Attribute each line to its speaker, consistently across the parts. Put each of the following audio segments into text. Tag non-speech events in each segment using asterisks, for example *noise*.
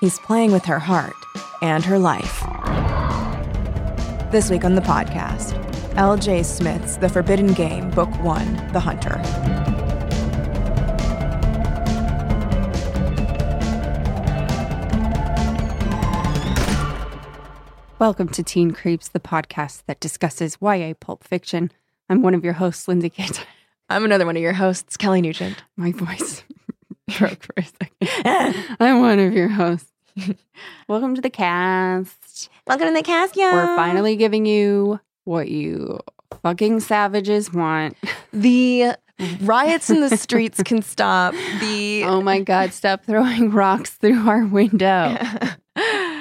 Speaker 1: He's playing with her heart and her life. This week on the podcast, L.J. Smith's The Forbidden Game, Book One The Hunter.
Speaker 2: Welcome to Teen Creeps, the podcast that discusses YA pulp fiction. I'm one of your hosts, Lindsay Gates.
Speaker 3: I'm another one of your hosts, Kelly Nugent.
Speaker 2: *laughs* My voice *laughs* broke for a *laughs* second. I'm one of your hosts. *laughs* Welcome to the cast.
Speaker 3: Welcome to the cast, yeah.
Speaker 2: We're finally giving you what you fucking savages want.
Speaker 3: The riots in the streets can stop. *laughs* The
Speaker 2: Oh my *laughs* God, stop throwing rocks through our window. *gasps*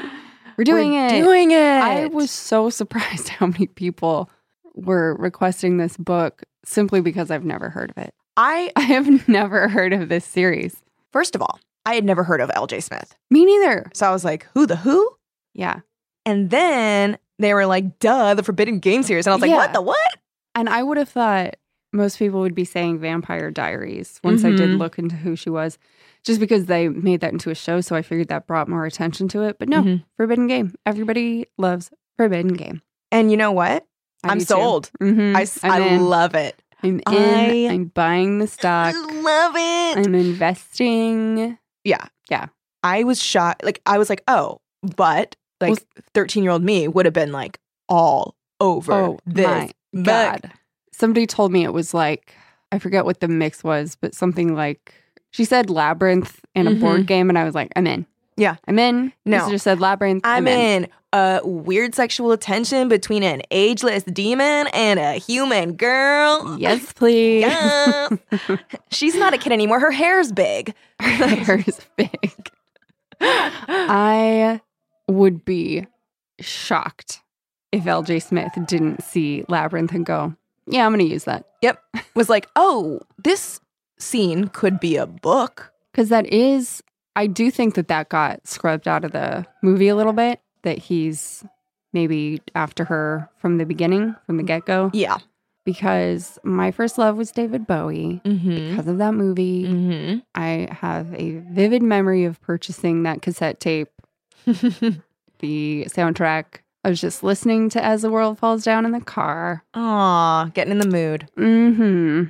Speaker 2: We're doing
Speaker 3: We're
Speaker 2: it.
Speaker 3: Doing it.
Speaker 2: I was so surprised *laughs* how many people were requesting this book simply because I've never heard of it.
Speaker 3: I
Speaker 2: I have *laughs* never heard of this series.
Speaker 3: first of all, I had never heard of LJ Smith.
Speaker 2: Me neither.
Speaker 3: So I was like, who the who?
Speaker 2: Yeah.
Speaker 3: And then they were like, duh, the Forbidden Game series. And I was like,
Speaker 2: Yeah.
Speaker 3: what the what?
Speaker 2: And I would have thought most people would be saying Vampire Diaries once I did
Speaker 3: Mhm.
Speaker 2: look into who she was, just because they made that into a show. So I figured that brought more attention to it. But no,
Speaker 3: Mhm.
Speaker 2: Forbidden Game. Everybody loves Forbidden Game.
Speaker 3: And you know what? I'm sold.
Speaker 2: Mm-hmm.
Speaker 3: I, s- I love it.
Speaker 2: I'm in.
Speaker 3: I-
Speaker 2: I'm buying the stock.
Speaker 3: love it.
Speaker 2: I'm investing.
Speaker 3: Yeah.
Speaker 2: Yeah.
Speaker 3: I was shocked. Like, I was like, oh, but
Speaker 2: Well,
Speaker 3: like 13 year old me would have been like all over
Speaker 2: Oh
Speaker 3: this.
Speaker 2: my
Speaker 3: book.
Speaker 2: God. Somebody told me it was like, I forget what the mix was, but something like, she said labyrinth in a board game, and I was like, I'm in.
Speaker 3: Mm-hmm. Yeah.
Speaker 2: I'm in.
Speaker 3: No.
Speaker 2: This just said labyrinth.
Speaker 3: I'm in a weird sexual tension between an ageless demon and a human *laughs* girl.
Speaker 2: Yes, please.
Speaker 3: Yes. She's not a kid anymore. Her hair's big. *gasps*
Speaker 2: Her hair is big. I would be shocked if LJ Smith didn't see Labyrinth and go, yeah, I'm going to use that.
Speaker 3: Yep. Was like, oh, this scene could be a book.
Speaker 2: Because that is, I do think that that got scrubbed out of the movie a little bit, that he's maybe after her from the beginning, from the get go.
Speaker 3: Yeah.
Speaker 2: Because my first love was David Bowie.
Speaker 3: Mm-hmm.
Speaker 2: Because of that movie,
Speaker 3: Mm-hmm.
Speaker 2: I have a vivid memory of purchasing that cassette
Speaker 3: *laughs*
Speaker 2: tape, the soundtrack. I was just listening to As the World Falls Down in the car.
Speaker 3: Aw, getting in the mood.
Speaker 2: hmm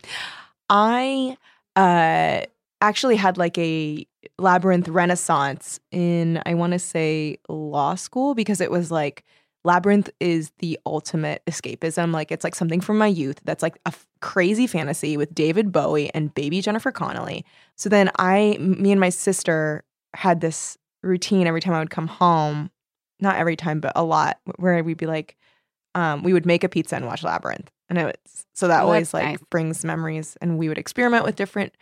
Speaker 3: *laughs* I uh, actually had like a labyrinth renaissance in, I want to say, law school because it was like labyrinth is the ultimate escapism. Like it's like something from my youth that's like a f- crazy fantasy with David Bowie and baby Jennifer Connelly. So then I, m- me and my sister had this routine every time I would come home. Not every time, but a lot, where we'd be like, um, we would make a pizza and watch Labyrinth. And it was, so that
Speaker 2: Oh,
Speaker 3: always
Speaker 2: that's
Speaker 3: like
Speaker 2: nice.
Speaker 3: brings memories. And we would experiment with different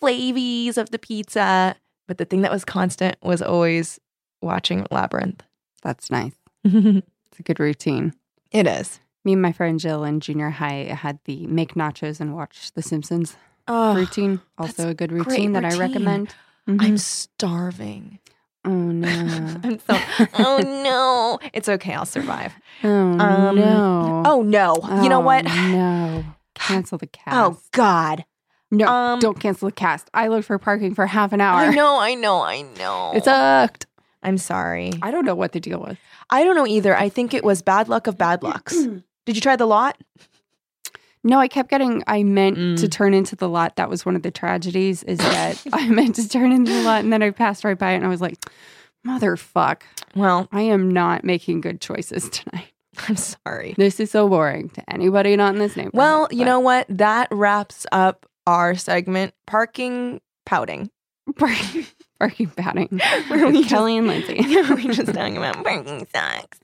Speaker 3: flavies of the pizza. But the thing that was constant was always watching Labyrinth. *laughs*
Speaker 2: That's nice.
Speaker 3: it
Speaker 2: It's a good routine.
Speaker 3: is.
Speaker 2: Me and my friend Jill in junior high had the make nachos and watch The Simpsons
Speaker 3: Oh,
Speaker 2: routine.
Speaker 3: that's
Speaker 2: Also a good
Speaker 3: great
Speaker 2: routine that I
Speaker 3: routine.
Speaker 2: recommend.
Speaker 3: I'm
Speaker 2: Mhm.
Speaker 3: starving. *laughs*
Speaker 2: oh no.
Speaker 3: I'm so, oh no. It's okay. I'll survive.
Speaker 2: *laughs* Oh
Speaker 3: Um,
Speaker 2: no.
Speaker 3: Oh no. You know
Speaker 2: Oh,
Speaker 3: what? *sighs*
Speaker 2: No. Cancel the cast.
Speaker 3: Oh God.
Speaker 2: no.
Speaker 3: um,
Speaker 2: don't cancel the cast. I looked for parking for half an hour.
Speaker 3: I know, I know, I know.
Speaker 2: It sucked.
Speaker 3: I'm sorry.
Speaker 2: I don't know what the deal was. *clears throat*
Speaker 3: I don't know either. I think it was bad luck of bad lucks. Did you try the lot?
Speaker 2: No, I kept getting. I meant
Speaker 3: Mm.
Speaker 2: to turn into the lot. That was one of the tragedies. Is
Speaker 3: *laughs*
Speaker 2: that I meant to turn into the lot, and then I passed right by it, and I was like, "Motherfuck!
Speaker 3: Well, *laughs*
Speaker 2: I am not making good choices tonight. *laughs*
Speaker 3: I'm sorry.
Speaker 2: This is so boring to anybody not in this neighborhood."
Speaker 3: Well, you
Speaker 2: But-
Speaker 3: know what? That wraps up our segment parking pouting.
Speaker 2: *laughs* parking, parking batting.
Speaker 3: *laughs* Where we
Speaker 2: It's Kelly and
Speaker 3: *laughs*
Speaker 2: Lindsay.
Speaker 3: we just talking about parking sucks.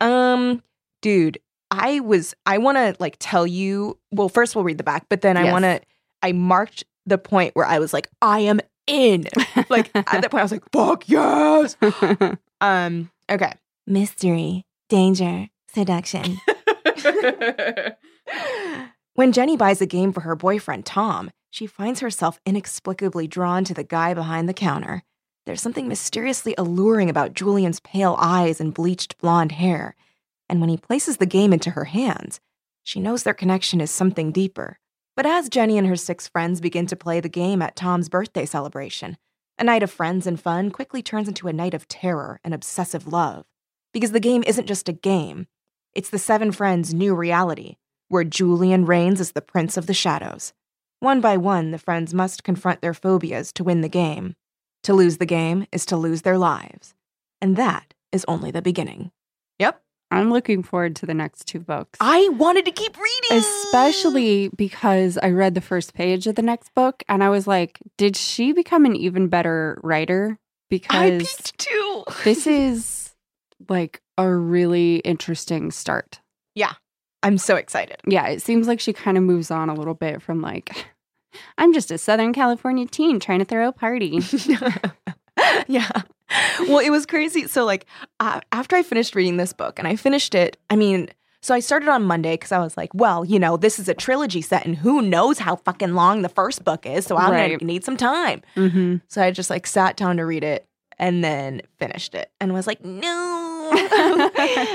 Speaker 3: Um, dude, I was I want to like tell you. Well, first we'll read the back, but then I
Speaker 2: Yes.
Speaker 3: want to. I marked the point where I was like, I am in. Like at that point, I was like, fuck yes. Um, okay.
Speaker 1: Mystery, danger, seduction.
Speaker 3: *laughs* when Jenny buys a game for her boyfriend, Tom, she finds herself inexplicably drawn to the guy behind the counter. There's something mysteriously alluring about Julian's pale eyes and bleached blonde hair. And when he places the game into her hands, she knows their connection is something deeper. But as Jenny and her six friends begin to play the game at Tom's birthday celebration, a night of friends and fun quickly turns into a night of terror and obsessive love. Because the game isn't just a game, it's the seven friends' new reality, where Julian reigns as the Prince of the Shadows. One by one, the friends must confront their phobias to win the game. To lose the game is to lose their lives. And that is only the beginning. Yep.
Speaker 2: *laughs* I'm looking forward to the next two books.
Speaker 3: I wanted to keep reading.
Speaker 2: Especially because I read the first page of the next book and I was like, did she become an even better writer?
Speaker 3: I
Speaker 2: Because
Speaker 3: peaked too. *laughs*
Speaker 2: this is like a really interesting start.
Speaker 3: I'm so excited.
Speaker 2: Yeah, it seems like she kind of moves on a little bit from like, *laughs* I'm just a Southern California teen trying to throw a party.
Speaker 3: *laughs* yeah. Well, it was crazy. So, like, uh, after I finished reading this book, and I finished it, I mean, so I started on Monday because I was like, well, you know, this is a trilogy set, and who knows how fucking long the first book is. So I'm going
Speaker 2: Right.
Speaker 3: to need some time.
Speaker 2: mm-hmm.
Speaker 3: So I just like sat down to read it and then finished it and was like, no.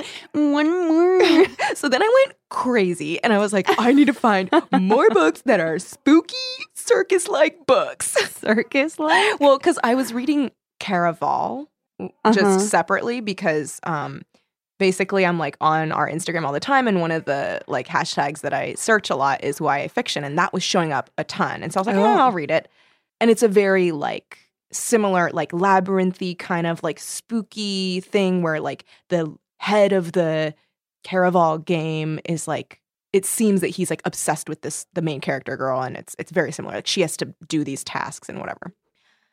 Speaker 2: *laughs* One more.
Speaker 3: *laughs* so then I went crazy and I was like, I need to find more books that are spooky, circus like books.
Speaker 2: Circus life.
Speaker 3: Well, because I was reading Caraval just
Speaker 2: Uh-huh.
Speaker 3: separately because um, basically I'm like on our Instagram all the time, and one of the like hashtags that I search a lot is YA fiction, and that was showing up a ton, and so I was like, oh,
Speaker 2: Oh.
Speaker 3: I'll read it, and it's a very like similar like labyrinthy kind of like spooky thing where like the head of the Caraval game is like it seems that he's like obsessed with this the main character girl and it's it's very similar like she has to do these tasks and whatever.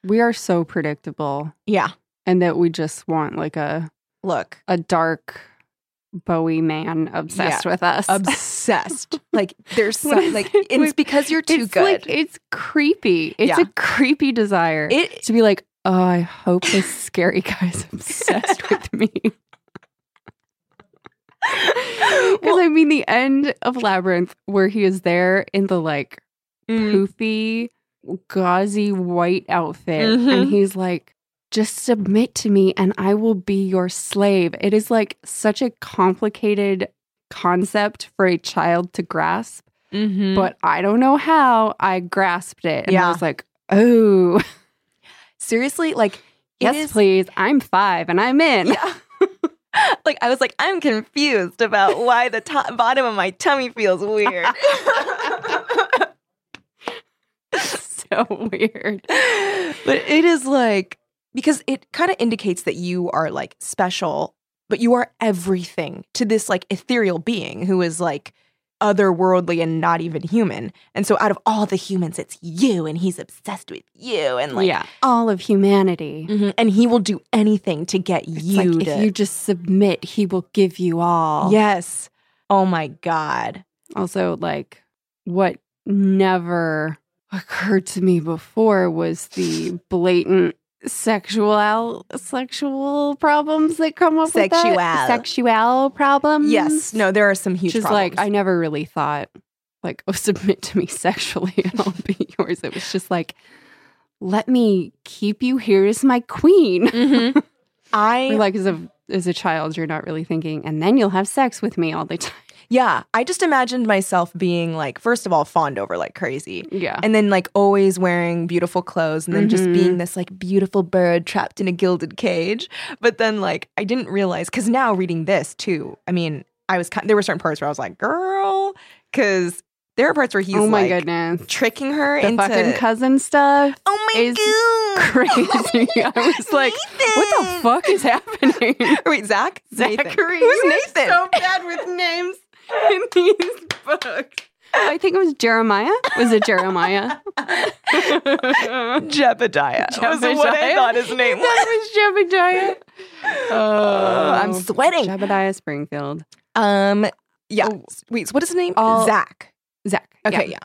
Speaker 2: We are so predictable
Speaker 3: Yeah.
Speaker 2: and that we just want like a
Speaker 3: Look,
Speaker 2: a dark Bowie man obsessed with us. *laughs*
Speaker 3: *laughs* obsessed. like there's
Speaker 2: What
Speaker 3: some
Speaker 2: is
Speaker 3: like
Speaker 2: it
Speaker 3: it's
Speaker 2: with-
Speaker 3: because you're too
Speaker 2: it's
Speaker 3: good.
Speaker 2: like it's creepy. It's
Speaker 3: Yeah.
Speaker 2: a creepy desire *laughs*
Speaker 3: it
Speaker 2: to be like, oh, I hope this scary *laughs*
Speaker 3: *laughs*
Speaker 2: guy's obsessed with me. Because
Speaker 3: Well-
Speaker 2: I mean, the end of Labyrinth, where he is there in the like
Speaker 3: Mm.
Speaker 2: poofy, gauzy white outfit.
Speaker 3: Mhm.
Speaker 2: And he's like, just submit to me and I will be your slave. It is like such a complicated concept for a child to grasp,
Speaker 3: but
Speaker 2: but I don't know how I grasped it. And
Speaker 3: Mm-hmm. Yeah.
Speaker 2: I was like, oh, *laughs*
Speaker 3: seriously, like it
Speaker 2: yes,
Speaker 3: is-
Speaker 2: please. I'm five and I'm in.
Speaker 3: *laughs* Yeah. like I was like I'm confused about why the top bottom of my tummy
Speaker 2: *laughs*
Speaker 3: feels weird. *laughs*
Speaker 2: *laughs* so weird.
Speaker 3: but it is like because it kind of indicates that you are like special, but you are everything to this like ethereal being who is like otherworldly and not even human. And so out of all the humans, it's you and he's obsessed with you and like
Speaker 2: yeah. All of humanity.
Speaker 3: mhm, and he will do anything to get
Speaker 2: It's
Speaker 3: you
Speaker 2: like,
Speaker 3: to
Speaker 2: if you just submit, he will give you all.
Speaker 3: Yes. Oh my god.
Speaker 2: Also, like, what never occurred to me before was the blatant sexual sexual problems that come up with that.
Speaker 3: Sexual.
Speaker 2: sexual problems.
Speaker 3: Yes. No, there are some huge
Speaker 2: which is
Speaker 3: problems.
Speaker 2: Mm. like I never really thought like, *laughs* oh, submit to me sexually and I'll be yours. It was just like, let me keep you here as my
Speaker 3: *laughs*
Speaker 2: queen.
Speaker 3: Mhm. I
Speaker 2: Or, Mm-hmm. like as a as a child, you're not really thinking, and then you'll have sex with me all the
Speaker 3: *laughs*
Speaker 2: time.
Speaker 3: yeah, I just imagined myself being like first of all fawned over like crazy.
Speaker 2: Yeah.
Speaker 3: And then like always wearing beautiful clothes and then just
Speaker 2: Mhm.
Speaker 3: being this like beautiful bird trapped in a gilded cage. But then like I didn't realize cuz now reading this too. I mean, I was kind there were certain parts where I was like, "Girl," cuz there are parts where he's
Speaker 2: oh my
Speaker 3: like
Speaker 2: goodness.
Speaker 3: tricking her
Speaker 2: the
Speaker 3: into
Speaker 2: fucking cousin
Speaker 3: *laughs*
Speaker 2: stuff. *laughs*
Speaker 3: Oh my
Speaker 2: is
Speaker 3: god.
Speaker 2: Crazy. I was *laughs* like, what the
Speaker 3: *laughs* Nathan!
Speaker 2: fuck is
Speaker 3: *laughs*
Speaker 2: happening?
Speaker 3: Wait, Zach?
Speaker 2: Zachary.
Speaker 3: Nathan. Who's
Speaker 2: You're
Speaker 3: Nathan?
Speaker 2: so bad
Speaker 3: *laughs*
Speaker 2: with names in these books. I think it was Jeremiah. Was it
Speaker 3: *laughs*
Speaker 2: Jeremiah? that *laughs*
Speaker 3: Jebediah. was what I
Speaker 2: Jebediah?
Speaker 3: thought
Speaker 2: *laughs*
Speaker 3: his name was.
Speaker 2: was Jebediah.
Speaker 3: Oh, I'm sweating.
Speaker 2: Jebediah Springfield. Oh,
Speaker 3: Um, yeah. Wait, so what is his name?
Speaker 2: All-
Speaker 3: Zach.
Speaker 2: Zach.
Speaker 3: Okay, yeah.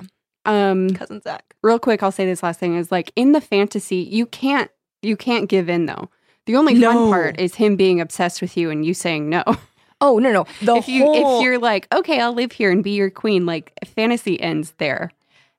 Speaker 2: Um,
Speaker 3: cousin Zach.
Speaker 2: real quick, I'll say this last thing is like in the fantasy, you can't you can't give in though. The only fun
Speaker 3: No.
Speaker 2: part is him being obsessed with you and you saying no.
Speaker 3: *laughs* Oh no no. The
Speaker 2: if you
Speaker 3: whole
Speaker 2: if you're like, okay, I'll live here and be your queen, like fantasy ends there.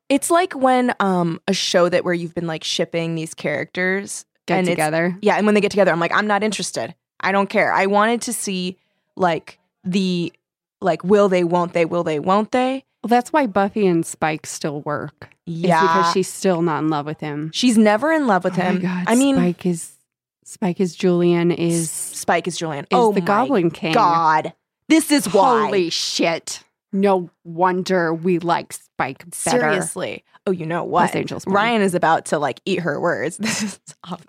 Speaker 3: It's like when um a show that where you've been like shipping these characters.
Speaker 2: Get
Speaker 3: And it's-
Speaker 2: together.
Speaker 3: Yeah, and when they get together, I'm like, I'm not interested. I don't care. I wanted to see like the like will they, won't they, will they, won't they?
Speaker 2: Well, that's why Buffy and Spike still work. It's
Speaker 3: Yeah,
Speaker 2: because she's still not in love with him.
Speaker 3: she's never in love with
Speaker 2: Oh my
Speaker 3: him.
Speaker 2: God,
Speaker 3: I mean,
Speaker 2: Spike is Spike is Julian
Speaker 3: S-
Speaker 2: is
Speaker 3: Spike is Julian.
Speaker 2: is
Speaker 3: oh
Speaker 2: the
Speaker 3: my
Speaker 2: Goblin King.
Speaker 3: God, this is why.
Speaker 2: Holy shit. No wonder we like Spike better.
Speaker 3: Seriously. Oh, you know what?
Speaker 2: Los Angeles Bond.
Speaker 3: Ryan is about to like eat her words. *laughs* This is awful.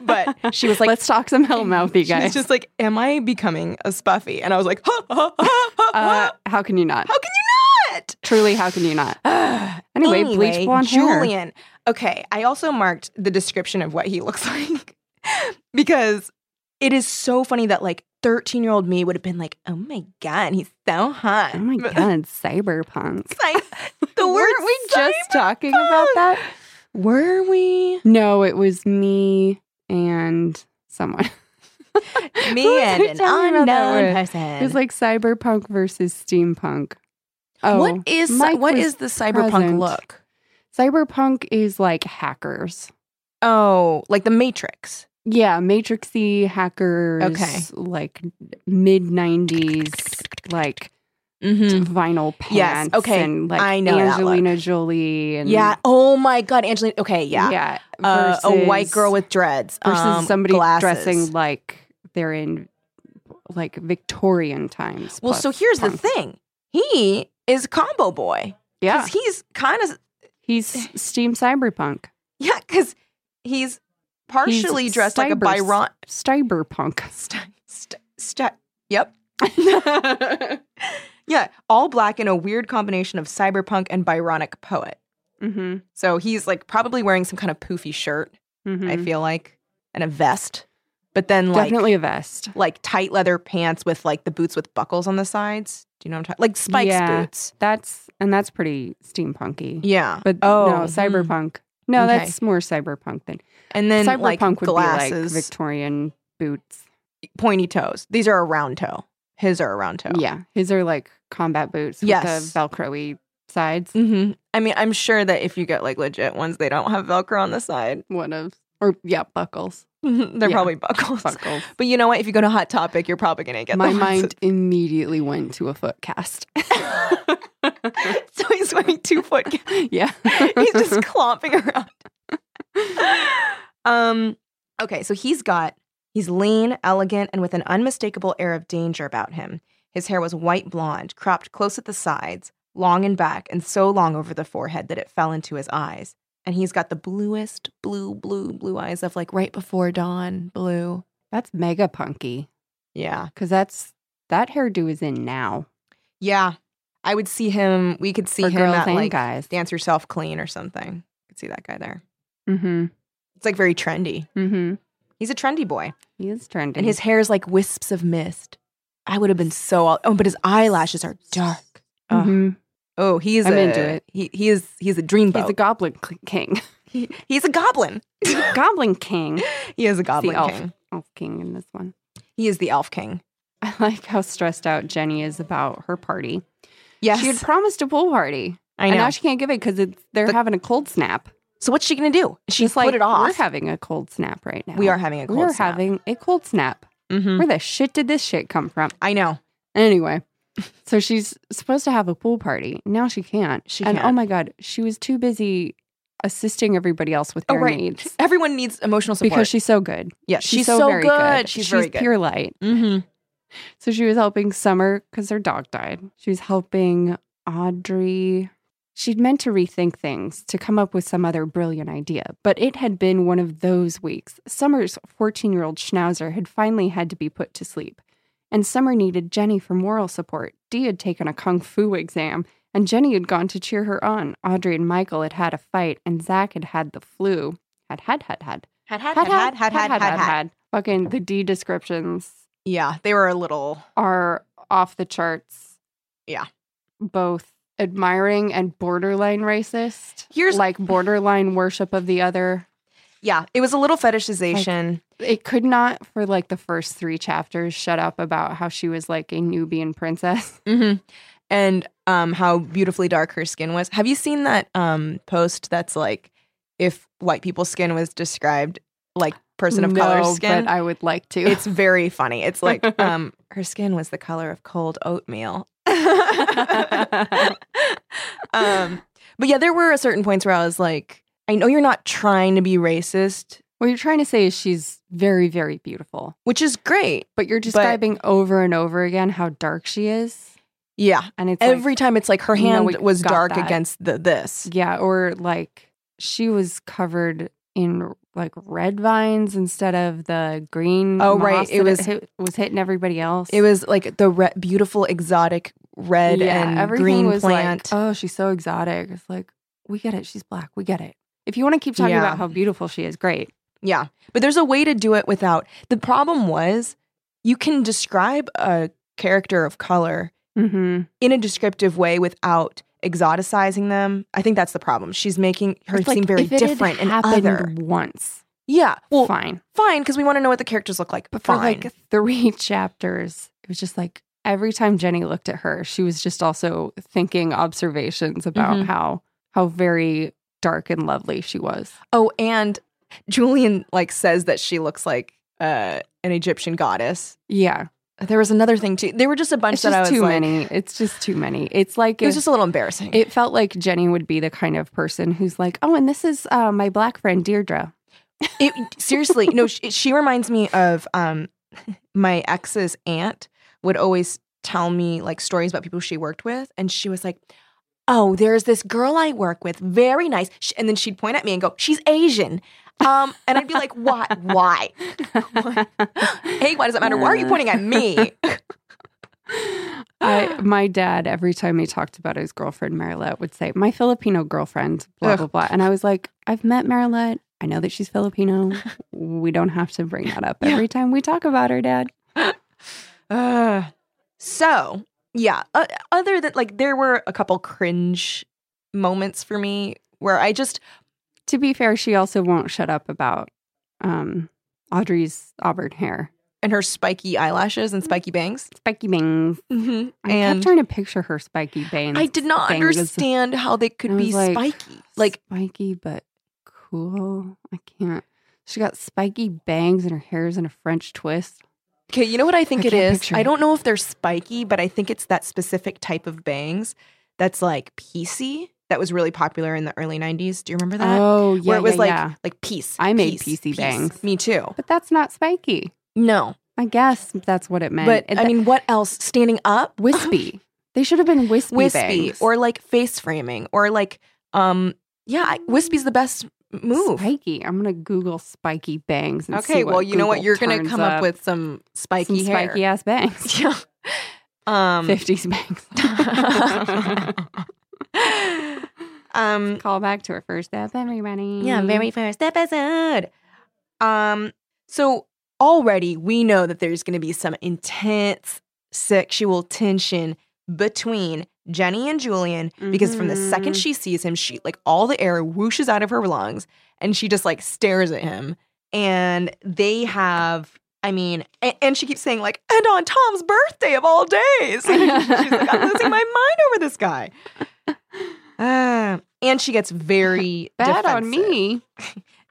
Speaker 3: But she was like,
Speaker 2: let's talk some hell mouthy,
Speaker 3: She was
Speaker 2: guys.
Speaker 3: just like, "Am I becoming a spuffy?" And I was like, ha, ha, ha, ha,
Speaker 2: Uh,
Speaker 3: ha.
Speaker 2: how can you not?
Speaker 3: "How can
Speaker 2: Truly, how can you not?
Speaker 3: you not?"
Speaker 2: *sighs* Anyway, bleach blonde hair.
Speaker 3: Julian. Okay, I also marked the description of what he *laughs* looks like because it is so funny that like 13 year old me would have been like, "Oh my god, he's so hot."
Speaker 2: Oh my
Speaker 3: But-
Speaker 2: god, cyberpunk.
Speaker 3: *laughs* It's like, *laughs* the word
Speaker 2: *laughs* Weren't we just talking about that?
Speaker 3: Were we?
Speaker 2: No, it was me and someone. Who
Speaker 3: *laughs* Me
Speaker 2: was
Speaker 3: and
Speaker 2: I talking
Speaker 3: an
Speaker 2: about that
Speaker 3: unknown
Speaker 2: with?
Speaker 3: person.
Speaker 2: It was like cyberpunk versus steampunk. Oh,
Speaker 3: what is
Speaker 2: Mike
Speaker 3: what
Speaker 2: was
Speaker 3: is the cyberpunk
Speaker 2: present.
Speaker 3: look?
Speaker 2: cyberpunk? Is like hackers.
Speaker 3: Oh, like the Matrix.
Speaker 2: Yeah, matrixy hackers.
Speaker 3: Okay.
Speaker 2: like mid nineties, like
Speaker 3: Mm-hmm.
Speaker 2: vinyl pants.
Speaker 3: Yes, okay,
Speaker 2: and like
Speaker 3: I know that
Speaker 2: Angelina Jolie. And
Speaker 3: Yeah. Oh my God, Angelina. Okay, yeah.
Speaker 2: yeah.
Speaker 3: Uh, a white
Speaker 2: versus-
Speaker 3: girl with dreads
Speaker 2: versus
Speaker 3: um,
Speaker 2: somebody
Speaker 3: glasses.
Speaker 2: dressing like they're in like Victorian times.
Speaker 3: Well,
Speaker 2: plus
Speaker 3: so here's the
Speaker 2: punk.
Speaker 3: thing. He is combo boy.
Speaker 2: Yeah,
Speaker 3: 'Cause He's kind of
Speaker 2: he's
Speaker 3: *sighs*
Speaker 2: steam cyberpunk,
Speaker 3: *laughs* yeah, because he's partially dressed like a
Speaker 2: cyber-
Speaker 3: Byron.
Speaker 2: cyberpunk. *laughs*
Speaker 3: *laughs* St- st- st- *laughs* yep. yeah, all black in a weird combination of cyberpunk and Byronic poet.
Speaker 2: Mm-hmm.
Speaker 3: So he's like probably wearing some kind of poofy shirt, I feel mm-hmm. like, and a vest. But then like
Speaker 2: Hmm. Definitely a vest.
Speaker 3: like tight leather pants with like the boots with buckles on the sides. Do you know what I'm talking? Like Spike's
Speaker 2: Yeah.
Speaker 3: boots.
Speaker 2: That's and that's pretty steampunky.
Speaker 3: Yeah.
Speaker 2: But
Speaker 3: Oh,
Speaker 2: no,
Speaker 3: hmm.
Speaker 2: cyberpunk. No,
Speaker 3: Okay.
Speaker 2: that's more cyberpunk than
Speaker 3: And then
Speaker 2: cyberpunk
Speaker 3: like
Speaker 2: would be like
Speaker 3: glasses,
Speaker 2: Victorian boots.
Speaker 3: pointy toes. These are a round toe. His are a round toe.
Speaker 2: Yeah, his are like combat boots with
Speaker 3: Yes.
Speaker 2: the velcro-y sides.
Speaker 3: hmm I mean, I'm sure that if you get like legit ones, they don't have Velcro on the side. *laughs*
Speaker 2: One of or yeah, *laughs* buckles.
Speaker 3: Mhm. They're
Speaker 2: Yeah.
Speaker 3: probably buckles.
Speaker 2: Buckles.
Speaker 3: But you know what? If you go to Hot Topic, you're probably gonna get the
Speaker 2: My
Speaker 3: ones
Speaker 2: mind immediately went to a foot
Speaker 3: *laughs*
Speaker 2: cast. *laughs*
Speaker 3: that- *laughs* so he's wearing two foot. He's
Speaker 2: yeah.
Speaker 3: *laughs*
Speaker 2: *laughs*
Speaker 3: just clomping around. um okay so he's got he's lean elegant and with an unmistakable air of danger about him his hair was white blonde cropped close at the sides long in back and so long over the forehead that it fell into his eyes and he's got the bluest blue blue blue eyes of like right before dawn blue
Speaker 2: That's mega punky.
Speaker 3: yeah
Speaker 2: Cause that's that hairdo is in now.
Speaker 3: yeah i would see him we could see
Speaker 2: for
Speaker 3: him
Speaker 2: girls
Speaker 3: at
Speaker 2: and
Speaker 3: like
Speaker 2: guys.
Speaker 3: dance yourself clean or something could see that guy there
Speaker 2: Mm-hmm.
Speaker 3: it's like very trendy
Speaker 2: Mm-hmm.
Speaker 3: he's a trendy boy
Speaker 2: He is trending.
Speaker 3: and his hair's like wisps of mist. I would have been so all. Oh, but his eyelashes are dark. Ugh.
Speaker 2: Mhm.
Speaker 3: Oh, he is.
Speaker 2: I'm
Speaker 3: a-
Speaker 2: into it.
Speaker 3: He he is. He's a dreamboat.
Speaker 2: he's a goblin cl- king. *laughs*
Speaker 3: He- he's a goblin.
Speaker 2: goblin
Speaker 3: *laughs*
Speaker 2: king.
Speaker 3: He is a goblin
Speaker 2: elf.
Speaker 3: king.
Speaker 2: Oh king in this one. *laughs*
Speaker 3: He is the elf king.
Speaker 2: I like how stressed out Jenny is about her party.
Speaker 3: Yes,
Speaker 2: She had promised a pool party.
Speaker 3: I
Speaker 2: And
Speaker 3: know.
Speaker 2: now she can't give it because they're
Speaker 3: The-
Speaker 2: having a cold snap.
Speaker 3: so what's she gonna do? She's
Speaker 2: Just like
Speaker 3: put it off.
Speaker 2: We're having a cold snap right now.
Speaker 3: We are having a cold.
Speaker 2: we are
Speaker 3: snap.
Speaker 2: having a cold snap.
Speaker 3: Mhm.
Speaker 2: Where the shit did this shit come from?
Speaker 3: I know. *laughs*
Speaker 2: Anyway, so she's supposed to have a pool party. Now she can't.
Speaker 3: She
Speaker 2: and oh
Speaker 3: can't.
Speaker 2: my god, she was too busy assisting everybody else with
Speaker 3: Oh
Speaker 2: their
Speaker 3: right.
Speaker 2: needs
Speaker 3: Everyone needs emotional support.
Speaker 2: because she's so good.
Speaker 3: yeah,
Speaker 2: She's, so, very good.
Speaker 3: She's, very good.
Speaker 2: pure light.
Speaker 3: Mm-hmm.
Speaker 2: So she was helping Summer because her dog died. She was helping Audrey. She'd meant to rethink things to come up with some other brilliant idea, but it had been one of those weeks. Summer's 14 year old schnauzer had finally had to be put to sleep, and Summer needed Jenny for moral support. Dee had taken a kung fu exam, and Jenny had gone to cheer her on. Audrey and Michael had had a fight, and Zach had had the flu. Had, had, had, had.
Speaker 3: Had had had had had had had.
Speaker 2: Fucking the D descriptions
Speaker 3: Yeah, they were a little.
Speaker 2: are off the charts.
Speaker 3: Yeah.
Speaker 2: Both admiring and borderline racist.
Speaker 3: Here's-
Speaker 2: like borderline worship of the other.
Speaker 3: Yeah, it was a little fetishization.
Speaker 2: It could not, for like the first three chapters, shut up about how she was like a Nubian princess.
Speaker 3: hmm And um, how beautifully dark her skin was. Have you seen that um, post that's like if white people's skin was described like *laughs* person of color
Speaker 2: No,
Speaker 3: skin?
Speaker 2: but I would like to.
Speaker 3: it's very funny. It's
Speaker 2: *laughs*
Speaker 3: like um, her skin was the color of cold oatmeal. *laughs* um, but yeah, there were certain points where I was like, I know you're not trying to be racist,
Speaker 2: what you're trying to say is she's very, very beautiful,
Speaker 3: which is great.
Speaker 2: but you're describing over and over again how dark she is,
Speaker 3: Yeah.
Speaker 2: and it's like-
Speaker 3: Every time it's like her
Speaker 2: No,
Speaker 3: hand
Speaker 2: we
Speaker 3: was
Speaker 2: got
Speaker 3: dark
Speaker 2: that.
Speaker 3: against the this.
Speaker 2: Yeah, or like she was covered in like red vines instead of the green.
Speaker 3: Oh, right,
Speaker 2: moss
Speaker 3: it
Speaker 2: that
Speaker 3: was-
Speaker 2: hit, was hitting everybody else.
Speaker 3: It was like the re- beautiful exotic red
Speaker 2: Yeah,
Speaker 3: and
Speaker 2: everything
Speaker 3: green
Speaker 2: was
Speaker 3: plant.
Speaker 2: Like, oh, she's so exotic. It's like we get it. She's black. We get it. If you want to keep talking
Speaker 3: Yeah.
Speaker 2: about how beautiful she is, great.
Speaker 3: yeah. But there's a way to do it without. The problem was you can describe a character of color
Speaker 2: Mm-hmm.
Speaker 3: in a descriptive way without exoticizing them. I think that's the problem. She's making her seem very
Speaker 2: if it had
Speaker 3: different and
Speaker 2: happened
Speaker 3: other.
Speaker 2: Once,
Speaker 3: Yeah. Well,
Speaker 2: fine,
Speaker 3: fine because we want to know what the characters look like.
Speaker 2: but for
Speaker 3: fine.
Speaker 2: like three *laughs* chapters, it was just like every time Jenny looked at her, she was just also thinking observations about
Speaker 3: Mhm.
Speaker 2: how how very dark and lovely she was.
Speaker 3: Oh, and Julian like says that she looks like uh, an Egyptian goddess.
Speaker 2: Yeah,
Speaker 3: There was another thing too. There were just a bunch
Speaker 2: it's
Speaker 3: that I
Speaker 2: just
Speaker 3: was
Speaker 2: too
Speaker 3: like,
Speaker 2: many. It's just too many. It's like
Speaker 3: It
Speaker 2: if-
Speaker 3: was just a little embarrassing.
Speaker 2: It felt like Jenny would be the kind of person who's like, oh, and this is uh, my black friend Deirdre.
Speaker 3: It seriously, no, she, she reminds me of um *laughs* my ex's aunt would always tell me like stories about people she worked with and she was like, "Oh, there's this girl I work with, very nice." Sh and then she'd point at me and go, "She's Asian." Um and I'd be like, "Why? Why? *laughs* Hey, why does it matter? Why are you pointing at me?" *sighs*
Speaker 2: I, my dad, every time he talked about his girlfriend, Marilette, would say, my Filipino girlfriend, blah,
Speaker 3: Ugh.
Speaker 2: blah, blah. And I was like, I've met Marilette. I know that she's Filipino.
Speaker 3: *laughs*
Speaker 2: We don't have to bring that up
Speaker 3: Yeah.
Speaker 2: every time we talk about her, Dad.
Speaker 3: Uh, so, yeah, uh, other than like there were a couple cringe moments for me where I just
Speaker 2: To be fair, she also won't shut up about um, Audrey's auburn hair.
Speaker 3: and her spiky eyelashes and spiky bangs.
Speaker 2: Spiky bangs.
Speaker 3: Mm-hmm.
Speaker 2: I kept
Speaker 3: And
Speaker 2: trying to picture her spiky bangs.
Speaker 3: I did not
Speaker 2: thing was-
Speaker 3: understand how they could
Speaker 2: I was
Speaker 3: be
Speaker 2: like,
Speaker 3: spiky. Like,
Speaker 2: spiky but cool. I can't. She got spiky bangs and her hair's in a French twist.
Speaker 3: okay, you know what I think
Speaker 2: I
Speaker 3: it
Speaker 2: can't
Speaker 3: is?
Speaker 2: picture
Speaker 3: I
Speaker 2: it.
Speaker 3: don't know if they're spiky, but I think it's that specific type of bangs that's like PC that was really popular in the early 90s. Do you remember that?
Speaker 2: oh yeah,
Speaker 3: Where it was
Speaker 2: yeah,
Speaker 3: like
Speaker 2: yeah.
Speaker 3: like peace.
Speaker 2: I made
Speaker 3: peace,
Speaker 2: PC
Speaker 3: peace.
Speaker 2: bangs.
Speaker 3: Me too.
Speaker 2: But that's not spiky.
Speaker 3: No,
Speaker 2: I guess that's what it meant.
Speaker 3: but
Speaker 2: It-
Speaker 3: I *laughs* mean, what else? Standing up,
Speaker 2: *gasps*
Speaker 3: *gasps*
Speaker 2: wispy. they should have been wispy,
Speaker 3: wispy,
Speaker 2: bangs.
Speaker 3: or like face framing, or like, um, yeah, I- wispy's the best move.
Speaker 2: spiky. I'm gonna Google spiky bangs. And
Speaker 3: Okay,
Speaker 2: see what
Speaker 3: well, you know what?
Speaker 2: Google
Speaker 3: You're gonna
Speaker 2: turns
Speaker 3: come up, with some spiky
Speaker 2: Some
Speaker 3: hair.
Speaker 2: spiky ass
Speaker 3: *laughs*
Speaker 2: bangs. *laughs*
Speaker 3: Yeah. Um,
Speaker 2: Fifties bangs.
Speaker 3: *laughs*
Speaker 2: *laughs*
Speaker 3: um,
Speaker 2: Call back to her first step, everybody.
Speaker 3: yeah, very first episode. Um, so already we know that there's going to be some intense sexual tension between Jenny and Julian because from the second
Speaker 2: Mhm.
Speaker 3: she sees him, she like all the air whooshes out of her lungs and she just like stares at him. And they have, I mean, and, and she keeps saying, like, and on Tom's birthday of all days. *laughs* She's like, I'm
Speaker 2: *laughs*
Speaker 3: losing my mind over this guy. *sighs* Uh, and she gets very
Speaker 2: Bad
Speaker 3: defensive.
Speaker 2: on me.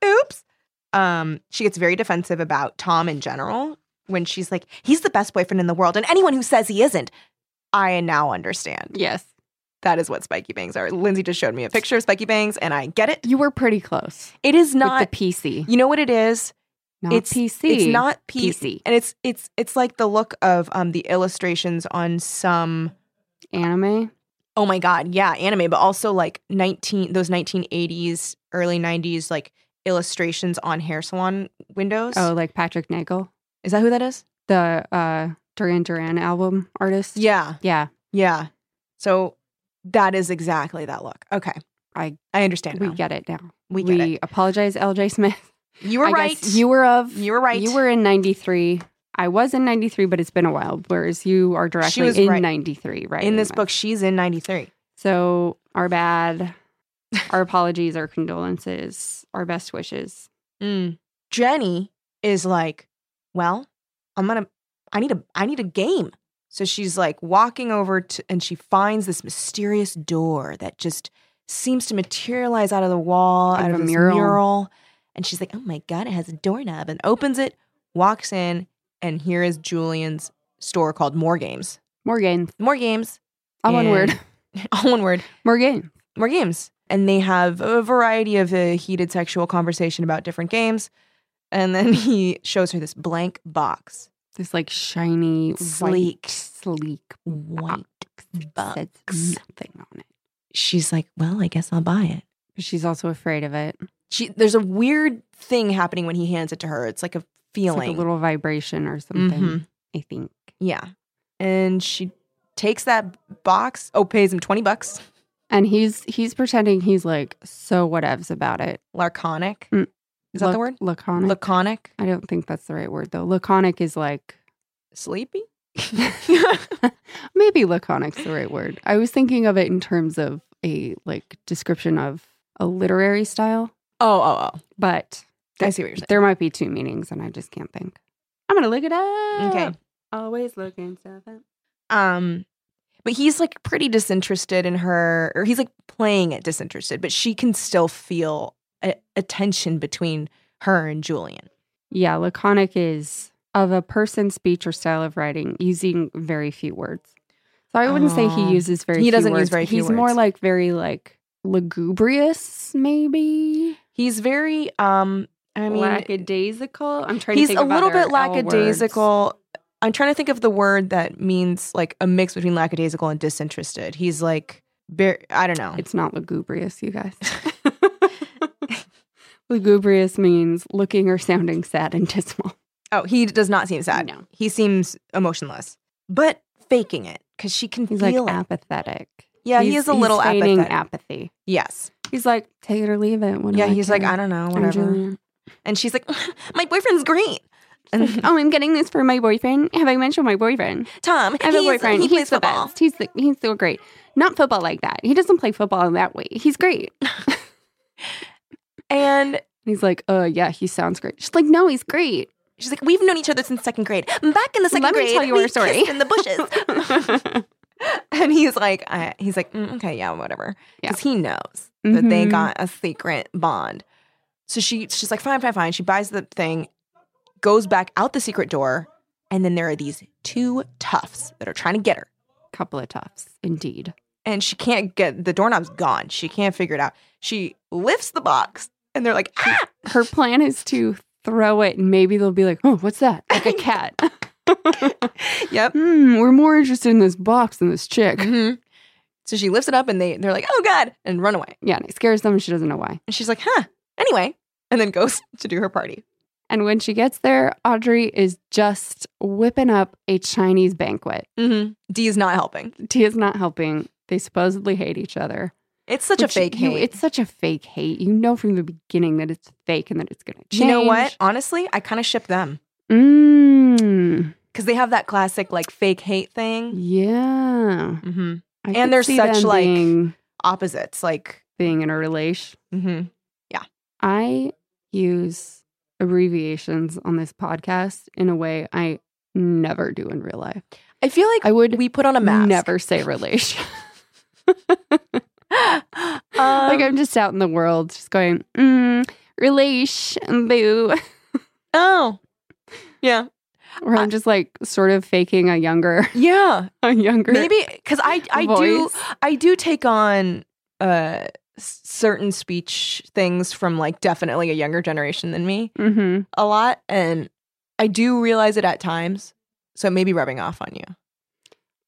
Speaker 3: Oops. Um, she gets very defensive about Tom in general when she's like, he's the best boyfriend in the world, and anyone who says he isn't, I now understand.
Speaker 2: Yes.
Speaker 3: That is what spiky bangs are. Lindsay just showed me a picture of spiky bangs, and I get it.
Speaker 2: You were pretty close.
Speaker 3: It is
Speaker 2: with
Speaker 3: not.
Speaker 2: the PC.
Speaker 3: you know what it is?
Speaker 2: Not
Speaker 3: it's
Speaker 2: PC.
Speaker 3: It's not P-
Speaker 2: PC.
Speaker 3: and it's it's it's like the look of um the illustrations on some.
Speaker 2: anime.
Speaker 3: Oh my god, yeah, anime, but also like nineteen those nineteen eighties, early nineties, like illustrations on hair salon windows.
Speaker 2: Oh, like Patrick Nagel,
Speaker 3: is that who that is?
Speaker 2: the uh, Duran Duran album artist.
Speaker 3: Yeah,
Speaker 2: Yeah.
Speaker 3: yeah. So that is exactly that look. Okay,
Speaker 2: I-
Speaker 3: I understand.
Speaker 2: We
Speaker 3: now.
Speaker 2: get it now.
Speaker 3: we get it.
Speaker 2: apologize, LJ Smith.
Speaker 3: You *laughs* were
Speaker 2: I
Speaker 3: right.
Speaker 2: guess You were of.
Speaker 3: You were right.
Speaker 2: You were in 93. I was in 93, but it's been a while, whereas you are directly
Speaker 3: was
Speaker 2: in
Speaker 3: right.
Speaker 2: 93, right?
Speaker 3: in this book. She's in ninety three.
Speaker 2: So, our
Speaker 3: *laughs*
Speaker 2: bad, our apologies, our condolences, our best wishes.
Speaker 3: Mm. Jenny is like, "Well, I'm gonna. I need a. I need a game." So she's like walking over to, and she finds this mysterious door that just seems to materialize out of the wall,
Speaker 2: Out
Speaker 3: out
Speaker 2: of
Speaker 3: of
Speaker 2: a
Speaker 3: this
Speaker 2: mural.
Speaker 3: mural. And she's like, "Oh my god, it has a doorknob!" And opens it, walks in, and here is Julian's store called More Games.
Speaker 2: More games.
Speaker 3: More Games. *laughs*
Speaker 2: All one *laughs* word.
Speaker 3: and- All one word.
Speaker 2: More games.
Speaker 3: More Games. And they have a variety of uh, heated sexual conversation about different games. And then *laughs* he shows her this blank box.
Speaker 2: This like shiny,
Speaker 3: Sleek.
Speaker 2: white, sleek
Speaker 3: White.
Speaker 2: box. Says
Speaker 3: box.
Speaker 2: nothing on it.
Speaker 3: She's like, "Well, I guess I'll buy it."
Speaker 2: But she's also afraid of it.
Speaker 3: She there's a weird thing happening when he hands it to her. It's like a
Speaker 2: It's
Speaker 3: feeling.
Speaker 2: like a little vibration or something.
Speaker 3: Mhm.
Speaker 2: I think.
Speaker 3: Yeah. And she takes that box, oh, pays him 20 bucks,
Speaker 2: And he's he's pretending he's like so whatevs about it.
Speaker 3: Larconic.
Speaker 2: Mm.
Speaker 3: Is that the
Speaker 2: Lac-
Speaker 3: word?
Speaker 2: Laconic.
Speaker 3: Laconic.
Speaker 2: I don't think that's the right word though. Laconic is
Speaker 3: *laughs*
Speaker 2: like *laughs*
Speaker 3: Sleepy?
Speaker 2: maybe laconic's the right word. I was thinking of it in terms of a like description of a literary style,
Speaker 3: Oh, oh, oh.
Speaker 2: but
Speaker 3: I see what you're saying.
Speaker 2: there might be two meanings and I just can't think. I'm gonna look it up.
Speaker 3: Okay.
Speaker 2: Always looking stuff up.
Speaker 3: Um, but he's like pretty disinterested in her, or he's like playing it disinterested, but she can still feel a, a tension between her and Julian.
Speaker 2: Yeah, laconic is of a person's speech or style of writing using very few words. So I wouldn't say
Speaker 3: Oh.
Speaker 2: he uses very
Speaker 3: He
Speaker 2: few
Speaker 3: doesn't use
Speaker 2: words.
Speaker 3: very few
Speaker 2: He's more
Speaker 3: words.
Speaker 2: like very like lugubrious, maybe.
Speaker 3: He's very, um, I mean,
Speaker 2: lackadaisical. I'm trying
Speaker 3: he's
Speaker 2: to think
Speaker 3: a
Speaker 2: of
Speaker 3: little
Speaker 2: other
Speaker 3: bit
Speaker 2: L words.
Speaker 3: lackadaisical. I'm trying to think of the word that means like a mix between lackadaisical and disinterested. He's like, bar- I don't
Speaker 2: *laughs*
Speaker 3: know.
Speaker 2: It's not lugubrious, you guys. *laughs* lugubrious means looking or sounding sad and dismal. *laughs*
Speaker 3: oh, he does not seem sad.
Speaker 2: No.
Speaker 3: He seems emotionless, but faking it because she can
Speaker 2: He's like
Speaker 3: feel it.
Speaker 2: apathetic.
Speaker 3: yeah, he
Speaker 2: He's-
Speaker 3: is a
Speaker 2: he's
Speaker 3: little
Speaker 2: feigning
Speaker 3: apathetic.
Speaker 2: apathy.
Speaker 3: yes.
Speaker 2: He's like, take it or leave it. What do
Speaker 3: Yeah,
Speaker 2: I
Speaker 3: he's like,
Speaker 2: care?
Speaker 3: I don't know,
Speaker 2: I'm
Speaker 3: whatever.
Speaker 2: Julian."
Speaker 3: And she's like, *laughs* my boyfriend's great.
Speaker 2: Like, *laughs*
Speaker 3: And
Speaker 2: oh, I'm getting this for my boyfriend. Have I mentioned my boyfriend?
Speaker 3: Tom,
Speaker 2: I have a
Speaker 3: he's-
Speaker 2: boyfriend.
Speaker 3: He plays
Speaker 2: he's the
Speaker 3: football.
Speaker 2: best. He's the, he's so great. Not football like that. He doesn't play football in that way. He's great.
Speaker 3: And
Speaker 2: He's like, uh, yeah, he sounds great. She's like, no, he's great.
Speaker 3: she's like, we've known each other since second grade. Back in the second
Speaker 2: Let
Speaker 3: grade,
Speaker 2: me tell you
Speaker 3: we
Speaker 2: our story.
Speaker 3: kissed in the bushes.
Speaker 2: *laughs*
Speaker 3: *laughs* and he's like, I, he's like, "Mm, okay, yeah, whatever,
Speaker 2: Yeah.
Speaker 3: because he knows that they
Speaker 2: Mhm.
Speaker 3: got a secret bond. So she, she's like, fine, fine, fine. She buys the thing, goes back out the secret door, and then there are these two toughs that are trying to get her.
Speaker 2: Couple of toughs, indeed.
Speaker 3: and she can't get the doorknob's gone. She can't figure it out. She lifts the box and they're like, *laughs* ah!
Speaker 2: *laughs* Her plan is to throw it, and maybe they'll be like, "Oh, what's that?" Like a *laughs* cat.
Speaker 3: Yep.
Speaker 2: Hmm, we're more interested in this box than this chick.
Speaker 3: Mhm. So she lifts it up and they they're like, oh God, and run away.
Speaker 2: Yeah, and it scares them, and she doesn't know why.
Speaker 3: And she's like, huh. Anyway. And then goes *laughs* to do her party.
Speaker 2: And when she gets there, Audrey is just whipping up a Chinese banquet.
Speaker 3: Mm-hmm. D is not helping.
Speaker 2: Tia's not helping. They supposedly hate each other.
Speaker 3: It's such
Speaker 2: Which
Speaker 3: a fake
Speaker 2: you-
Speaker 3: hate.
Speaker 2: It's such a fake hate. You know from the beginning that it's fake and that it's going to change.
Speaker 3: you know what? Honestly, I kind of ship them
Speaker 2: Mm,
Speaker 3: because they have that classic like fake hate thing.
Speaker 2: yeah.
Speaker 3: Mm-hmm.
Speaker 2: I
Speaker 3: And
Speaker 2: could
Speaker 3: they're
Speaker 2: see
Speaker 3: such,
Speaker 2: them
Speaker 3: like-
Speaker 2: being,
Speaker 3: Opposites, like
Speaker 2: being in a relation.
Speaker 3: mm-hmm.
Speaker 2: I use abbreviations on this podcast in a way I never do in real life.
Speaker 3: I feel like
Speaker 2: I would
Speaker 3: we put on a mask.
Speaker 2: never say relation. *laughs*
Speaker 3: um,
Speaker 2: like I'm just out in the world, just going mm, relation boo, *laughs*
Speaker 3: oh, yeah,
Speaker 2: or I'm just like sort of faking a younger, *laughs*
Speaker 3: yeah.
Speaker 2: a younger.
Speaker 3: maybe because I I do
Speaker 2: voice.
Speaker 3: I do take on uh s- certain speech things from like definitely a younger generation than me
Speaker 2: Mhm.
Speaker 3: a lot, and I do realize it at times. So it may be rubbing off on you,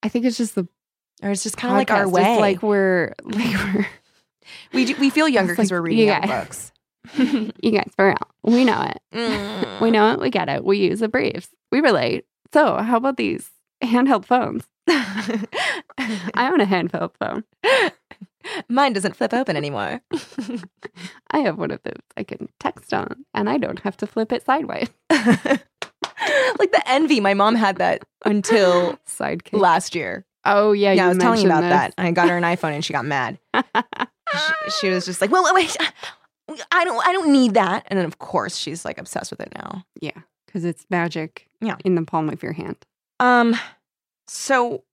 Speaker 2: I think it's just the
Speaker 3: or it's just
Speaker 2: podcast.
Speaker 3: kind of like our
Speaker 2: It's
Speaker 3: way.
Speaker 2: like we're *laughs* like we're
Speaker 3: we do, we feel younger
Speaker 2: It's like-
Speaker 3: because we're reading
Speaker 2: yeah.
Speaker 3: out books.
Speaker 2: *laughs* you guys for real. We know it. *laughs* We know it. We get it. We use the briefs. We relate. So how about these handheld phones? I own a handheld phone.
Speaker 3: Mm. *laughs* Mine doesn't flip open anymore. *laughs*
Speaker 2: I have one of those I can text on, and I don't have to flip it sideways.
Speaker 3: like the envy, my mom had that until
Speaker 2: *laughs* Sidekick.
Speaker 3: last year.
Speaker 2: Oh yeah,
Speaker 3: yeah,
Speaker 2: you
Speaker 3: I was telling you about
Speaker 2: mentioned
Speaker 3: that. I got
Speaker 2: *laughs*
Speaker 3: her an iPhone and she got mad. she, she was just like, "Well, wait, *laughs* I don't, I don't need that." And then of course she's like obsessed with it now.
Speaker 2: this. Yeah, because it's magic.
Speaker 3: Yeah.
Speaker 2: in the palm of your hand.
Speaker 3: Um, so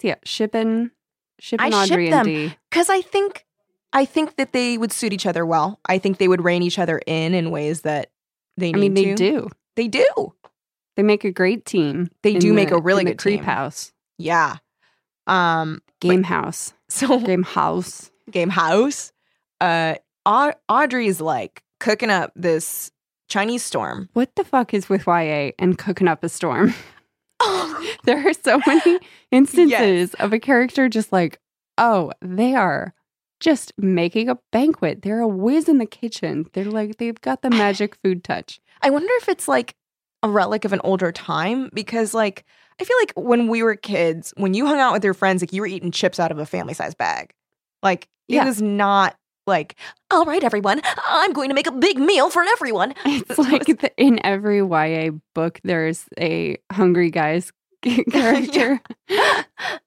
Speaker 2: So, yeah, shipping, shipping
Speaker 3: I ship
Speaker 2: Audrey
Speaker 3: them.
Speaker 2: and D.
Speaker 3: because I think, I think that they would suit each other well. I think they would rein each other in in ways that they.
Speaker 2: I mean,
Speaker 3: need
Speaker 2: they
Speaker 3: to.
Speaker 2: do.
Speaker 3: They do.
Speaker 2: They make a great team.
Speaker 3: They
Speaker 2: in
Speaker 3: do make
Speaker 2: the-
Speaker 3: a really
Speaker 2: in the
Speaker 3: good
Speaker 2: creep
Speaker 3: team.
Speaker 2: house,
Speaker 3: Yeah. Um.
Speaker 2: game house,
Speaker 3: So *laughs*
Speaker 2: game house.
Speaker 3: game house. Uh, Au- Audrey's like cooking up this Chinese storm.
Speaker 2: *laughs* What the fuck is with YA and cooking up a storm? *laughs*
Speaker 3: Oh,
Speaker 2: there are so *laughs* many instances of a character just like, oh, they are just making a banquet. They're a whiz in the kitchen. They're like, they've got the *laughs* magic food touch.
Speaker 3: I wonder if it's like a relic of an older time because like I feel like when we were kids, when you hung out with your friends, like you were eating chips out of a family size bag. Like
Speaker 2: Yeah.
Speaker 3: it was not like, all right, everyone, I'm going to make a big meal for everyone.
Speaker 2: It's like the, in every YA book, there's a hungry guys *laughs* character. *laughs*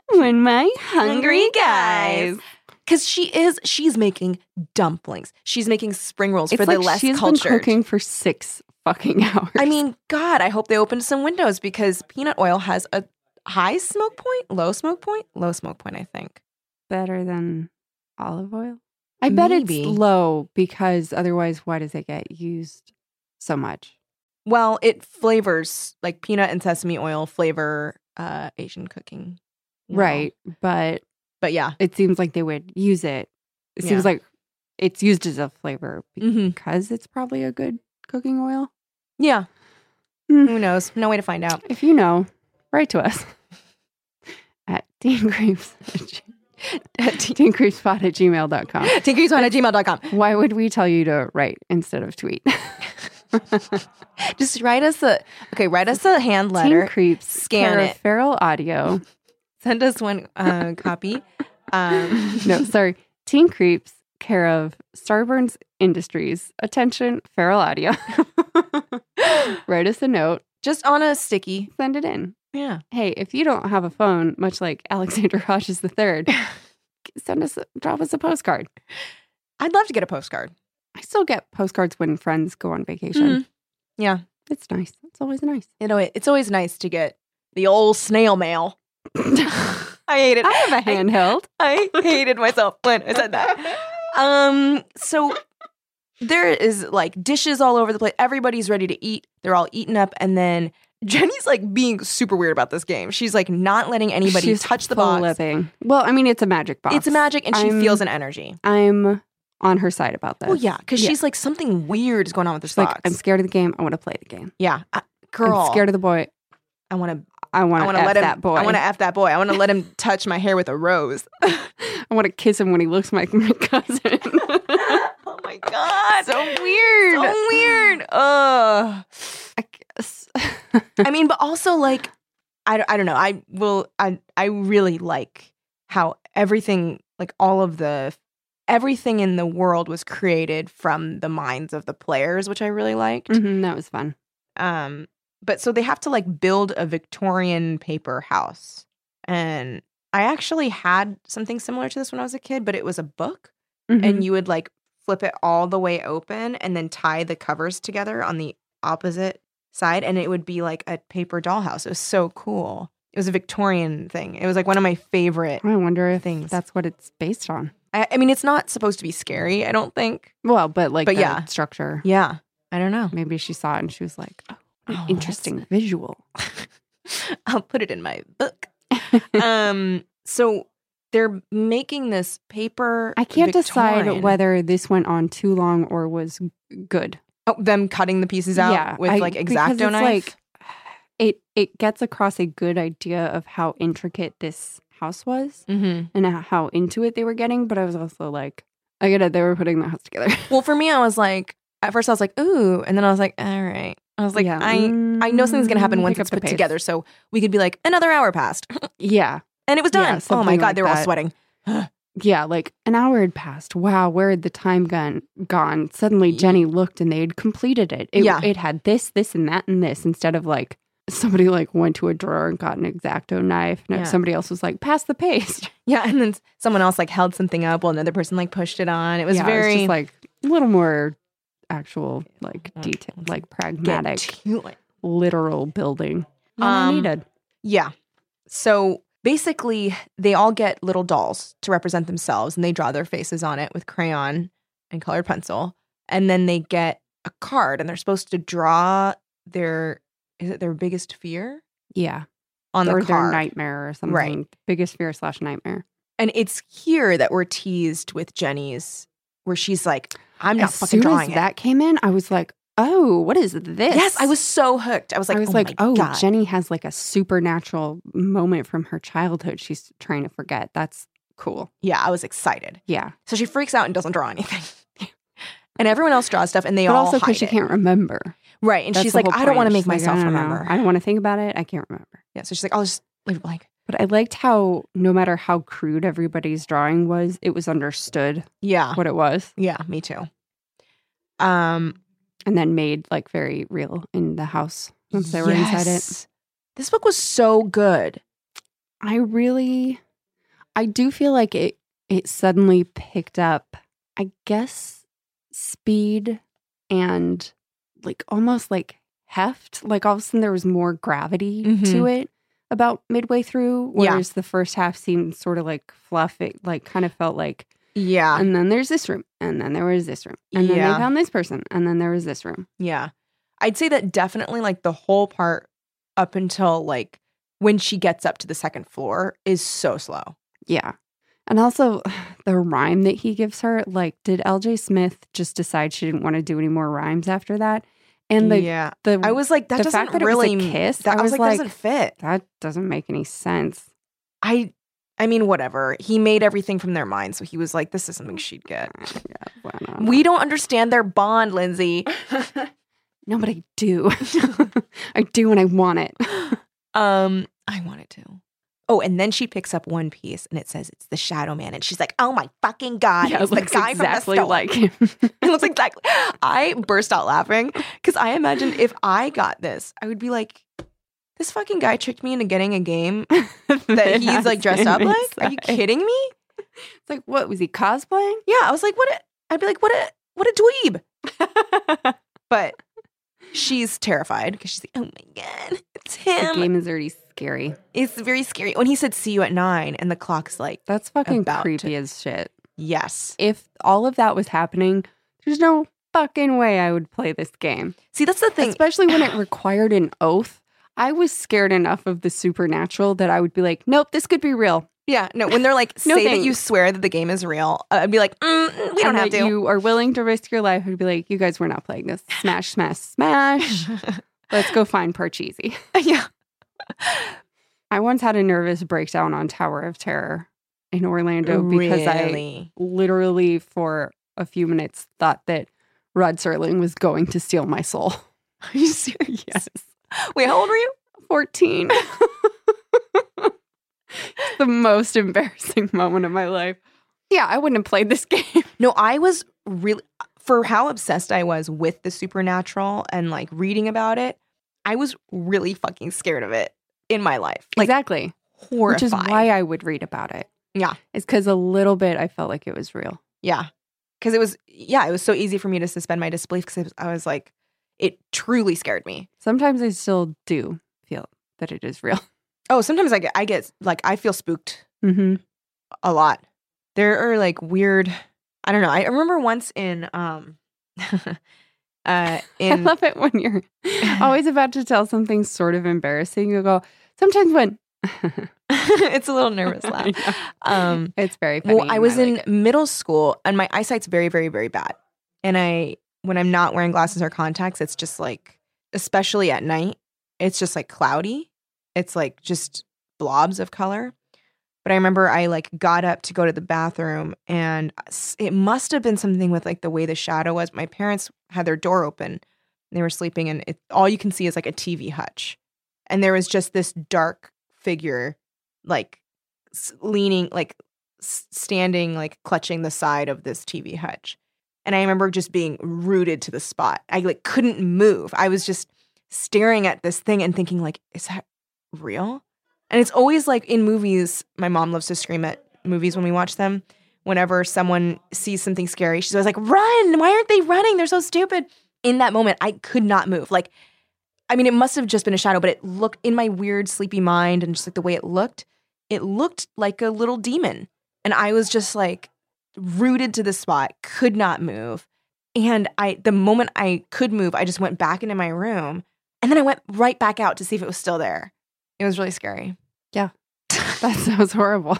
Speaker 2: when my hungry
Speaker 3: Hungry
Speaker 2: guys.
Speaker 3: guys. Cause she is she's making dumplings. She's making spring rolls
Speaker 2: It's
Speaker 3: for
Speaker 2: like
Speaker 3: the less
Speaker 2: she's
Speaker 3: cultured.
Speaker 2: been cooking for six fucking *laughs* hours.
Speaker 3: I mean, God, I hope they open some windows because peanut oil has a high smoke point, low smoke point, low smoke point, I think.
Speaker 2: better than olive oil. I bet
Speaker 3: Maybe.
Speaker 2: it's low because otherwise, why does it get used so much?
Speaker 3: Well, it flavors like peanut and sesame oil flavor uh Asian cooking. you know.
Speaker 2: Right. But
Speaker 3: But yeah.
Speaker 2: it seems like they would use it. It seems
Speaker 3: Yeah.
Speaker 2: like it's used as a flavor
Speaker 3: Mm-hmm.
Speaker 2: because it's probably a good cooking oil.
Speaker 3: Yeah.
Speaker 2: Hmm.
Speaker 3: Who knows? No way to find *laughs* out.
Speaker 2: If you know, write to us *laughs* at *laughs* deangreaves at deangreavespot at gmail.com.
Speaker 3: Tinkerswan at gmail.com.
Speaker 2: Why would we tell you to write instead of tweet? *laughs*
Speaker 3: Just write us a okay, write us a hand
Speaker 2: Teen
Speaker 3: letter.
Speaker 2: Creeps,
Speaker 3: Scan it.
Speaker 2: Feral Audio. *laughs*
Speaker 3: Send us one *laughs* uh, copy. *laughs* Um
Speaker 2: no, sorry. Teen Creeps, care of Starburns Industries. Attention, feral audio. *laughs* Write us a note,
Speaker 3: Just on a sticky.
Speaker 2: send it in.
Speaker 3: Yeah.
Speaker 2: Hey, if you don't have a phone, much like *laughs* Alexander Hodges the
Speaker 3: *laughs*
Speaker 2: Third, send us, a, drop us a postcard.
Speaker 3: I'd love to get a postcard.
Speaker 2: I still get postcards when friends go on vacation.
Speaker 3: Mm-hmm. Yeah.
Speaker 2: It's nice. It's always
Speaker 3: *laughs*
Speaker 2: nice.
Speaker 3: You know, it- it's always nice to get the old snail mail. I hate it.
Speaker 2: I have a handheld.
Speaker 3: I hated myself when I
Speaker 2: *laughs*
Speaker 3: said that. Um, so there is like dishes all over the place. Everybody's ready to eat. They're all eaten up, and then Jenny's like being super weird about this game. She's like not letting anybody
Speaker 2: She's
Speaker 3: touch the box.
Speaker 2: flipping. Well, I mean, it's a magic box.
Speaker 3: It's a magic, and she
Speaker 2: I'm-
Speaker 3: feels an energy.
Speaker 2: I'm on her side about this.
Speaker 3: Well, yeah, because
Speaker 2: Yeah.
Speaker 3: she's like something weird is going on with this
Speaker 2: She's
Speaker 3: box.
Speaker 2: like, I'm scared of the game. I want to play the game.
Speaker 3: yeah, I, girl,
Speaker 2: I'm scared of the boy.
Speaker 3: I want to.
Speaker 2: I
Speaker 3: I
Speaker 2: want
Speaker 3: want
Speaker 2: to
Speaker 3: to let him.
Speaker 2: that boy.
Speaker 3: I want to f that boy. I want to let him touch my hair with a rose.
Speaker 2: *laughs*
Speaker 3: *laughs*
Speaker 2: I want to kiss him when he looks like my *laughs* cousin.
Speaker 3: oh my god,
Speaker 2: so weird.
Speaker 3: so weird. Ugh.
Speaker 2: I
Speaker 3: *laughs*
Speaker 2: guess.
Speaker 3: I mean, but also like, I, don't- I don't know. I will. I I really like how everything, like all of the everything in the world, was created from the minds of the players, which I really liked.
Speaker 2: Mhm, that was fun.
Speaker 3: Um, but so they have to like build a Victorian paper house, and I actually had something similar to this when I was a kid, but it was a book,
Speaker 2: Mhm.
Speaker 3: and you would like flip it all the way open and then tie the covers together on the opposite side and it would be like a paper dollhouse. It was so cool. It was a Victorian thing. It was like one of my favorite.
Speaker 2: I wonder if
Speaker 3: Things.
Speaker 2: that's what it's based on.
Speaker 3: I, I mean, it's not supposed to be scary, I don't think.
Speaker 2: Well, but like
Speaker 3: But
Speaker 2: the
Speaker 3: yeah.
Speaker 2: structure.
Speaker 3: Yeah. I don't know.
Speaker 2: Maybe she saw it and she was like, oh, an
Speaker 3: *laughs* Oh, that's-
Speaker 2: interesting visual.
Speaker 3: I'll put it in my
Speaker 2: *laughs*
Speaker 3: book. um so they're making this paper
Speaker 2: I can't
Speaker 3: Victorian-
Speaker 2: decide whether this went on too long or was good.
Speaker 3: oh, them cutting the pieces out with
Speaker 2: I-
Speaker 3: like
Speaker 2: because
Speaker 3: exacto
Speaker 2: it's
Speaker 3: knife.
Speaker 2: Like, *sighs* it it gets across a good idea of how intricate this house was
Speaker 3: mm-hmm.
Speaker 2: and how into it they were getting, but I was also like, I get it, they were putting the house together. *laughs*
Speaker 3: Well, for me, I was like, at first I was like, ooh, and then I was like, all right. I was like,
Speaker 2: Yeah.
Speaker 3: I, I know something's gonna happen
Speaker 2: Mm,
Speaker 3: once
Speaker 2: pick
Speaker 3: it's
Speaker 2: up the
Speaker 3: put
Speaker 2: pace.
Speaker 3: together, so we could be like, another hour passed,
Speaker 2: Yeah,
Speaker 3: and it was
Speaker 2: Yeah,
Speaker 3: done. oh my
Speaker 2: something
Speaker 3: god,
Speaker 2: like
Speaker 3: they were all
Speaker 2: that.
Speaker 3: sweating. *laughs*
Speaker 2: yeah, like an hour had passed. Wow, where had the time gone? Gone. Suddenly, Jenny looked and they had completed it. it
Speaker 3: Yeah.
Speaker 2: it had this, this, and that, and this instead of like somebody like went to a drawer and got an exacto knife. And
Speaker 3: Yeah.
Speaker 2: somebody else was like, pass the paste.
Speaker 3: Yeah, and then s- someone else like held something up while another person like pushed it on. *laughs* It was
Speaker 2: Yeah,
Speaker 3: very
Speaker 2: it's just like a little more actual, like
Speaker 3: Mm.
Speaker 2: detail, like
Speaker 3: get
Speaker 2: pragmatic,
Speaker 3: to it.
Speaker 2: literal building. Not
Speaker 3: Um,
Speaker 2: needed.
Speaker 3: Yeah. So basically, they all get little dolls to represent themselves and they draw their faces on it with crayon and colored pencil. And then they get a card and they're supposed to draw their, is it their biggest fear
Speaker 2: Yeah,
Speaker 3: on
Speaker 2: or
Speaker 3: the
Speaker 2: their
Speaker 3: card?
Speaker 2: nightmare or something. Biggest fear slash nightmare.
Speaker 3: And it's here that we're teased with Jenny's, where she's like, I'm not
Speaker 2: as
Speaker 3: fucking
Speaker 2: soon as
Speaker 3: drawing it.
Speaker 2: that came in, I was like, oh, what is this?
Speaker 3: Yes, I was so hooked. I was like,
Speaker 2: I was
Speaker 3: oh
Speaker 2: like,
Speaker 3: my
Speaker 2: oh,
Speaker 3: God.
Speaker 2: Jenny has like a supernatural moment from her childhood she's trying to forget. That's cool.
Speaker 3: yeah, I was excited.
Speaker 2: Yeah.
Speaker 3: So she freaks out and doesn't draw anything. *laughs* and everyone else draws stuff and they
Speaker 2: but
Speaker 3: all
Speaker 2: also
Speaker 3: hide
Speaker 2: because she
Speaker 3: it.
Speaker 2: can't remember.
Speaker 3: Right. And
Speaker 2: That's
Speaker 3: she's
Speaker 2: the
Speaker 3: like,
Speaker 2: whole
Speaker 3: I don't want to
Speaker 2: point.
Speaker 3: make
Speaker 2: She's like, I
Speaker 3: myself
Speaker 2: don't know.
Speaker 3: remember.
Speaker 2: I don't want to think about it. I can't remember.
Speaker 3: Yeah. So she's like, I'll just leave it blank.
Speaker 2: But I liked how, no matter how crude everybody's drawing was, it was understood
Speaker 3: Yeah.
Speaker 2: what it was
Speaker 3: Yeah. Me too. Um,
Speaker 2: and then made like very real in the house once they were inside it.
Speaker 3: yes. This book was so good.
Speaker 2: I really, I do feel like it, it suddenly picked up, I guess, speed and like almost like heft. Like all of a sudden there was more gravity to it about midway through.
Speaker 3: Mm-hmm. Yeah.
Speaker 2: Whereas the first half seemed sort of like fluff. It like kind of felt like,
Speaker 3: Yeah.
Speaker 2: and then there's this room, and then there was this room, and then
Speaker 3: Yeah.
Speaker 2: they found this person, and then there was this room.
Speaker 3: Yeah. I'd say that definitely like the whole part up until like when she gets up to the second floor is so slow.
Speaker 2: Yeah. And also *sighs* the rhyme that he gives her, like, did LJ Smith just decide she didn't want to do any more rhymes after that? And the
Speaker 3: yeah.
Speaker 2: the
Speaker 3: I was like, that
Speaker 2: the
Speaker 3: doesn't
Speaker 2: fact that it was a
Speaker 3: really
Speaker 2: kiss,
Speaker 3: That,
Speaker 2: I
Speaker 3: I was
Speaker 2: was
Speaker 3: like,
Speaker 2: like-
Speaker 3: that doesn't fit.
Speaker 2: that doesn't make any sense.
Speaker 3: I I mean, whatever. He made everything from their mind, so he was like, this is something she'd get.
Speaker 2: Yeah, well, I don't know.
Speaker 3: We don't understand their bond, Lindsay.
Speaker 2: no, but I do. *laughs* I do and I want it. *laughs*
Speaker 3: um, I wanted to. Oh, and then she picks up one piece and it says it's the Shadow Man, and she's like, "Oh my fucking god,
Speaker 2: Yeah,
Speaker 3: it's the guy
Speaker 2: exactly
Speaker 3: from the store.
Speaker 2: like him.
Speaker 3: *laughs*
Speaker 2: *laughs*
Speaker 3: it looks exactly. I burst out laughing because I imagined if I got this, I would be like, "This fucking guy tricked me into getting
Speaker 2: *laughs*
Speaker 3: a game that he's like dressed up like." Are you kidding me?
Speaker 2: It's like, what was he cosplaying? *laughs*
Speaker 3: Yeah, I was like, "What?" A, I'd be like, "What a what a dweeb." But she's terrified because she's like, "Oh my god, it's
Speaker 2: the
Speaker 3: him."
Speaker 2: game is already scary.
Speaker 3: It's very scary. When he said see you at nine and the clock's like,
Speaker 2: That's fucking
Speaker 3: About to-
Speaker 2: creepy as shit.
Speaker 3: yes.
Speaker 2: if all of that was happening, there's no fucking way I would play this game.
Speaker 3: See, that's the thing.
Speaker 2: Especially when
Speaker 3: *sighs*
Speaker 2: it required an oath. I was scared enough of the supernatural that I would be like, nope, this could be real.
Speaker 3: yeah, *laughs* no, when they're like,
Speaker 2: No
Speaker 3: say that you
Speaker 2: thanks.
Speaker 3: swear that the game is real, uh, I'd be like, mm, mm, we don't
Speaker 2: and
Speaker 3: have
Speaker 2: that
Speaker 3: to.
Speaker 2: You are willing to risk your life. I'd be like, you guys were not playing this. Smash, smash,
Speaker 3: *sighs*
Speaker 2: smash. Let's go find Parcheesi.
Speaker 3: *laughs* yeah.
Speaker 2: I once had a nervous breakdown on Tower of Terror in Orlando because I literally for a few minutes thought that Rod Serling was going to steal my soul.
Speaker 3: Are you serious?
Speaker 2: *laughs* Yes.
Speaker 3: Wait, how old were you?
Speaker 2: 14. the most embarrassing moment of my life. Yeah, I wouldn't have played this *laughs* game.
Speaker 3: No, I was really, for how obsessed I was with the supernatural and like reading about it, I was really fucking scared of it in my life. Like,
Speaker 2: exactly.
Speaker 3: horrified.
Speaker 2: Which is why I would read about it.
Speaker 3: Yeah.
Speaker 2: It's because a little bit I felt like it was real.
Speaker 3: Yeah. Cause it was, yeah, it was so easy for me to suspend my disbelief because I was like, it truly scared me.
Speaker 2: Sometimes I still do feel that it is real.
Speaker 3: Oh, sometimes I get, I get like, I feel spooked
Speaker 2: Mm-hmm.
Speaker 3: a lot. There are like weird, I don't know. I remember once in, um, *laughs* uh,
Speaker 2: *laughs* *laughs* I
Speaker 3: in,
Speaker 2: love it when you're *laughs* always about to tell something sort of embarrassing. You go, sometimes when.
Speaker 3: *laughs*
Speaker 2: *laughs*
Speaker 3: it's a little nervous laugh.
Speaker 2: Yeah.
Speaker 3: Um,
Speaker 2: it's very funny.
Speaker 3: Well, I
Speaker 2: and
Speaker 3: was in
Speaker 2: like it.
Speaker 3: middle school and my eyesight's very, very, very bad. And I, when I'm not wearing glasses or contacts, it's just like, especially at night, it's just like cloudy. It's like just blobs of color. But I remember I like got up to go to the bathroom and s- it must have been something with like the way the shadow was. My parents had their door open and they were sleeping and it, all you can see is like a TV hutch. And there was just this dark figure like s- leaning, like s- standing like clutching the side of this TV hutch. And I remember just being rooted to the spot. I like couldn't move. I was just staring at this thing and thinking like, is that real? And it's always like in movies, my mom loves to scream at movies when we watch them. Whenever someone sees something scary, she's always like, run. Why aren't they running? They're so stupid. In that moment, I could not move. Like, I mean, it must have just been a shadow, but it looked in my weird sleepy mind and just like the way it looked, it looked like a little demon. And I was just like rooted to the spot, could not move. And I the moment I could move, I just went back into my room and then I went right back out to see if it was still there. It was really scary.
Speaker 2: *laughs* That sounds *laughs* horrible.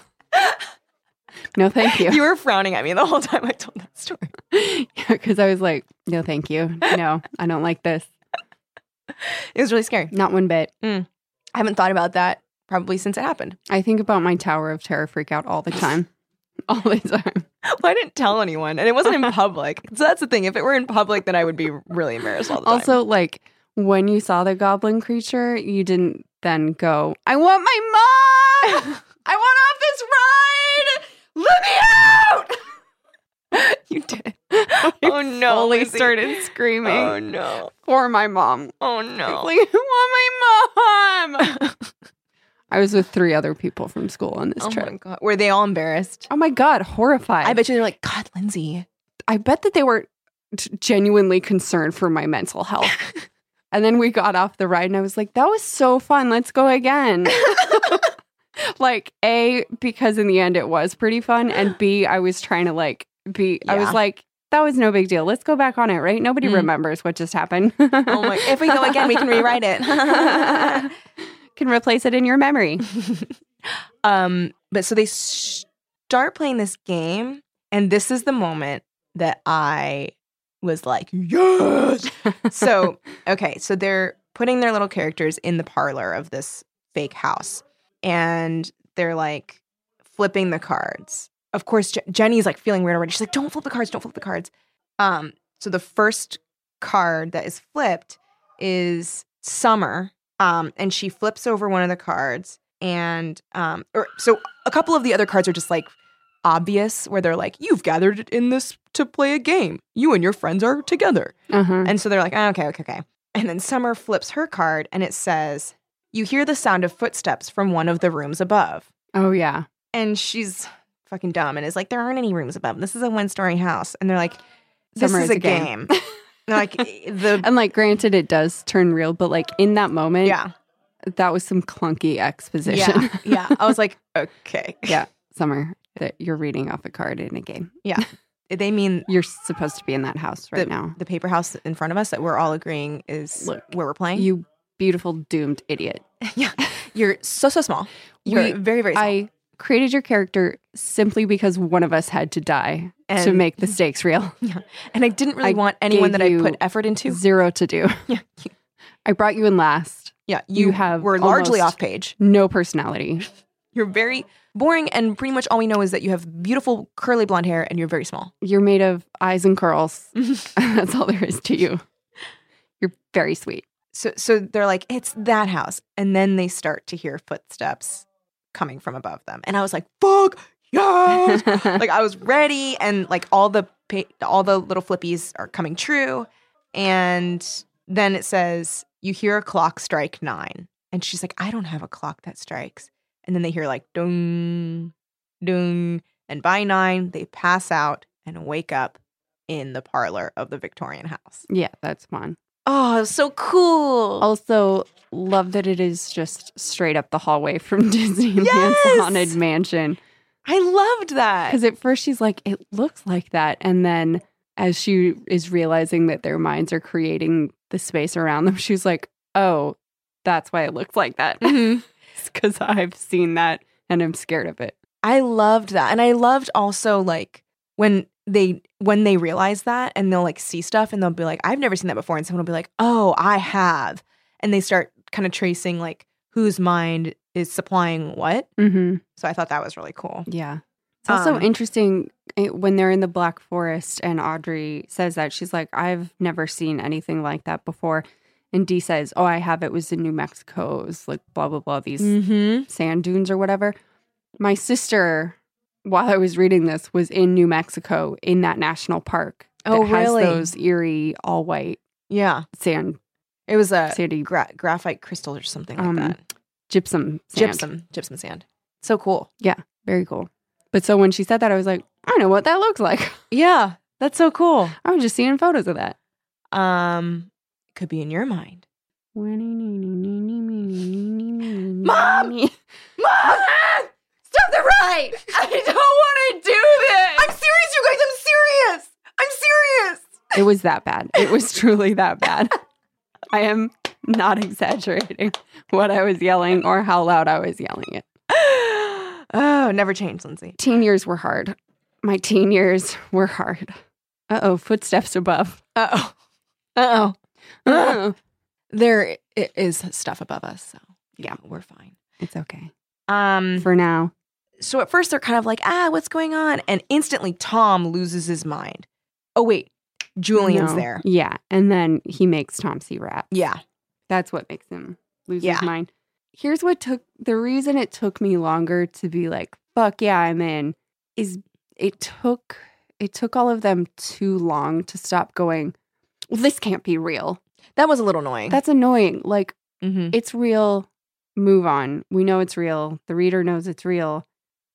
Speaker 2: No, thank you.
Speaker 3: *laughs* You were frowning at me the whole time I told that story.
Speaker 2: *laughs* Because I was like, no, thank you. No, I don't like this.
Speaker 3: It was really scary.
Speaker 2: Not one bit.
Speaker 3: I haven't thought about that probably since it happened.
Speaker 2: I think about my Tower of Terror freak out all the time. *laughs* all the time.
Speaker 3: *laughs* Well, I didn't tell anyone, and it wasn't *laughs* in public. So that's the thing. If it were in public, then I would be really embarrassed all the time.
Speaker 2: Also, like when you saw the goblin creature, you didn't then go, I want my
Speaker 3: *laughs*
Speaker 2: mom! *laughs* I want off this ride! Let me out!
Speaker 3: *laughs* you did.
Speaker 2: I
Speaker 3: Oh no!
Speaker 2: fully
Speaker 3: Lizzie.
Speaker 2: started screaming
Speaker 3: Oh no!
Speaker 2: for my mom.
Speaker 3: Oh
Speaker 2: I was
Speaker 3: no!
Speaker 2: *laughs* like, I want my
Speaker 3: *laughs*
Speaker 2: mom! I was with three other people from school on this
Speaker 3: Oh
Speaker 2: trip.
Speaker 3: my god! Were they all embarrassed?
Speaker 2: oh my God, horrified.
Speaker 3: I bet you they're like, God, Lindsay.
Speaker 2: I bet that they were t- genuinely concerned for my mental
Speaker 3: *laughs*
Speaker 2: health. and then we got off the ride, and I was like, that was so fun. Let's go
Speaker 3: *laughs*
Speaker 2: again. like, A, because in the end it was pretty fun. And
Speaker 3: *gasps*
Speaker 2: B, I was trying to like be, I
Speaker 3: Yeah.
Speaker 2: was like, that was no big deal. Let's go back on it, right? Nobody
Speaker 3: Mm.
Speaker 2: remembers what just happened.
Speaker 3: Oh my! If we go again, we can rewrite *laughs* it.
Speaker 2: *laughs* can replace it in your
Speaker 3: *laughs*
Speaker 2: memory.
Speaker 3: um, but so they s- start playing this game, and this is the moment that I was like, yes. so okay, so they're putting their little characters in the parlor of this fake house, and they're like flipping the cards. Of course, Je- Jenny's like feeling weird already. She's like, "Don't flip the cards! Don't flip the cards!" Um, so the first card that is flipped is Summer, um, and she flips over one of the cards, and um, or so a couple of the other cards are just like obvious, where they're like, "You've gathered in this to play a game. You and your friends are together."
Speaker 2: Uh-huh.
Speaker 3: And so they're like, "Ah, okay, okay, okay. And then Summer flips her card and it says, You hear the sound of footsteps from one of the rooms above.
Speaker 2: Oh, yeah.
Speaker 3: And she's fucking dumb and is like, There aren't any rooms above. This is a one story house. And they're like, This
Speaker 2: Summer
Speaker 3: is, a game. They're like, *laughs* The.
Speaker 2: And like, granted, it does turn real, but like in that moment,
Speaker 3: Yeah.
Speaker 2: that was some clunky exposition. *laughs*
Speaker 3: Yeah. Yeah. I was like, *laughs* Okay.
Speaker 2: Summer, that you're reading off a card in a game.
Speaker 3: They mean
Speaker 2: You're supposed to be in that house right now.
Speaker 3: the paper house in front of us that we're all agreeing is
Speaker 2: Look,
Speaker 3: where we're playing.
Speaker 2: You beautiful doomed idiot.
Speaker 3: yeah. You're so, so small.
Speaker 2: We-
Speaker 3: You're very, very small.
Speaker 2: I created your character simply because one of us had to die to
Speaker 3: And-
Speaker 2: make the stakes
Speaker 3: *laughs*
Speaker 2: real.
Speaker 3: and I didn't really
Speaker 2: I
Speaker 3: want
Speaker 2: gave
Speaker 3: anyone that I
Speaker 2: you
Speaker 3: put effort into.
Speaker 2: Zero to do.
Speaker 3: *laughs* Yeah.
Speaker 2: I brought you in last.
Speaker 3: Yeah.
Speaker 2: you have
Speaker 3: We're largely
Speaker 2: almost-
Speaker 3: off page.
Speaker 2: No personality.
Speaker 3: You're very boring, and pretty much all we know is that you have beautiful curly blonde hair and you're
Speaker 2: *laughs*
Speaker 3: very small.
Speaker 2: You're made of eyes and curls. *laughs* That's all there is to you. You're very
Speaker 3: *laughs*
Speaker 2: sweet. *laughs*
Speaker 3: So, so they're like, it's that house, and then they start to hear footsteps coming from above them, and I was like, fuck yes! like I was ready, and like all the pa- all the little flippies are coming true, and then it says you hear a clock strike nine, and she's like, I don't have a clock that strikes, and then they hear like dong, dong, and by nine they pass out and wake up in the parlor of the Victorian house.
Speaker 2: yeah, that's fun.
Speaker 3: Oh, it was so cool!
Speaker 2: Also, love that it is just straight up the hallway *laughs* from Disneyland's
Speaker 3: Yes!
Speaker 2: Haunted Mansion.
Speaker 3: I loved that.
Speaker 2: Because at first she's like, it looks like that. And then as she is realizing that their minds are creating the space around them, she's like, oh, that's why it looks like that.
Speaker 3: Mm-hmm.
Speaker 2: *laughs* Because I've seen that and I'm scared of it.
Speaker 3: I loved that. And I loved also like when they when they realize that and they'll like see stuff and they'll be like, I've never seen that before. And someone will be like, Oh, I have. And they start kind of tracing like whose mind is supplying what.
Speaker 2: Mm-hmm.
Speaker 3: So I thought that was really cool.
Speaker 2: Yeah. It's also
Speaker 3: Um,
Speaker 2: interesting eh, when they're in the Black Forest and Audrey says that. She's like, I've never seen anything like that before. And Dee says, Oh, I have. It was in New Mexico. It was like blah, blah, blah. These
Speaker 3: Mm-hmm.
Speaker 2: sand dunes or whatever. My sister, while I was reading this, was in New Mexico in that national park.
Speaker 3: Oh,
Speaker 2: that has
Speaker 3: really?
Speaker 2: those eerie, all white
Speaker 3: Yeah.
Speaker 2: sand
Speaker 3: It was a
Speaker 2: Sandy
Speaker 3: gra- graphite crystal or something like
Speaker 2: Um,
Speaker 3: that.
Speaker 2: gypsum. sand.
Speaker 3: Gypsum, gypsum sand. So cool.
Speaker 2: Very cool. But so when she said that, I was like, I know what that looks like. *laughs*
Speaker 3: Yeah, that's so cool.
Speaker 2: I was just seeing photos of that.
Speaker 3: Um, could be in your mind.
Speaker 2: Mom!
Speaker 3: Mom, *laughs* stop the ride. I don't want to do this. I'm serious, you guys. I'm serious. I'm serious.
Speaker 2: It was that bad. It was truly that bad. I am not exaggerating what I was yelling or how loud I was yelling it.
Speaker 3: oh, never change, Lindsay.
Speaker 2: Teen years were hard. My teen years were hard. Uh oh, footsteps above.
Speaker 3: *laughs* Uh oh. Uh oh.
Speaker 2: Uh-oh.
Speaker 3: There i- is stuff above us, so
Speaker 2: Yeah.
Speaker 3: we're fine.
Speaker 2: It's okay.
Speaker 3: Um.
Speaker 2: For now,
Speaker 3: so at first they're kind of like, ah, what's going on? And instantly Tom loses his mind. Oh wait, Julian's
Speaker 2: No.
Speaker 3: there.
Speaker 2: Yeah. And then he makes Tom see rap.
Speaker 3: Yeah.
Speaker 2: That's what makes him lose
Speaker 3: Yeah.
Speaker 2: his mind. Here's what took the reason it took me longer to be like, fuck yeah, I'm in, is it took it took all of them too long to stop going, well, this can't be real.
Speaker 3: That was a little annoying.
Speaker 2: That's annoying. Like,
Speaker 3: mm-hmm.
Speaker 2: it's real. Move on. We know it's real. The reader knows it's real.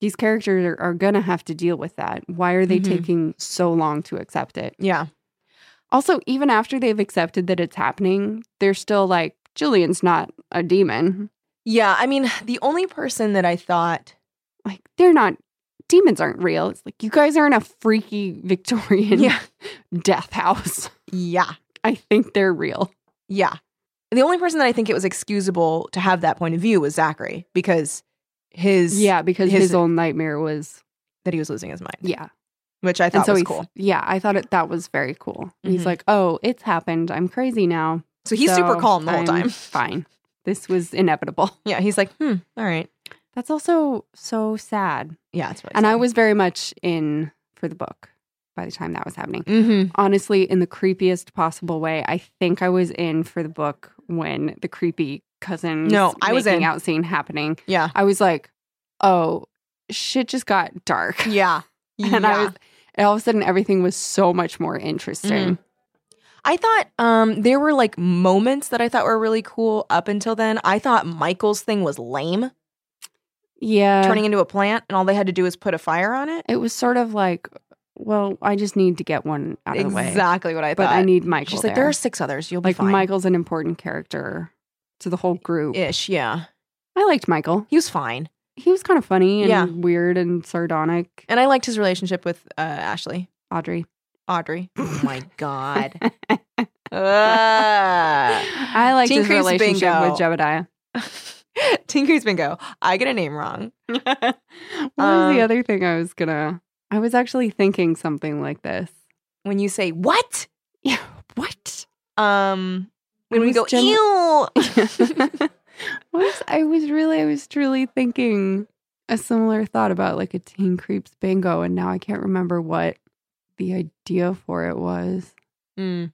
Speaker 2: These characters are, are gonna have to deal with that. Why are they
Speaker 3: Mhm.
Speaker 2: taking so long to accept it?
Speaker 3: Yeah.
Speaker 2: Also, even after they've accepted that it's happening, they're still like, Julian's not a demon.
Speaker 3: Yeah. I mean, the only person that I thought
Speaker 2: Like, they're not, demons aren't real. It's like, you guys are in a freaky Victorian
Speaker 3: Yeah.
Speaker 2: *laughs* death house. *laughs*
Speaker 3: Yeah.
Speaker 2: I think they're real.
Speaker 3: Yeah. The only person that I think it was excusable to have that point of view was Zachary because his
Speaker 2: Yeah, because his,
Speaker 3: his-
Speaker 2: own nightmare was,
Speaker 3: that he was losing his mind.
Speaker 2: yeah.
Speaker 3: Which I thought was
Speaker 2: he's-
Speaker 3: cool.
Speaker 2: yeah, I thought it, that was very cool. He's
Speaker 3: Mhm.
Speaker 2: like, oh, it's happened. I'm crazy now.
Speaker 3: So he's
Speaker 2: So
Speaker 3: super calm the whole
Speaker 2: I'm *laughs*
Speaker 3: time. *laughs*
Speaker 2: Fine. This was inevitable.
Speaker 3: Yeah. He's like, hmm, all right.
Speaker 2: That's also so sad.
Speaker 3: Yeah, it's really
Speaker 2: And I was very much in for the book by the time that was happening.
Speaker 3: mm-hmm.
Speaker 2: Honestly, in the creepiest possible way, I think I was in for the book when the creepy cousin
Speaker 3: No, I was in.
Speaker 2: out scene happening.
Speaker 3: Yeah.
Speaker 2: I was like, oh, shit just got dark. *laughs*
Speaker 3: *laughs* Yeah.
Speaker 2: And
Speaker 3: Yeah.
Speaker 2: I was and all of a sudden everything was so much more interesting.
Speaker 3: Mm-hmm. I thought um, there were like moments that I thought were really cool up until then. I thought Michael's thing was lame,
Speaker 2: Yeah.
Speaker 3: turning into a plant, and all they had to do was put a fire on it.
Speaker 2: it was sort of like, well, I just need to get one out of the way.
Speaker 3: Exactly what I
Speaker 2: But
Speaker 3: thought.
Speaker 2: I need Michael.
Speaker 3: She's like, there are six others. You'll
Speaker 2: like
Speaker 3: be fine.
Speaker 2: Michael's an important character to the whole group.
Speaker 3: ish. Yeah,
Speaker 2: I liked Michael.
Speaker 3: he was fine,
Speaker 2: He was kind of funny and
Speaker 3: Yeah.
Speaker 2: weird and sardonic.
Speaker 3: and I liked his relationship with uh, Ashley,
Speaker 2: Audrey. *laughs*
Speaker 3: Audrey. Oh my god. Ah.
Speaker 2: I liked
Speaker 3: Teen
Speaker 2: his
Speaker 3: Creeps
Speaker 2: relationship
Speaker 3: bingo.
Speaker 2: with Jebediah.
Speaker 3: *laughs* Tinker's bingo. I get a name
Speaker 2: *laughs*
Speaker 3: wrong.
Speaker 2: what was
Speaker 3: Um,
Speaker 2: the other thing I was gonna? I was actually thinking something like this.
Speaker 3: When you say what, *laughs*
Speaker 2: Yeah. What?
Speaker 3: um, when
Speaker 2: I
Speaker 3: we
Speaker 2: was
Speaker 3: go
Speaker 2: gen-
Speaker 3: ew,
Speaker 2: *laughs* what was, I was really, I was truly thinking a similar thought about like a Teen Creeps bingo, and now I can't remember what the idea for it was.
Speaker 3: Mm.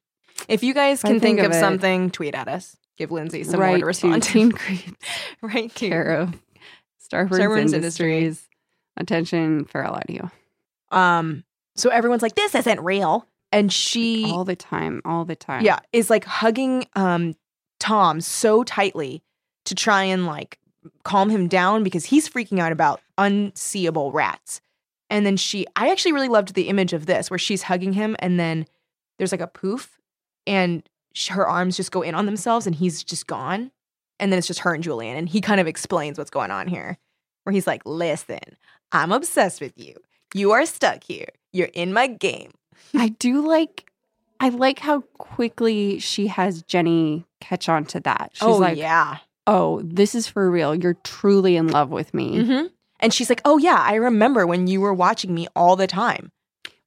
Speaker 3: If you guys
Speaker 2: If I
Speaker 3: can think,
Speaker 2: think
Speaker 3: of,
Speaker 2: of it-
Speaker 3: something, tweet at us. Give Lindsay some
Speaker 2: right
Speaker 3: more to respond to.
Speaker 2: Teen Creeps.
Speaker 3: *laughs* right to.
Speaker 2: care of Starburns,
Speaker 3: Starburns
Speaker 2: Industries.
Speaker 3: Industry.
Speaker 2: Attention, feral audio.
Speaker 3: Um. So everyone's like, "This isn't real," and she,
Speaker 2: All the time, all the time.
Speaker 3: yeah, is like hugging um Tom so tightly to try and like calm him down because he's freaking out about unseeable rats. And then she, I actually really loved the image of this where she's hugging him, and then there's like a poof, and sh- her arms just go in on themselves, and he's just gone. And then it's just her and Julian, and he kind of explains what's going on here, where he's like, "Listen, I'm obsessed with you. You are stuck here. You're in my game."
Speaker 2: I do like I like how quickly she has Jenny catch on to that. She's
Speaker 3: oh
Speaker 2: like,
Speaker 3: yeah,
Speaker 2: Oh, this is for real. You're truly in love with me.
Speaker 3: hmm And she's like, "Oh yeah, I remember when you were watching me all the time."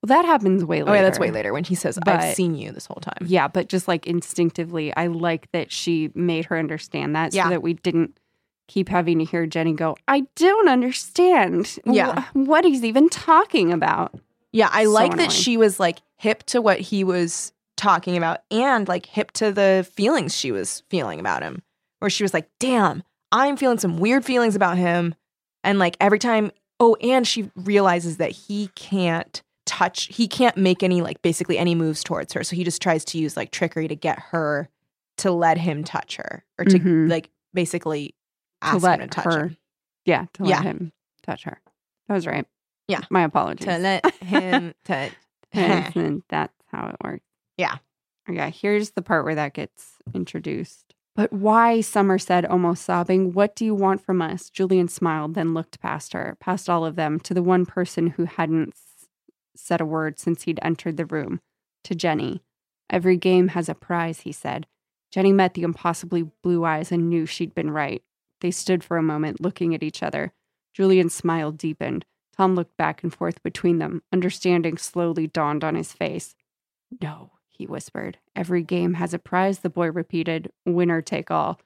Speaker 2: Well, that happens way later.
Speaker 3: Oh yeah, that's way later when he says, "I've
Speaker 2: But-
Speaker 3: seen you this whole time."
Speaker 2: Yeah, but just like instinctively, I like that she made her understand that
Speaker 3: Yeah.
Speaker 2: so that we didn't keep having to hear Jenny go, I don't understand
Speaker 3: Yeah.
Speaker 2: wh- what he's even talking about.
Speaker 3: Yeah, I
Speaker 2: So
Speaker 3: like
Speaker 2: annoying.
Speaker 3: that she was like hip to what he was talking about and like hip to the feelings she was feeling about him. Where she was like, "Damn, I'm feeling some weird feelings about him," and like every time. Oh, and she realizes that he can't touch. He can't make any like basically any moves towards her. So he just tries to use like trickery to get her to let him touch her or to
Speaker 2: Mhm.
Speaker 3: like basically ask
Speaker 2: to let
Speaker 3: him Mm. to touch
Speaker 2: her.
Speaker 3: *laughs* him.
Speaker 2: Yeah, to let
Speaker 3: Yeah.
Speaker 2: him touch her. That was right.
Speaker 3: Yeah.
Speaker 2: my apologies.
Speaker 3: To let him *laughs* touch.
Speaker 2: *laughs* and then that's how it works. Oh,
Speaker 3: Yeah.
Speaker 2: Yeah. Here's the part where that gets introduced. But why? Summer said, almost sobbing, What do you want from us? Julian smiled, then looked past her, past all of them, to the one person who hadn't s- said a word since he'd entered the room, to Jenny. Every game has a prize, he said. Jenny met the impossibly blue eyes and knew she'd been right. They stood for a moment, looking at each other. Julian's smile deepened. Tom looked back and forth between them. Understanding slowly dawned on his face. No, he whispered. Every game has a prize, the boy repeated. Winner take all.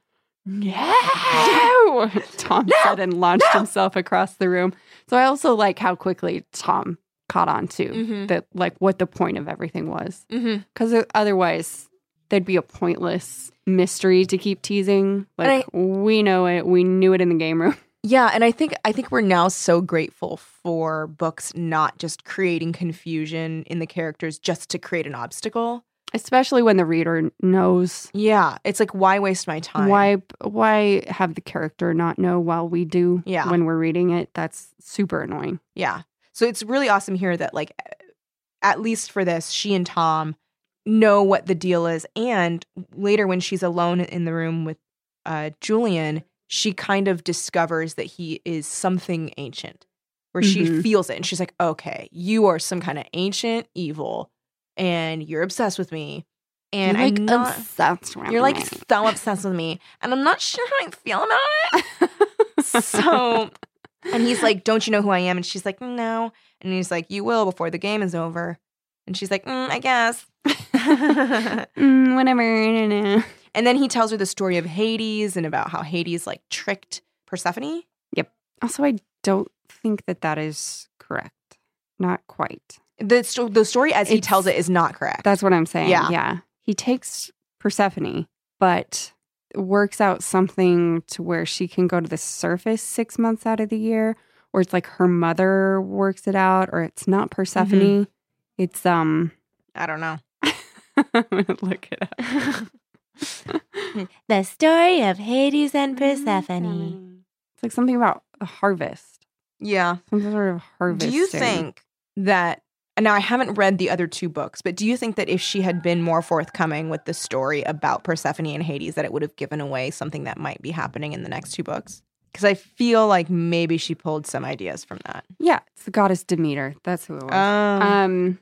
Speaker 2: No! *laughs* Tom said and launched himself across the room. So I also like how quickly Tom caught on to
Speaker 3: Mhm.
Speaker 2: that, like what the point of everything was.
Speaker 3: Mm-hmm.
Speaker 2: Because otherwise, there'd be a pointless mystery to keep teasing.
Speaker 3: And I-
Speaker 2: Like, we know it. We knew it in the game room. *laughs*
Speaker 3: Yeah, and I think I think we're now so grateful for books not just creating confusion in the characters just to create an obstacle.
Speaker 2: Especially when the reader knows
Speaker 3: Yeah, it's like why waste my time?
Speaker 2: Why why have the character not know while we do
Speaker 3: Yeah.
Speaker 2: when we're reading it? That's super annoying.
Speaker 3: Yeah. So it's really awesome here that like at least for this she and Tom know what the deal is and later when she's alone in the room with uh Julian, she kind of discovers that he is something ancient where she
Speaker 2: Mhm.
Speaker 3: feels it and she's like, "Okay, you are some kind of ancient evil and you're obsessed with me." And
Speaker 2: you're like
Speaker 3: I'm not
Speaker 2: obsessed with
Speaker 3: You're like
Speaker 2: me.
Speaker 3: so obsessed with me, and I'm not sure how I feel about it. so *laughs* and he's like, Don't you know who I am? And she's like, No. And he's like, You will before the game is over. And she's like, mm,
Speaker 2: *laughs*
Speaker 3: I guess. *laughs* and
Speaker 2: *laughs* mm, whatever. I don't know.
Speaker 3: then he tells her the story of Hades and about how Hades like tricked Persephone.
Speaker 2: Also, I don't think that that is correct. Not quite.
Speaker 3: The, sto- the story as he
Speaker 2: It's-
Speaker 3: tells it is not correct.
Speaker 2: That's what I'm saying.
Speaker 3: Yeah.
Speaker 2: He takes Persephone, but works out something to where she can go to the surface six months out of the year, or it's like her mother works it out, or it's not Persephone.
Speaker 3: Mm-hmm.
Speaker 2: It's um *laughs*
Speaker 3: I don't know.
Speaker 2: I'm gonna look it up.
Speaker 4: The story of Hades and Persephone.
Speaker 2: It's like something about a harvest.
Speaker 3: Yeah.
Speaker 2: Some sort of harvest.
Speaker 3: Do you think that now I haven't read the other two books, but do you think that if she had been more forthcoming with the story about Persephone and Hades, that it would have given away something that might be happening in the next two books? Because I feel like maybe she pulled some ideas from that.
Speaker 2: Yeah, it's the goddess Demeter. That's who it was.
Speaker 3: Um,
Speaker 2: Um,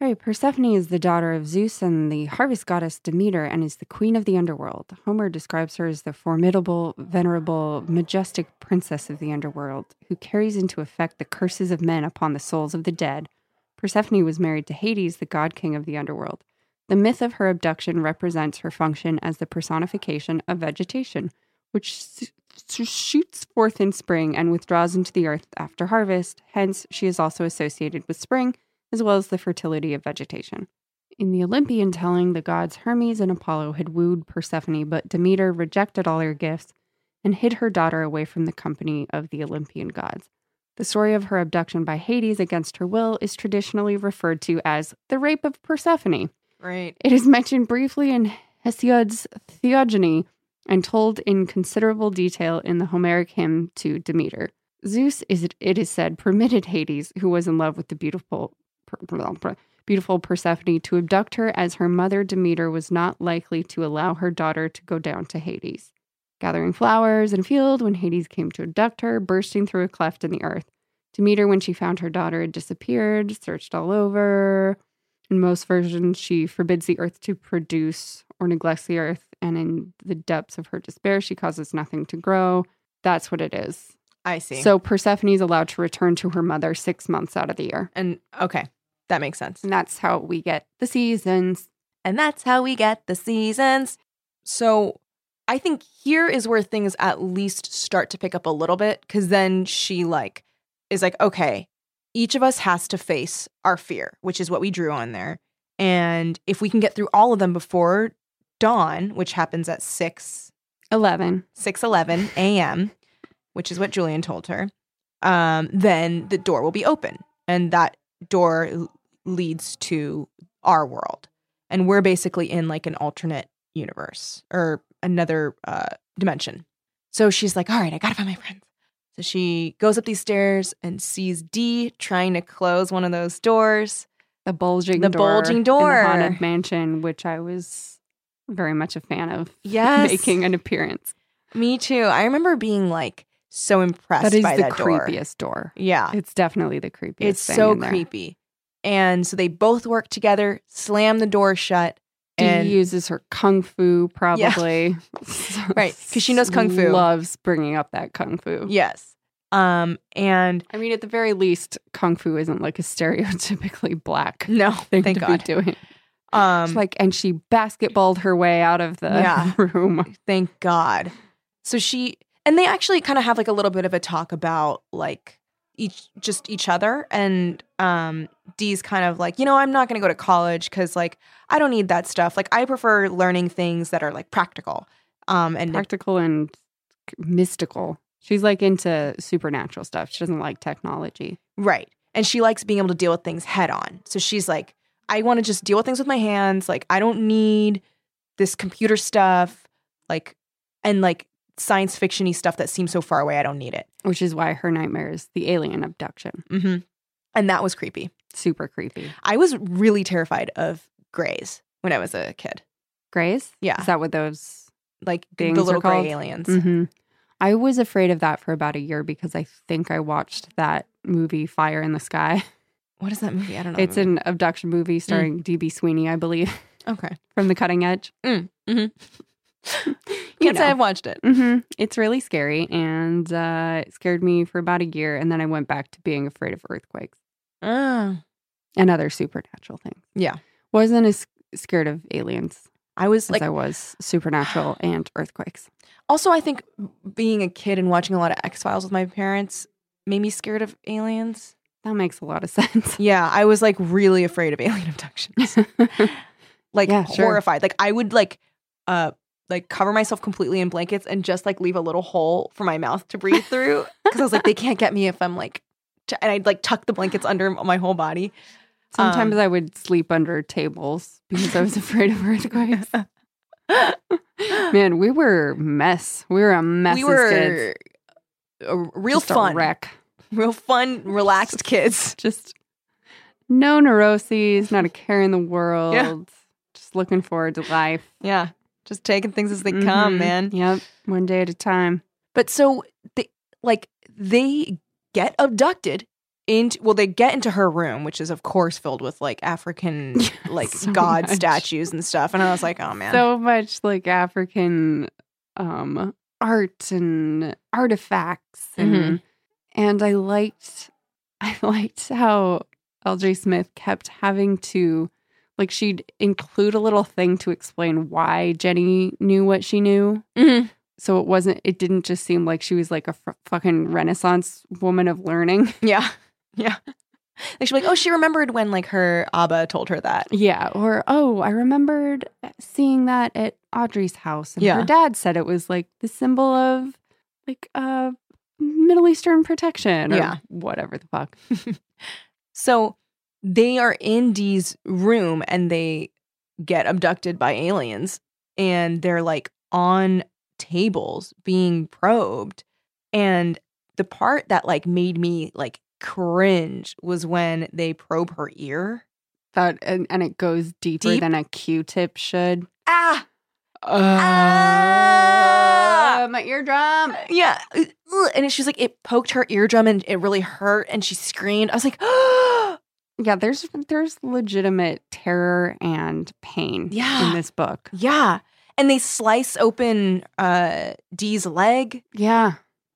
Speaker 2: all right, Persephone is the daughter of Zeus and the harvest goddess Demeter and is the queen of the underworld. Homer describes her as the formidable, venerable, majestic princess of the underworld who carries into effect the curses of men upon the souls of the dead. Persephone was married to Hades, the god king of the underworld. The myth of her abduction represents her function as the personification of vegetation, which s- s- shoots forth in spring and withdraws into the earth after harvest. Hence, she is also associated with spring as well as the fertility of vegetation. In the Olympian telling, the gods Hermes and Apollo had wooed Persephone, but Demeter rejected all her gifts and hid her daughter away from the company of the Olympian gods. The story of her abduction by Hades against her will is traditionally referred to as the rape of Persephone.
Speaker 3: right.
Speaker 2: It is mentioned briefly in Hesiod's Theogony and told in considerable detail in the Homeric hymn to Demeter. Zeus is it is said permitted Hades, who was in love with the beautiful beautiful Persephone, to abduct her as her mother Demeter was not likely to allow her daughter to go down to Hades. Gathering flowers in a field when Hades came to abduct her, bursting through a cleft in the earth. Demeter, when she found her daughter had disappeared, searched all over. In most versions, she forbids the earth to produce or neglects the earth, and in the depths of her despair, she causes nothing to grow. That's what it is.
Speaker 3: I see.
Speaker 2: So Persephone is allowed to return to her mother six months out of the year.
Speaker 3: and okay, that makes sense.
Speaker 2: And that's how we get the seasons.
Speaker 3: And that's how we get the seasons. So I think here is where things at least start to pick up a little bit because then she like is like, okay, each of us has to face our fear, which is what we drew on there. And if we can get through all of them before dawn, which happens at six
Speaker 2: 11.
Speaker 3: six eleven a.m., which is what Julian told her, um, then the door will be open, and that door l- leads to our world, and we're basically in like an alternate universe or another uh, dimension. So she's like, all right, I gotta find my friends. So she goes up these stairs and sees D trying to close one of those doors.
Speaker 2: The bulging
Speaker 3: The
Speaker 2: door
Speaker 3: bulging
Speaker 2: in
Speaker 3: door.
Speaker 2: the haunted mansion, which I was very much a fan of
Speaker 3: *laughs* Yes.
Speaker 2: making an appearance.
Speaker 3: Me too. I remember being like so impressed
Speaker 2: That is
Speaker 3: by
Speaker 2: the
Speaker 3: that door.
Speaker 2: creepiest door.
Speaker 3: Yeah.
Speaker 2: It's definitely the creepiest.
Speaker 3: It's
Speaker 2: thing
Speaker 3: so
Speaker 2: in there.
Speaker 3: creepy. And so they both work together, slam the door shut,
Speaker 2: Dee
Speaker 3: and
Speaker 2: uses her kung fu probably.
Speaker 3: *laughs*
Speaker 2: *laughs*
Speaker 3: Right, 'cause she knows kung fu.
Speaker 2: Loves bringing up that kung fu.
Speaker 3: yes. Um, and
Speaker 2: I mean, at the very least, kung fu isn't like a *laughs* stereotypically black
Speaker 3: *laughs* no,
Speaker 2: thing
Speaker 3: *laughs* thank
Speaker 2: to
Speaker 3: God.
Speaker 2: be doing.
Speaker 3: Um,
Speaker 2: It's like, and she basketballed her way out of the
Speaker 3: Yeah.
Speaker 2: *laughs* room.
Speaker 3: thank God. So she and they actually kind of have like a little bit of a talk about like each just each other and um Dee's kind of like, you know, I'm not going to go to college cuz like I don't need that stuff. Like I prefer learning things that are like practical. Um and
Speaker 2: Practical and mystical. She's like into supernatural stuff. She doesn't like technology.
Speaker 3: Right. And she likes being able to deal with things head on. So she's like, I want to just deal with things with my hands. Like, I don't need this computer stuff, like, and like science fiction y stuff that seems so far away. I don't need it.
Speaker 2: Which is why her nightmare is the alien abduction.
Speaker 3: Mm-hmm. And that was creepy.
Speaker 2: Super creepy.
Speaker 3: I was really terrified of grays when I was a kid.
Speaker 2: Grace?
Speaker 3: Yeah.
Speaker 2: Is that what those
Speaker 3: Like,
Speaker 2: Things
Speaker 3: the
Speaker 2: are
Speaker 3: little gray
Speaker 2: called-
Speaker 3: aliens.
Speaker 2: Mhm. I was afraid of that for about a year because I think I watched that movie Fire in the
Speaker 3: *laughs*
Speaker 2: Sky.
Speaker 3: What is that movie? I don't know.
Speaker 2: It's an abduction movie
Speaker 3: Mm.
Speaker 2: starring DB Sweeney, I believe, *laughs*
Speaker 3: *laughs* Okay.
Speaker 2: from The Cutting Edge.
Speaker 3: Mm, mhm.
Speaker 2: You
Speaker 3: Can't say
Speaker 2: know.
Speaker 3: I've watched it.
Speaker 2: hmm It's really scary and uh, it scared me for about a year. And then I went back to being afraid of earthquakes
Speaker 3: Ah.
Speaker 2: and other supernatural things.
Speaker 3: Yeah.
Speaker 2: Wasn't as scared of aliens
Speaker 3: I was
Speaker 2: as
Speaker 3: like,
Speaker 2: I was supernatural and earthquakes.
Speaker 3: Also, I think being a kid and watching a lot of X Files with my parents made me scared of aliens.
Speaker 2: That makes a lot of *laughs* sense.
Speaker 3: Yeah, I was like really afraid of *laughs* alien abductions, like
Speaker 2: Yeah, sure.
Speaker 3: horrified. Like I would like, uh, like cover myself completely in blankets and just like leave a little hole for my mouth to breathe *laughs*
Speaker 2: *laughs*
Speaker 3: through because I was like, they can't get me if I'm like, t-, and I'd like tuck the blankets under my whole body.
Speaker 2: Sometimes
Speaker 3: Um,
Speaker 2: I would sleep under tables because I
Speaker 3: *laughs*
Speaker 2: was afraid of earthquakes. Man, we were mess. We were a mess.
Speaker 3: we
Speaker 2: as
Speaker 3: were
Speaker 2: kids.
Speaker 3: a real
Speaker 2: Just a
Speaker 3: fun,
Speaker 2: wreck. *laughs*
Speaker 3: real fun, relaxed kids.
Speaker 2: Just no neuroses, not a care in the world. Just looking forward to life.
Speaker 3: Yeah, just taking things as they
Speaker 2: Mhm.
Speaker 3: come, man.
Speaker 2: Yep, one day at a time.
Speaker 3: But so they like they get abducted into well they get into her room which is of course filled
Speaker 2: *laughs*
Speaker 3: with like African like
Speaker 2: so
Speaker 3: god
Speaker 2: much.
Speaker 3: statues and stuff and I was like oh man
Speaker 2: So much like African um, art and artifacts, and and I liked, *laughs* I liked how L.J. Smith kept having to, like, she'd include a little thing to explain why Jenny knew what she knew.
Speaker 3: Mhm.
Speaker 2: So it wasn't, it didn't just seem like she was like a f- fucking Renaissance woman of learning.
Speaker 3: yeah *laughs* yeah like she's like oh she remembered when like her Abba told her that
Speaker 2: Yeah. Or, oh, I remembered seeing that at Audrey's house. And
Speaker 3: Yeah.
Speaker 2: her dad said it was like the symbol of like uh Middle Eastern protection or
Speaker 3: Yeah.
Speaker 2: whatever the fuck.
Speaker 3: so they are in Dee's room and they get abducted by aliens and they're like on tables being probed and the part that like made me like cringe was when they probe her ear
Speaker 2: That and, and it goes deeper
Speaker 3: Deep.
Speaker 2: than a Q-tip should.
Speaker 3: ah
Speaker 2: Ah, my eardrum.
Speaker 3: yeah Ugh. and she's like it poked her eardrum and it really hurt and she screamed i was like *gasps* oh
Speaker 2: Yeah, there's there's legitimate terror and pain
Speaker 3: Yeah.
Speaker 2: in this book.
Speaker 3: yeah and they slice open uh dee's leg
Speaker 2: Yeah.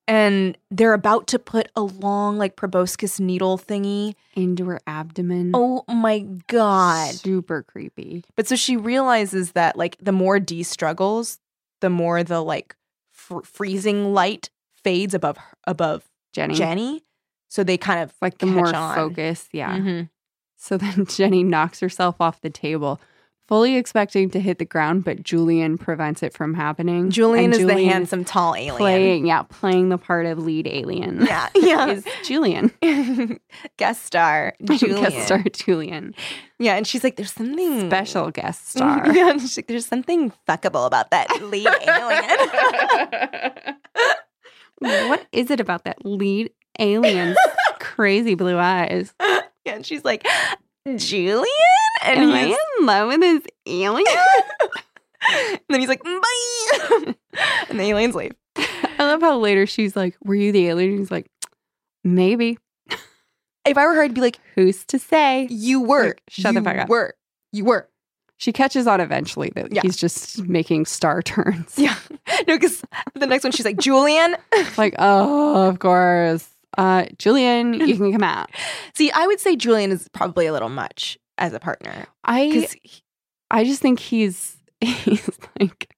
Speaker 3: and they're about to put a long like proboscis needle thingy.
Speaker 2: Into her abdomen.
Speaker 3: Oh my god.
Speaker 2: Super creepy.
Speaker 3: But so she realizes that like the more D struggles, the more the like fr- freezing light fades above her- above
Speaker 2: Jenny.
Speaker 3: Jenny. So they kind of
Speaker 2: Like the
Speaker 3: catch
Speaker 2: more
Speaker 3: on.
Speaker 2: focus. Yeah.
Speaker 3: Mhm.
Speaker 2: *laughs* So then Jenny knocks herself off the table, fully expecting to hit the ground, but Julian prevents it from happening.
Speaker 3: Julian
Speaker 2: And
Speaker 3: is the handsome, tall alien.
Speaker 2: playing, yeah, playing the part of lead alien.
Speaker 3: Yeah, yeah.
Speaker 2: *laughs* is Julian.
Speaker 3: *laughs* guest star
Speaker 2: *laughs*
Speaker 3: Julian. Hmm.
Speaker 2: Guest star Julian.
Speaker 3: Yeah, and she's like, "There's something
Speaker 2: Special
Speaker 3: *laughs*
Speaker 2: guest
Speaker 3: star.
Speaker 2: star.
Speaker 3: yeah, and she's like, "There's something fuckable about that lead
Speaker 2: *laughs*
Speaker 3: alien." *laughs*
Speaker 2: what is it about that lead
Speaker 3: *laughs*
Speaker 2: alien's crazy blue eyes?
Speaker 3: yeah, and she's like, "Julian," and
Speaker 2: Am
Speaker 3: he's-
Speaker 2: I in love with this alien?
Speaker 3: *laughs* and then he's like, "Bye," *laughs* and the aliens leave.
Speaker 2: I love how later she's like, Were you the alien? He's like, Maybe.
Speaker 3: If I were her, I'd be like,
Speaker 2: Who's to say?
Speaker 3: "You were.
Speaker 2: Like, shut the
Speaker 3: You
Speaker 2: fuck up."
Speaker 3: Were. You were." *laughs*
Speaker 2: She catches on eventually that
Speaker 3: Yeah.
Speaker 2: he's just making star *laughs* turns.
Speaker 3: Yeah. No, because the next one she's like, "Julian."
Speaker 2: like, oh, of course. Uh, Julian, *laughs* you can come out.
Speaker 3: See, I would say Julian is probably a little much as a partner.
Speaker 2: I
Speaker 3: 'Cause
Speaker 2: I just think he's *laughs* he's like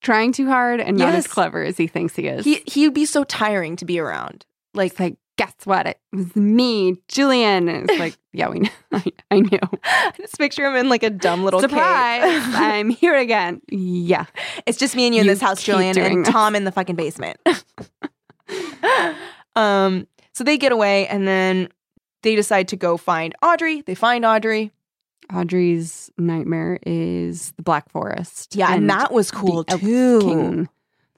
Speaker 2: trying too hard and not as
Speaker 3: Yes.
Speaker 2: clever as he thinks he is.
Speaker 3: He he would be so tiring to be around. *laughs* Like
Speaker 2: It's like, guess what? It was me, Julian. And *laughs* it's like, yeah, we know. I, I knew.
Speaker 3: I just picture him in like a dumb little
Speaker 2: *laughs*
Speaker 3: cape.
Speaker 2: Surprise!
Speaker 3: *laughs*
Speaker 2: I'm here again. Yeah.
Speaker 3: it's just me and you, in
Speaker 2: You
Speaker 3: this house,
Speaker 2: keep
Speaker 3: Julian,
Speaker 2: doing
Speaker 3: and
Speaker 2: this.
Speaker 3: Tom in the fucking basement. *laughs* um, so they get away, and then they decide to go find Audrey. They find Audrey.
Speaker 2: Audrey's nightmare is the Black Forest.
Speaker 3: Yeah, and, that was
Speaker 2: the
Speaker 3: cool
Speaker 2: Elf
Speaker 3: too.
Speaker 2: King,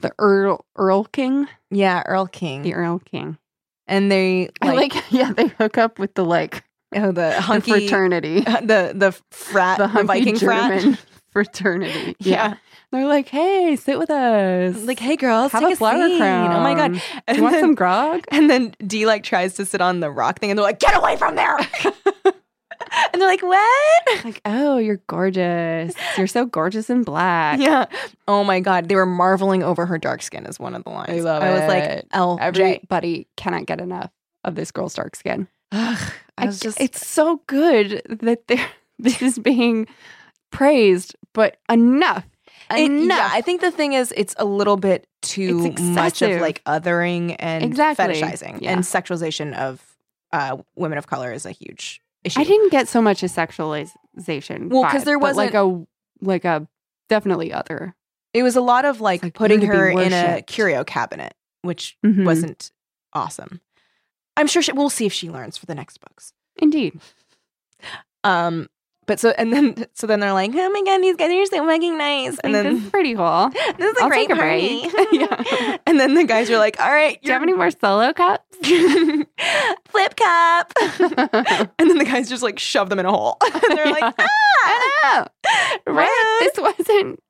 Speaker 2: the Earl Earl King,
Speaker 3: Yeah, Earl King.
Speaker 2: the Earl King.
Speaker 3: And they
Speaker 2: I
Speaker 3: like,
Speaker 2: like, *laughs* yeah, they hook up with the like
Speaker 3: oh, *laughs* the
Speaker 2: the *laughs*
Speaker 3: hunky
Speaker 2: fraternity,
Speaker 3: the the frat, the,
Speaker 2: uh, the, hunky
Speaker 3: Viking
Speaker 2: German *laughs*
Speaker 3: frat.
Speaker 2: fraternity.
Speaker 3: Yeah.
Speaker 2: they're like, hey, sit with us.
Speaker 3: Like, hey girls,
Speaker 2: have
Speaker 3: take
Speaker 2: a flower
Speaker 3: seat.
Speaker 2: crown.
Speaker 3: Oh my god!
Speaker 2: Do
Speaker 3: And
Speaker 2: you want
Speaker 3: then-
Speaker 2: some grog?
Speaker 3: *laughs* And then D like tries to sit on the rock thing, and they're like, "Get away
Speaker 2: *laughs*
Speaker 3: from there!" *laughs* and they're like, "What?"
Speaker 2: *laughs* Like, oh, you're gorgeous. *laughs* You're so gorgeous in black.
Speaker 3: Yeah. Oh my god, they were marveling over her dark skin is one of the lines.
Speaker 2: I love
Speaker 3: I was
Speaker 2: it.
Speaker 3: like, "LJ."
Speaker 2: Everybody cannot get enough of this girl's dark skin.
Speaker 3: Ugh, I was just
Speaker 2: it's so good that they're, *laughs* this is being praised, but enough.
Speaker 3: it-
Speaker 2: enough.
Speaker 3: Yeah, I think the thing is, it's a little bit too
Speaker 2: It's
Speaker 3: much of
Speaker 2: excessive.
Speaker 3: like othering and
Speaker 2: Exactly.
Speaker 3: fetishizing
Speaker 2: Yeah.
Speaker 3: and sexualization of uh, women of color is a huge issue.
Speaker 2: I didn't get so much a sexualization.
Speaker 3: Well, 'cause
Speaker 2: vibe,
Speaker 3: there
Speaker 2: but like a like a definitely other.
Speaker 3: It was a lot of like,
Speaker 2: like,
Speaker 3: putting
Speaker 2: you're to be
Speaker 3: her in a
Speaker 2: worshipped.
Speaker 3: curio cabinet, which
Speaker 2: Mhm.
Speaker 3: wasn't awesome. I'm sure she, we'll see if she learns for the next books.
Speaker 2: Indeed,
Speaker 3: Um, but so and then *laughs* so then they're like, oh my god, these guys are so fucking nice, and
Speaker 2: Like, this
Speaker 3: then
Speaker 2: is pretty
Speaker 3: *laughs*
Speaker 2: cool. Do
Speaker 3: this is a
Speaker 2: I'll
Speaker 3: great
Speaker 2: take a
Speaker 3: party.
Speaker 2: break.
Speaker 3: *laughs*
Speaker 2: Yeah.
Speaker 3: And then the guys are like, all right,
Speaker 2: you have any more solo
Speaker 3: *laughs*
Speaker 2: cups?
Speaker 3: you're- flip *laughs* cup. and then the guys just like shove them in a hole. *laughs* and they're like,
Speaker 2: Yeah.
Speaker 3: ah,
Speaker 2: Oh, right. This wasn't.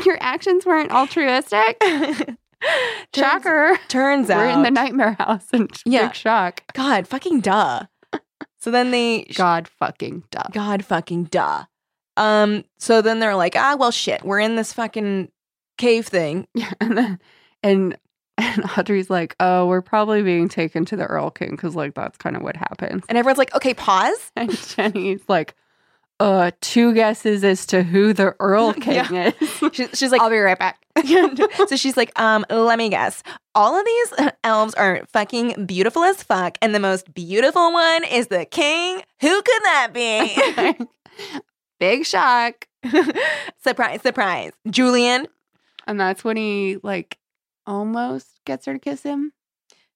Speaker 2: *laughs* Your actions weren't
Speaker 3: *laughs*
Speaker 2: altruistic.
Speaker 3: rude." turns,
Speaker 2: Shocker.
Speaker 3: "Ah." turns out,
Speaker 2: We're in the nightmare house and
Speaker 3: Yeah.
Speaker 2: big shock.
Speaker 3: God, fucking duh. So then *laughs* they,
Speaker 2: God fucking duh.
Speaker 3: God fucking duh. Um, so then they're like, ah, well, shit, we're in this fucking cave thing.
Speaker 2: Yeah, *laughs* and then, and and Audrey's like, "Oh, we're probably being taken to the Earl King because like that's kind of what happens."
Speaker 3: And everyone's like, okay, pause.
Speaker 2: *laughs* And Jenny's like, "Uh, two guesses as to who the Earl King
Speaker 3: *laughs* Yeah.
Speaker 2: is." *laughs*
Speaker 3: She, she's like,
Speaker 2: I'll be right back.
Speaker 3: *laughs* so she's like, um, let me guess. All of these uh, elves are fucking beautiful as fuck, and the most beautiful one is the king. Who could that
Speaker 2: *laughs*
Speaker 3: be?
Speaker 2: Big shock.
Speaker 3: surprise, surprise. Julian.
Speaker 2: And that's when he like almost gets her to kiss him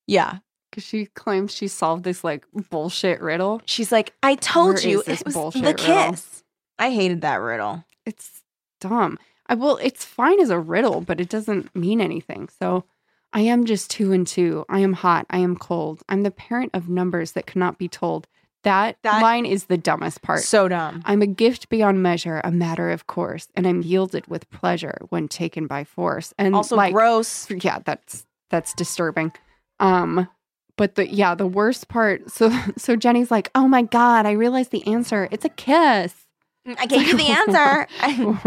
Speaker 3: Yeah.
Speaker 2: because she claims she solved this like bullshit riddle.
Speaker 3: She's like, I told
Speaker 2: Where
Speaker 3: you
Speaker 2: is this
Speaker 3: it was
Speaker 2: bullshit
Speaker 3: the
Speaker 2: riddle?
Speaker 3: kiss. I hated that riddle.
Speaker 2: It's dumb. I well, it's fine as a riddle, but it doesn't mean anything. So I am just two and two. I am hot. I am cold. I'm the parent of numbers that cannot be told. That,
Speaker 3: That-
Speaker 2: line is the dumbest part.
Speaker 3: So dumb.
Speaker 2: I'm a gift beyond measure, a matter of course, and I'm yielded with pleasure when taken by force. And
Speaker 3: Also
Speaker 2: like, *laughs*
Speaker 3: gross.
Speaker 2: yeah, that's that's disturbing. Um, but the yeah, the worst part. *laughs* So so Jenny's like, oh my god, I realized the answer. It's a kiss. *laughs*
Speaker 3: I gave you the answer.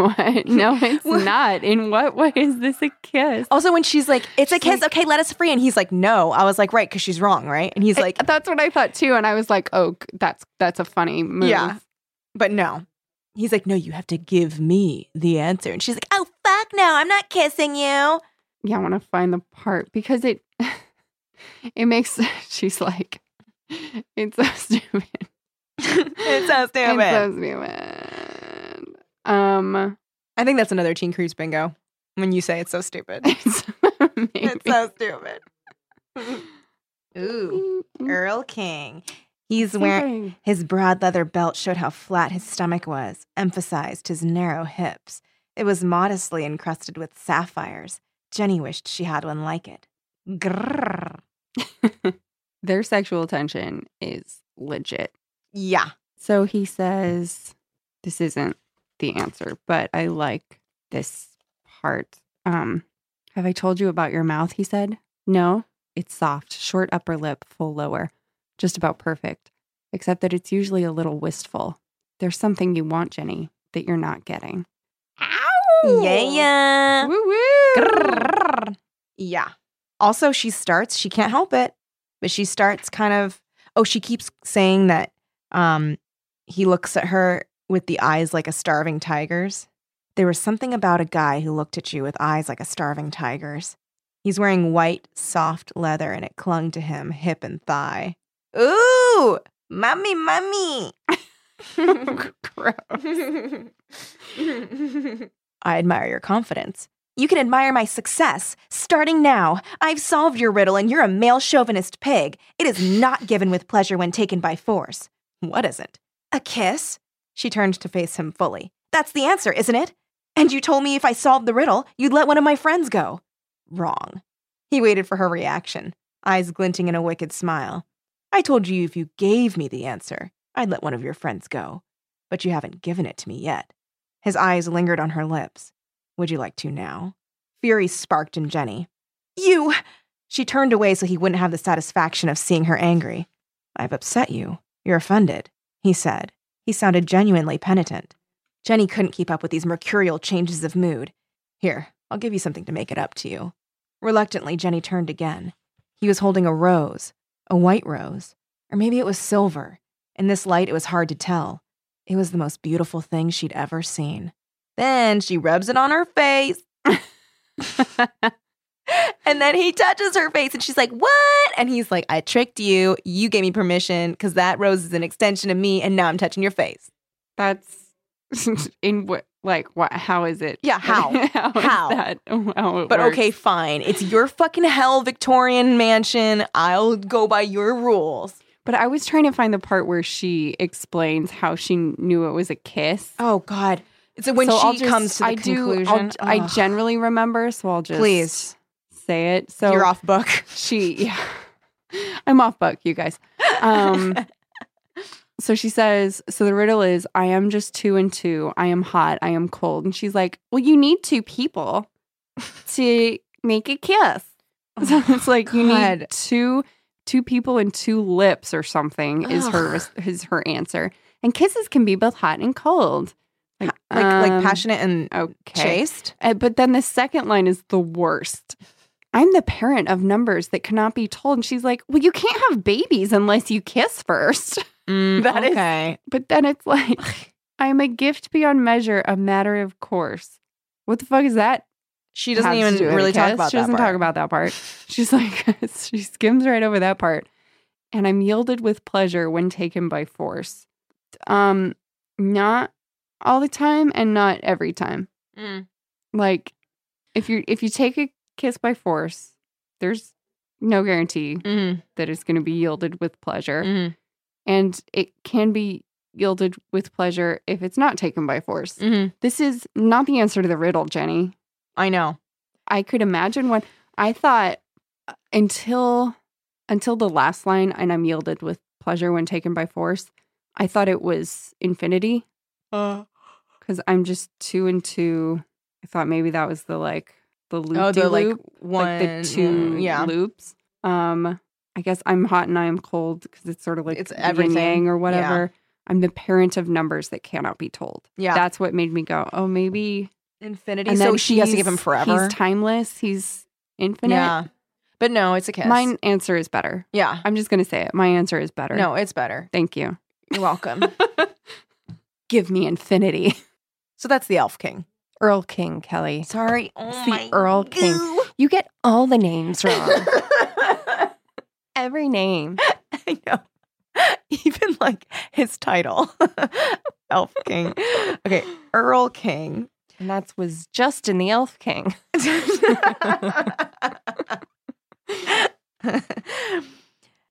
Speaker 2: What? No, it's
Speaker 3: What? Oh,
Speaker 2: not. In what way is this a kiss?
Speaker 3: also, when she's like, it's a
Speaker 2: She's
Speaker 3: kiss,
Speaker 2: like-
Speaker 3: okay, let us free. And he's like, no. I was like, right, because she's wrong, right? And he's like,
Speaker 2: I- that's what I thought too, and I was like, oh, c- that's that's a funny move.
Speaker 3: Yeah. But no. He's like, no, you have to give me the answer. And she's like, oh, fuck no, I'm not kissing you.
Speaker 2: yeah. I want to find the part because it *laughs* it makes *laughs* she's like, it's so *laughs* stupid.
Speaker 3: It's so
Speaker 2: It's
Speaker 3: *laughs* stupid.
Speaker 2: so stupid. Um, *laughs*
Speaker 3: I think that's another Teen Creeps bingo. When you say it's so stupid,
Speaker 2: it's,
Speaker 3: *laughs* it's
Speaker 2: maybe.
Speaker 3: so stupid. *laughs* Ooh,
Speaker 2: *laughs*
Speaker 3: Earl King. He's wearing his broad leather belt showed how flat his stomach was, emphasized his narrow hips. It was modestly encrusted with sapphires. Jenny wished she had one like it. Grrr.
Speaker 2: *laughs* Their sexual tension is legit.
Speaker 3: Yeah.
Speaker 2: So he says, This isn't the answer, but I like this part. Um, have I told you about your mouth? He said, No, it's soft, short upper lip, full lower, just about perfect, except that it's usually a little wistful. There's something you want, Jenny, that you're not getting.
Speaker 3: Yeah, yeah.
Speaker 2: Woo
Speaker 3: Grrr. Yeah. Also, she starts, she can't help it, but she starts kind of. Oh, she keeps saying that um, he looks at her with the eyes like a starving tiger's. There was something about a guy who looked at you with eyes like a starving tiger's. He's wearing white, soft leather, and it clung to him, hip and thigh. Ooh, mommy, *laughs* mommy. I admire your confidence. You can admire my success. Starting now, I've solved your riddle and you're a male chauvinist pig. It is not given with pleasure when taken by force. What isn't? A kiss? She turned to face him fully. That's the answer, isn't it? And you told me if I solved the riddle, you'd let one of my friends go. Wrong. He waited for her reaction, eyes glinting in a wicked smile. I told you if you gave me the answer, I'd let one of your friends go. But you haven't given it to me yet. His eyes lingered on her lips. Would you like to now? Fury sparked in Jenny. You! She turned away so he wouldn't have the satisfaction of seeing her angry. I've upset you. You're offended, he said. He sounded genuinely penitent. Jenny couldn't keep up with these mercurial changes of mood. Here, I'll give you something to make it up to you. Reluctantly, Jenny turned again. He was holding a rose, a white rose, or maybe it was silver. In this light, it was hard to tell. It was the most beautiful thing she'd ever seen. Then she rubs it on her face. and then he touches her face and she's like, What? And he's like, I tricked you. You gave me permission because that rose is an extension of me and now I'm touching your face.
Speaker 2: That's *laughs* in what, like, what, how is it?
Speaker 3: Yeah, how?
Speaker 2: *laughs* how? is
Speaker 3: How?
Speaker 2: that? *laughs* How it
Speaker 3: But
Speaker 2: works?
Speaker 3: okay, fine. It's your fucking hell, Victorian mansion. I'll go by your rules.
Speaker 2: But I was trying to find the part where she explains how she knew it was a kiss.
Speaker 3: Oh, God. So when
Speaker 2: So I'll
Speaker 3: she
Speaker 2: just-
Speaker 3: comes to the
Speaker 2: I do. I'll-
Speaker 3: conclusion,
Speaker 2: I
Speaker 3: Ugh.
Speaker 2: generally remember, so I'll just
Speaker 3: Please.
Speaker 2: say it. So
Speaker 3: you're off book.
Speaker 2: she, yeah, I'm off book, you guys.
Speaker 3: *laughs*
Speaker 2: Um, so she says, so the riddle is, I am just two and two. I am hot. I am cold. And she's like, well, you need two
Speaker 3: *laughs*
Speaker 2: people to make a kiss. *laughs* So it's *laughs* like you
Speaker 3: God.
Speaker 2: need two two people and two lips or something is her res- is her answer. And kisses can be both hot and cold, like
Speaker 3: like, like
Speaker 2: um,
Speaker 3: passionate and
Speaker 2: Okay,
Speaker 3: chaste.
Speaker 2: Uh, but then the second line is the worst. I'm the parent of numbers that cannot be told. And she's like, "Well, you can't have babies unless you kiss first. *laughs* That is-
Speaker 3: Mm, okay.
Speaker 2: But then it's like, "I'm a gift beyond measure, a matter of course." What the fuck is that
Speaker 3: She doesn't
Speaker 2: has to
Speaker 3: even
Speaker 2: do with a
Speaker 3: really talk
Speaker 2: kiss.
Speaker 3: about
Speaker 2: she
Speaker 3: that.
Speaker 2: doesn't
Speaker 3: part.
Speaker 2: talk about that part
Speaker 3: *laughs*
Speaker 2: she's like *laughs* she skims right over that part and i'm yielded with pleasure when taken by force um not all the time and not every time
Speaker 3: Mm.
Speaker 2: like if you if you take a kiss by force there's no guarantee
Speaker 3: Mm,
Speaker 2: that it's going to be yielded with pleasure
Speaker 3: mm,
Speaker 2: and it can be yielded with pleasure if it's not taken by force
Speaker 3: mm.
Speaker 2: this is not the answer to the riddle jenny
Speaker 3: I know.
Speaker 2: I could imagine one. I thought uh, until until the last line, and I'm yielded with pleasure when taken by force. I thought it was infinity
Speaker 3: Uh,
Speaker 2: because I'm just two and two. I thought maybe that was the like the loop,
Speaker 3: oh, the like one, mm,
Speaker 2: like the two
Speaker 3: yeah,
Speaker 2: loops. Um, I guess I'm hot and I'm cold because it's sort of like
Speaker 3: It's
Speaker 2: yin and
Speaker 3: everything.
Speaker 2: yang or
Speaker 3: Yeah.
Speaker 2: whatever. I'm the parent of numbers that cannot be told.
Speaker 3: yeah,
Speaker 2: That's what made me go, oh, maybe
Speaker 3: infinity.
Speaker 2: and
Speaker 3: so
Speaker 2: then
Speaker 3: she has to
Speaker 2: he's-
Speaker 3: give him forever.
Speaker 2: He's timeless. He's infinite.
Speaker 3: yeah, but no, it's a kiss.
Speaker 2: Mine answer is better.
Speaker 3: yeah,
Speaker 2: I'm just going to say it. My answer is better.
Speaker 3: no, it's better.
Speaker 2: Thank you.
Speaker 3: You're welcome.
Speaker 2: Give me infinity.
Speaker 3: *laughs* so that's the Elf King.
Speaker 2: *laughs* Earl King, Kelly.
Speaker 3: Sorry, oh
Speaker 2: It's the Earl King.
Speaker 3: *laughs*
Speaker 2: You get all the names *laughs* wrong. Every name.
Speaker 3: *laughs* I know. Even like his title. *laughs* Elf King. Okay, Earl *laughs* King.
Speaker 2: And that was Justin the Elf King.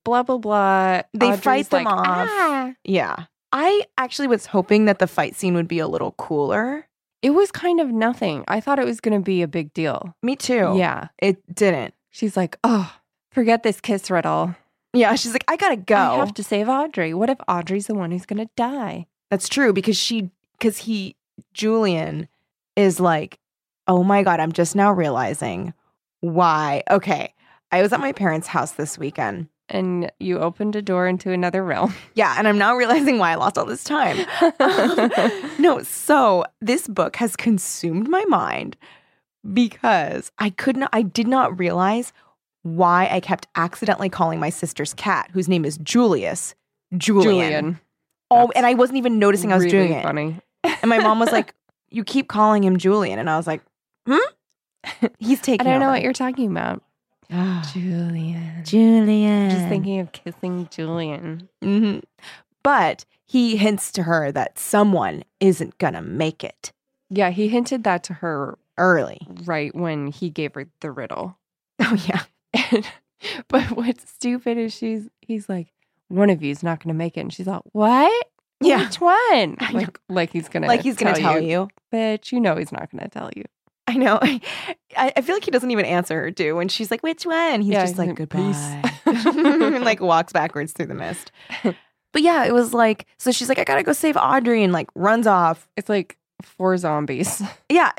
Speaker 2: blah blah blah.
Speaker 3: They
Speaker 2: Audrey's
Speaker 3: fight them
Speaker 2: like,
Speaker 3: off.
Speaker 2: "Ah."
Speaker 3: yeah. I actually was hoping that the fight scene would be a little cooler.
Speaker 2: It was kind of nothing. I thought it was going to be a big deal.
Speaker 3: Me too.
Speaker 2: Yeah.
Speaker 3: It didn't.
Speaker 2: She's like, oh, forget this kiss riddle.
Speaker 3: Yeah, she's like, I gotta go.
Speaker 2: I have to save Audrey. What if Audrey's the one who's going to die?
Speaker 3: That's true because she, because he, Julian is like, oh my God, I'm just now realizing why. Okay. I was at my parents' house this weekend.
Speaker 2: And you opened a door into another *laughs* realm.
Speaker 3: Yeah. And I'm now *laughs* realizing why I lost all this time. no, so this book has consumed my mind because I could not, I did not realize why I kept accidentally calling my sister's cat, whose name is Julius, Julian.
Speaker 2: *laughs* Julian.
Speaker 3: Oh,
Speaker 2: That's
Speaker 3: and I wasn't even noticing I was
Speaker 2: really
Speaker 3: doing it.
Speaker 2: funny.
Speaker 3: And my mom was
Speaker 2: *laughs*
Speaker 3: like, "You keep calling him Julian," and I was like, "Hmm." *laughs* He's
Speaker 2: I
Speaker 3: taking.
Speaker 2: don't know what
Speaker 3: over. Ah,
Speaker 2: you're talking about. Julian.
Speaker 5: Julian.
Speaker 2: Just thinking of kissing Julian.
Speaker 3: Mhm. But he hints to her that someone isn't gonna make it
Speaker 2: Yeah, he hinted that to her
Speaker 3: early.
Speaker 2: right when he gave her the riddle. *laughs*
Speaker 3: Oh yeah,
Speaker 2: And, but what's stupid is she's he's like, one of you's not gonna make it. And she's like, What?
Speaker 3: yeah.
Speaker 2: Which one?
Speaker 3: I know.
Speaker 2: Like like he's gonna
Speaker 3: Like he's gonna tell you. *laughs*
Speaker 2: Bitch, you know he's not gonna tell you.
Speaker 3: I know. I, I feel like he doesn't even answer her too. When she's like, "Which one?" He's
Speaker 2: Yeah,
Speaker 3: just
Speaker 2: he's
Speaker 3: like,
Speaker 2: like,
Speaker 3: "Goodbye,"
Speaker 2: "Peace." *laughs*
Speaker 3: *laughs* and like walks backwards through the *laughs* mist. But yeah, it was like so. She's like, "I gotta go save Audrey," and like runs off.
Speaker 2: It's like four zombies. *laughs*
Speaker 3: Yeah,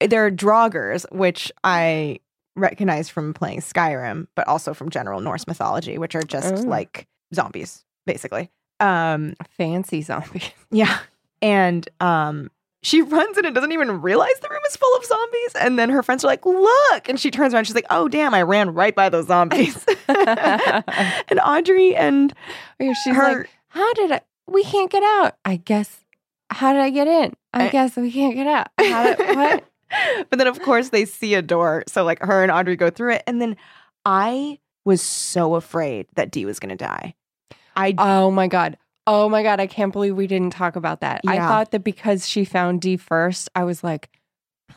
Speaker 3: they're Draugrs, which I recognize from playing Skyrim, but also from general Norse mythology, which are just
Speaker 2: Oh.
Speaker 3: like zombies, basically. Um,
Speaker 2: Fancy zombies. *laughs*
Speaker 3: yeah, and um, she runs in and doesn't even realize the room is full of zombies, and then her friends are like, "Look!" and she turns around, she's like, "Oh damn, I ran right by
Speaker 2: *laughs*
Speaker 3: those zombies." and Audrey and
Speaker 2: Or she's
Speaker 3: her,
Speaker 2: like, How did I we can't get out? I guess how did I get in? I
Speaker 3: I-
Speaker 2: guess we can't get out. How
Speaker 3: *laughs*
Speaker 2: did what?
Speaker 3: but then of course they see a door, so like her and Audrey go through it, and then I was so afraid that Dee was gonna die. I
Speaker 2: Oh my god. Oh my god, I can't believe we didn't talk about that. I
Speaker 3: Yeah.
Speaker 2: thought that because she found D first, I was like,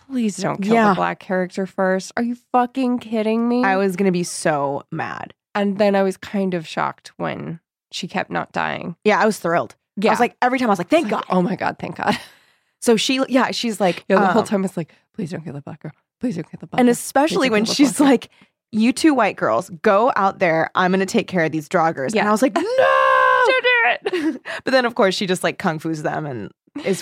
Speaker 2: please don't kill
Speaker 3: Yeah.
Speaker 2: the black character first. Are you fucking kidding me?
Speaker 3: I was gonna be so mad.
Speaker 2: and then I was kind of shocked when she kept not dying.
Speaker 3: Yeah, I was thrilled.
Speaker 2: Yeah.
Speaker 3: I was like every time I was like, thank God.
Speaker 2: Oh my god, thank God. *laughs*
Speaker 3: So she, yeah, she's like
Speaker 2: Yeah, the whole
Speaker 3: um,
Speaker 2: time it's like, please don't kill the black girl. Please don't kill the black
Speaker 3: and
Speaker 2: girl.
Speaker 3: especially
Speaker 2: Please
Speaker 3: when
Speaker 2: don't kill the
Speaker 3: she's
Speaker 2: black girl."
Speaker 3: like, you two white girls go out there. I'm gonna take care of these joggers.
Speaker 2: Yeah.
Speaker 3: And
Speaker 2: *laughs*
Speaker 3: I was like, no, do it. *laughs* but then of course she just like kung fu's them and is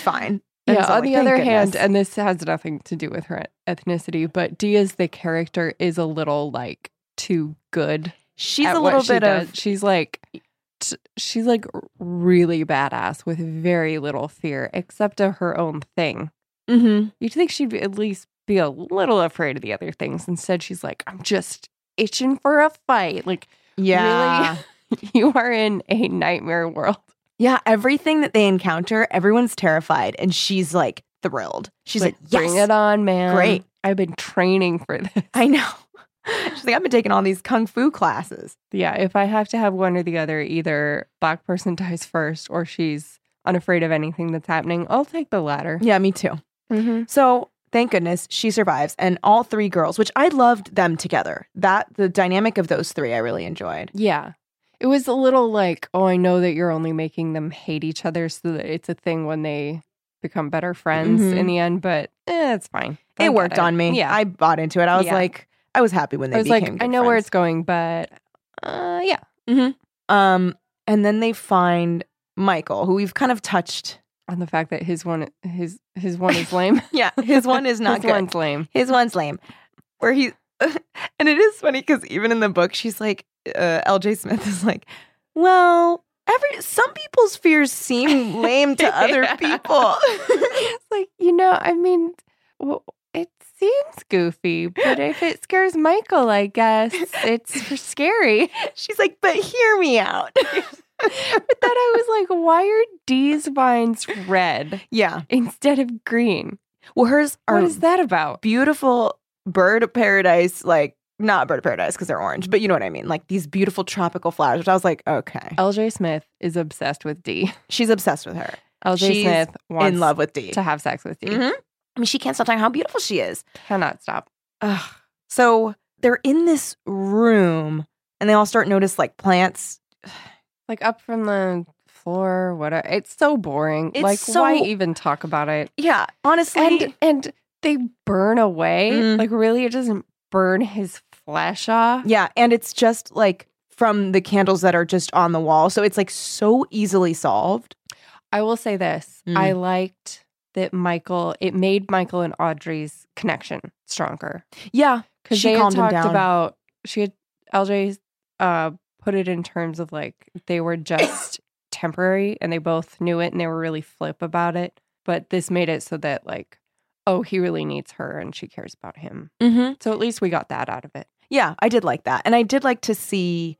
Speaker 2: *sighs*
Speaker 3: fine. And
Speaker 2: Yeah,
Speaker 3: so,
Speaker 2: on
Speaker 3: like,
Speaker 2: the
Speaker 3: thank
Speaker 2: other hand,
Speaker 3: goodness.
Speaker 2: and this has nothing to do with her ethnicity, but D as the character is a little like too good.
Speaker 3: she's
Speaker 2: at
Speaker 3: a
Speaker 2: what
Speaker 3: little
Speaker 2: she
Speaker 3: bit
Speaker 2: does.
Speaker 3: of
Speaker 2: she's like t- she's like really badass with very little fear except of her own thing
Speaker 3: Mhm.
Speaker 2: you'd think she'd be- at least be a little afraid of the other things instead she's like i'm just itching for a fight like
Speaker 3: yeah.
Speaker 2: *laughs* you are in a nightmare world
Speaker 3: Yeah, everything that they encounter, everyone's terrified, and she's like thrilled. She's like, yes,
Speaker 2: bring it on man
Speaker 3: Great.
Speaker 2: i've been training for this
Speaker 3: I know. *laughs* She's like, I've been taking all these kung fu classes.
Speaker 2: yeah if i have to have one or the other either black person *laughs* dies first or she's unafraid of anything that's happening i'll take the latter
Speaker 3: Yeah, me too.
Speaker 2: mm-hmm.
Speaker 3: So thank goodness she survives, and all three girls, which I loved them together. That the dynamic of those three, I really enjoyed.
Speaker 2: Yeah. It was a little like, oh, I know that you're only making them hate each other so that it's a thing when they become better friends in
Speaker 3: Mhm.
Speaker 2: the end, but eh, it's fine. I
Speaker 3: it
Speaker 2: get
Speaker 3: worked on me.
Speaker 2: Yeah.
Speaker 3: I bought into it. I was
Speaker 2: Yeah.
Speaker 3: like, I was happy when they
Speaker 2: I was
Speaker 3: became.
Speaker 2: like,
Speaker 3: good
Speaker 2: I know where
Speaker 3: friends.
Speaker 2: it's going, but uh, yeah.
Speaker 3: Um, and then they find Michael, who we've kind of touched.
Speaker 2: On the fact that his one his his one is lame.
Speaker 3: Yeah, his one
Speaker 2: *laughs*
Speaker 3: is *laughs*
Speaker 2: his
Speaker 3: not good.
Speaker 2: one's lame.
Speaker 3: His one's lame. Where he, *laughs* and it is funny because even in the book, she's like, uh, L.J. Smith is like, well, every some people's fears seem lame *laughs* to
Speaker 2: *laughs*
Speaker 3: other
Speaker 2: Yeah.
Speaker 3: people.
Speaker 2: *laughs*
Speaker 3: *laughs*
Speaker 2: it's like, you know, I mean, w it seems goofy, but if it scares Michael, I guess
Speaker 3: *laughs*
Speaker 2: it's scary.
Speaker 3: she's like, but hear me out. *laughs*
Speaker 2: But then I was like, why are Dee's vines red
Speaker 3: yeah.
Speaker 2: instead of green?
Speaker 3: Well, hers are
Speaker 2: what is that about?
Speaker 3: beautiful bird of paradise, like not bird of paradise because they're orange, but you know what I mean. Like these
Speaker 2: Oh.
Speaker 3: beautiful tropical flowers, which I was like, okay,
Speaker 2: LJ Smith is obsessed with D.
Speaker 3: she's obsessed with her.
Speaker 2: LJ
Speaker 3: She's
Speaker 2: Smith wants
Speaker 3: in love with D.
Speaker 2: to have sex with you.
Speaker 3: Mhm. I mean, she can't stop talking how beautiful she is.
Speaker 2: Cannot stop.
Speaker 3: Ugh. So they're in this room and they all start notice like plants.
Speaker 2: Like up from the floor, whatever. It's so boring.
Speaker 3: It's
Speaker 2: like
Speaker 3: so-
Speaker 2: why even talk about it?
Speaker 3: Yeah, honestly.
Speaker 2: And and they burn away.
Speaker 3: Mm.
Speaker 2: Like really it doesn't burn his flesh off.
Speaker 3: yeah, and it's just like from the candles that are just on the wall. So it's like so easily solved.
Speaker 2: I will say this.
Speaker 3: Mm.
Speaker 2: I liked that Michael it made Michael and Audrey's connection stronger.
Speaker 3: Yeah.
Speaker 2: because
Speaker 3: She
Speaker 2: they had
Speaker 3: calmed him
Speaker 2: talked
Speaker 3: down.
Speaker 2: about she had LJ uh, put it in terms of like they
Speaker 3: *coughs*
Speaker 2: were just temporary and they both knew it and they were really flip about it. But this made it so that like, oh, he really needs her and she cares about him.
Speaker 3: Mm-hmm.
Speaker 2: So at least we got that out of it.
Speaker 3: Yeah, I did like that. And I did like to see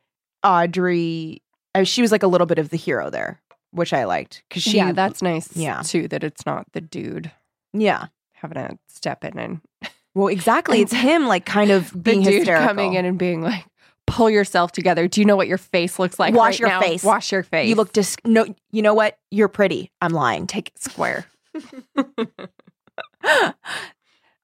Speaker 3: Audrey. uh, She was like a little bit of the hero there, which I liked because she.
Speaker 2: yeah, that's nice.
Speaker 3: yeah.
Speaker 2: too that it's not the dude
Speaker 3: yeah.
Speaker 2: having to step in and
Speaker 3: Well, exactly. It's him, like kind of being
Speaker 2: *laughs* the dude
Speaker 3: hysterical.
Speaker 2: coming in and being like, pull yourself together. Do you know what your face looks like?
Speaker 3: Wash
Speaker 2: right
Speaker 3: your
Speaker 2: now?
Speaker 3: face.
Speaker 2: Wash your face.
Speaker 3: You look dis. No, you know what? You're pretty. I'm lying.
Speaker 2: take it *laughs* square.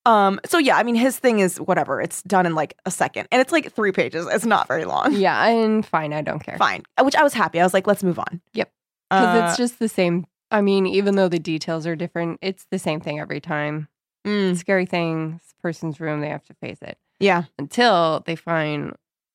Speaker 3: um. So yeah, I mean, his thing is whatever. It's done in like a second, and it's like three pages. It's not very long.
Speaker 2: yeah, and fine, I don't care.
Speaker 3: Fine. Which I was happy. I was like, let's move on.
Speaker 2: Yep.
Speaker 3: Uh,
Speaker 2: Because it's just the same. I mean, even though the details are different, it's the same thing every time.
Speaker 3: mm,
Speaker 2: Scary things, person's room, they have to face it.
Speaker 3: yeah.
Speaker 2: Until they find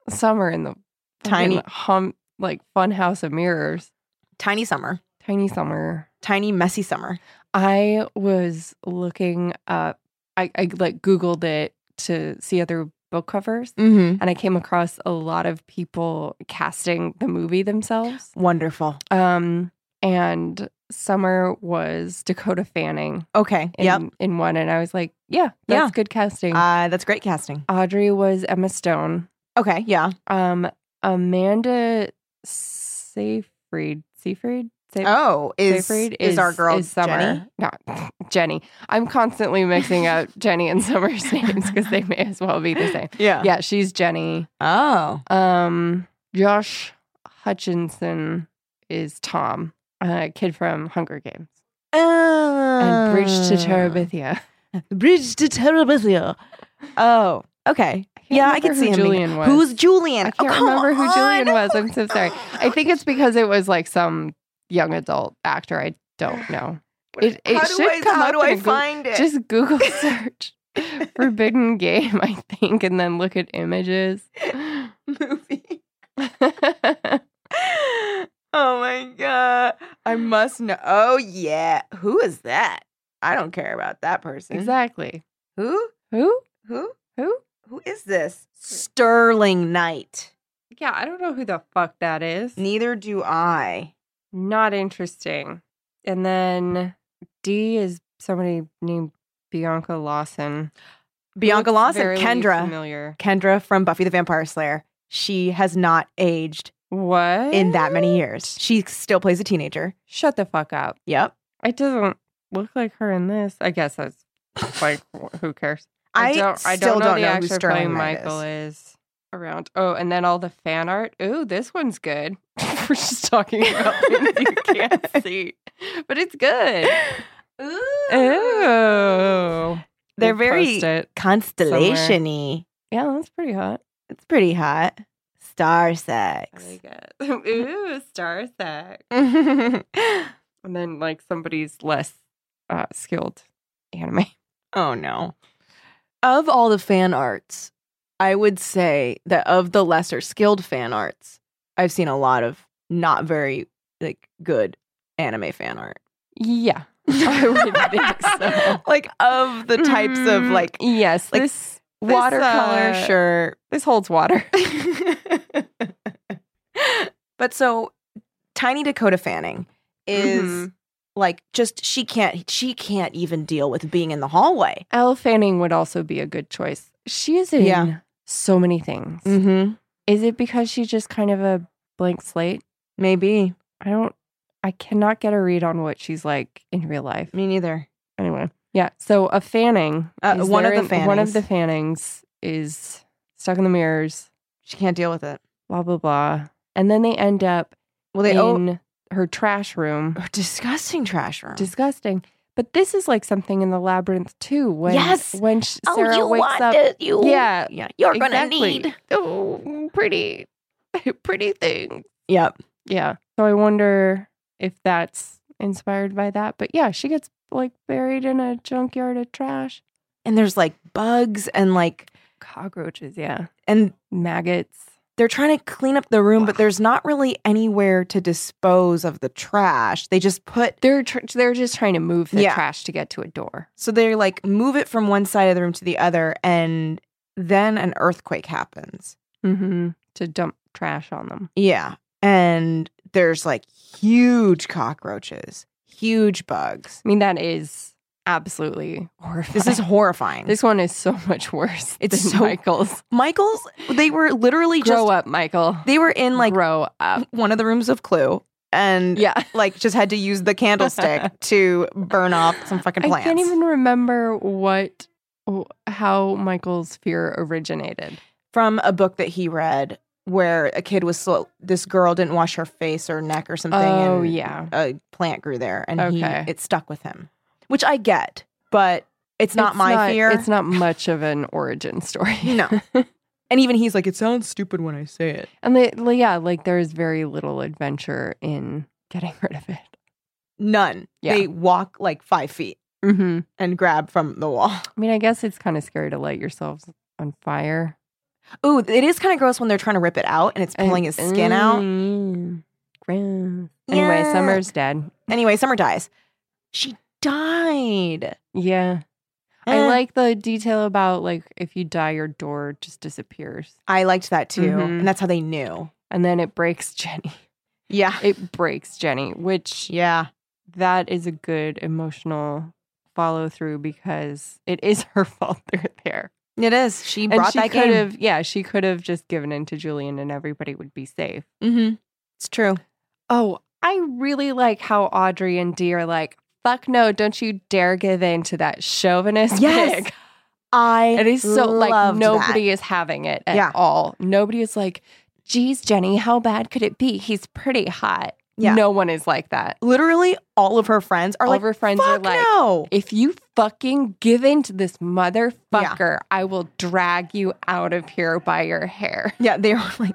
Speaker 2: Summer in the
Speaker 3: Tiny.
Speaker 2: fucking hum, like fun house of mirrors.
Speaker 3: Tiny summer.
Speaker 2: Tiny Summer.
Speaker 3: Tiny messy summer.
Speaker 2: I was looking up, I, I like Googled it to see other book covers,
Speaker 3: Mm-hmm.
Speaker 2: and I came across a lot of people casting the movie
Speaker 3: *gasps*
Speaker 2: themselves.
Speaker 3: Wonderful.
Speaker 2: Um, and Summer was Dakota Fanning.
Speaker 3: Okay.
Speaker 2: in,
Speaker 3: yep.
Speaker 2: in one. And I was like, yeah, that's
Speaker 3: Yeah.
Speaker 2: good casting.
Speaker 3: Uh, that's great casting.
Speaker 2: Audrey was Emma Stone.
Speaker 3: Okay. Yeah.
Speaker 2: Um, Amanda Seyfried. Seyfried? Se-
Speaker 3: Oh, is
Speaker 2: Seyfried
Speaker 3: is, our girl Jenny?
Speaker 2: Summer. No, Jenny. I'm constantly mixing
Speaker 3: *laughs*
Speaker 2: up Jenny and Summer's names because they may as well be the same.
Speaker 3: Yeah.
Speaker 2: Yeah, she's Jenny.
Speaker 3: Oh.
Speaker 2: Um, Josh Hutchinson is Tom, a kid from Hunger Games. And Bridge
Speaker 3: Uh.
Speaker 2: to Terabithia.
Speaker 3: Bridge to Terabithia. Oh, okay.
Speaker 2: can't
Speaker 3: yeah, I
Speaker 2: remember
Speaker 3: can
Speaker 2: who
Speaker 3: see him. being-
Speaker 2: Julian was.
Speaker 3: Who's Julian?
Speaker 2: I can't
Speaker 3: Oh, come
Speaker 2: remember who Julian
Speaker 3: on.
Speaker 2: was. I'm so sorry. I think it's because it was like some young adult actor. I don't know. It, it
Speaker 3: how
Speaker 2: should
Speaker 3: do I,
Speaker 2: come
Speaker 3: how
Speaker 2: up
Speaker 3: do
Speaker 2: in
Speaker 3: I
Speaker 2: a Goo-
Speaker 3: find it? *laughs*
Speaker 2: Just Google search Forbidden Game, I think, and then look at images.
Speaker 3: movie.
Speaker 2: *laughs* I
Speaker 3: Oh my god! I must know. Oh yeah, who is that? I don't care about that person.
Speaker 2: exactly.
Speaker 3: Who?
Speaker 2: Who?
Speaker 3: Who?
Speaker 2: Who?
Speaker 3: Who is this? Sterling Knight.
Speaker 2: Yeah, I don't know who the fuck that is.
Speaker 3: Neither do I.
Speaker 2: Not interesting. And then D is somebody named Bianca Lawson.
Speaker 3: Bianca
Speaker 2: Looks
Speaker 3: Lawson,
Speaker 2: very
Speaker 3: Kendra.
Speaker 2: Familiar.
Speaker 3: Kendra from Buffy the Vampire Slayer. She has not aged
Speaker 2: What?
Speaker 3: in that many years. She still plays a teenager.
Speaker 2: Shut the fuck up.
Speaker 3: Yep.
Speaker 2: It doesn't look like her in this. I guess that's like who cares.
Speaker 3: I,
Speaker 2: don't I don't
Speaker 3: still
Speaker 2: know the
Speaker 3: who
Speaker 2: actor
Speaker 3: Sterling
Speaker 2: playing
Speaker 3: Knight
Speaker 2: Michael
Speaker 3: is.
Speaker 2: is. around. Oh, and then all the fan art. Ooh, this one's good. *laughs* We're just talking about things *laughs* you
Speaker 3: *laughs*
Speaker 2: can't see. But it's good. Ooh.
Speaker 3: They're
Speaker 2: We'll
Speaker 3: very-
Speaker 2: post it.
Speaker 3: Constellation-y.
Speaker 2: Yeah, that's pretty hot.
Speaker 3: It's pretty hot. Star sex.
Speaker 2: I get. *laughs* Ooh, star sex.
Speaker 3: *laughs* oh
Speaker 2: And then like somebody's less uh, skilled anime.
Speaker 3: Oh, no. Of all the fan arts, I would say that of the lesser skilled fan arts, I've seen a lot of not very like good anime fan art.
Speaker 2: Yeah. *laughs* I would think so.
Speaker 3: like of the types of
Speaker 2: Mm,
Speaker 3: like
Speaker 2: yes,
Speaker 3: like,
Speaker 2: this
Speaker 3: watercolor
Speaker 2: uh,
Speaker 3: sure
Speaker 2: this holds water. uh, *laughs*
Speaker 3: but so tiny dakota fanning is
Speaker 2: Mm-hmm.
Speaker 3: like just she can't she can't even deal with being in the hallway
Speaker 2: Elle Fanning would also be a good choice. She is in
Speaker 3: Yeah.
Speaker 2: so many things.
Speaker 3: mm-hmm
Speaker 2: Is it because she's just kind of a blank slate?
Speaker 3: maybe
Speaker 2: I don't. I cannot get a read on what she's like in real life.
Speaker 3: me neither
Speaker 2: Anyway, yeah. So a Fanning,
Speaker 3: Uh,
Speaker 2: is
Speaker 3: one of
Speaker 2: there
Speaker 3: the
Speaker 2: in- one
Speaker 3: Fannings.
Speaker 2: of the Fannings is stuck in the mirrors.
Speaker 3: she can't deal with it
Speaker 2: Blah blah blah, and then they end up
Speaker 3: well they oh
Speaker 2: in her trash room.
Speaker 3: Or disgusting trash room.
Speaker 2: Disgusting. But this is like something in the labyrinth too. When
Speaker 6: Yes!
Speaker 2: when sh- Sarah
Speaker 6: oh, you
Speaker 2: wakes
Speaker 6: want
Speaker 2: up,
Speaker 6: this. You,
Speaker 2: yeah,
Speaker 6: yeah, you're
Speaker 2: exactly.
Speaker 6: gonna need.
Speaker 3: Mm,
Speaker 2: oh
Speaker 3: *laughs*
Speaker 2: pretty, pretty thing.
Speaker 3: yep.
Speaker 2: Yeah. So I wonder if that's inspired by that. But yeah, she gets like buried in a junkyard of trash,
Speaker 3: And there's like bugs and like
Speaker 2: cockroaches. Yeah,
Speaker 3: and
Speaker 2: maggots.
Speaker 3: they're trying to clean up the room, but there's not really anywhere to dispose of the trash. They just put
Speaker 2: They're tr- they're just trying to move the
Speaker 3: Yeah.
Speaker 2: trash to get to a door.
Speaker 3: so they like move it from one side of the room to the other, and then an earthquake happens.
Speaker 2: Mm-hmm. To dump trash on them.
Speaker 3: Yeah. And there's like huge cockroaches, huge bugs.
Speaker 2: I mean, that is absolutely horrifying.
Speaker 3: This is
Speaker 2: *laughs*
Speaker 3: horrifying.
Speaker 2: This one is so much worse.
Speaker 3: It's
Speaker 2: than
Speaker 3: so-
Speaker 2: Michael's.
Speaker 3: Michael's *laughs* they were literally
Speaker 2: Grow
Speaker 3: just
Speaker 2: up, Michael.
Speaker 3: they were in like
Speaker 2: grow
Speaker 3: *laughs*
Speaker 2: up.
Speaker 3: one of the rooms of Clue and
Speaker 2: Yeah.
Speaker 3: like just had to use the
Speaker 2: *laughs*
Speaker 3: candlestick to burn off some fucking
Speaker 2: I
Speaker 3: plants.
Speaker 2: can't even remember what how Michael's fear originated.
Speaker 3: From a book that he read where a kid was slow, this girl didn't wash her face or neck or something.
Speaker 2: Oh,
Speaker 3: and
Speaker 2: yeah.
Speaker 3: a plant grew there and he,
Speaker 2: Okay.
Speaker 3: it stuck with him, which I get, but it's not
Speaker 2: It's
Speaker 3: my fear. *laughs*
Speaker 2: It's not much of an origin story.
Speaker 3: No. *laughs* And even he's like, it sounds stupid when I say it.
Speaker 2: and they, like, yeah, like there is very little adventure in getting *laughs* rid of it.
Speaker 3: None.
Speaker 2: Yeah.
Speaker 3: They walk like five feet
Speaker 2: Mm-hmm.
Speaker 3: and grab from the wall.
Speaker 2: I mean, I guess it's kind of scary to light yourselves on fire.
Speaker 3: Ooh, it is kind of gross when they're trying to rip it out and it's
Speaker 2: And-
Speaker 3: pulling his skin out.
Speaker 2: Mm, gross. Anyway,
Speaker 3: Yeah.
Speaker 2: Summer's dead.
Speaker 3: Anyway, Summer dies. She died.
Speaker 2: Yeah. I
Speaker 3: Eh,
Speaker 2: like the detail about like if you die, your door just disappears.
Speaker 3: I liked that too,
Speaker 2: Mhm.
Speaker 3: and that's how they knew.
Speaker 2: And then it breaks *laughs* Jenny.
Speaker 3: Yeah.
Speaker 2: It breaks Jenny, which
Speaker 3: Yeah.
Speaker 2: that is a good emotional follow through because it is her *laughs* fault they're there.
Speaker 3: It is. She
Speaker 2: And
Speaker 3: brought
Speaker 2: she
Speaker 3: that
Speaker 2: could
Speaker 3: game.
Speaker 2: have, yeah, she could have just given in to Julian and everybody would be safe.
Speaker 3: Mm-hmm. It's true.
Speaker 2: Oh, I really like how Audrey and Dee are like, fuck no, don't you dare give in to that chauvinist
Speaker 3: Yes.
Speaker 2: pig.
Speaker 3: I
Speaker 2: It is so like
Speaker 3: loved
Speaker 2: nobody
Speaker 3: that.
Speaker 2: is having it at
Speaker 3: Yeah.
Speaker 2: all. Nobody is like, geez, Jenny, how bad could it be? He's pretty hot.
Speaker 3: Yeah.
Speaker 2: No one is like that.
Speaker 3: Literally, all of her friends are
Speaker 2: all
Speaker 3: like,
Speaker 2: of her friends are
Speaker 3: "Fuck
Speaker 2: like,
Speaker 3: no.
Speaker 2: if you fucking give in to this motherfucker, I will drag you out of here by your hair.
Speaker 3: Yeah, they are like,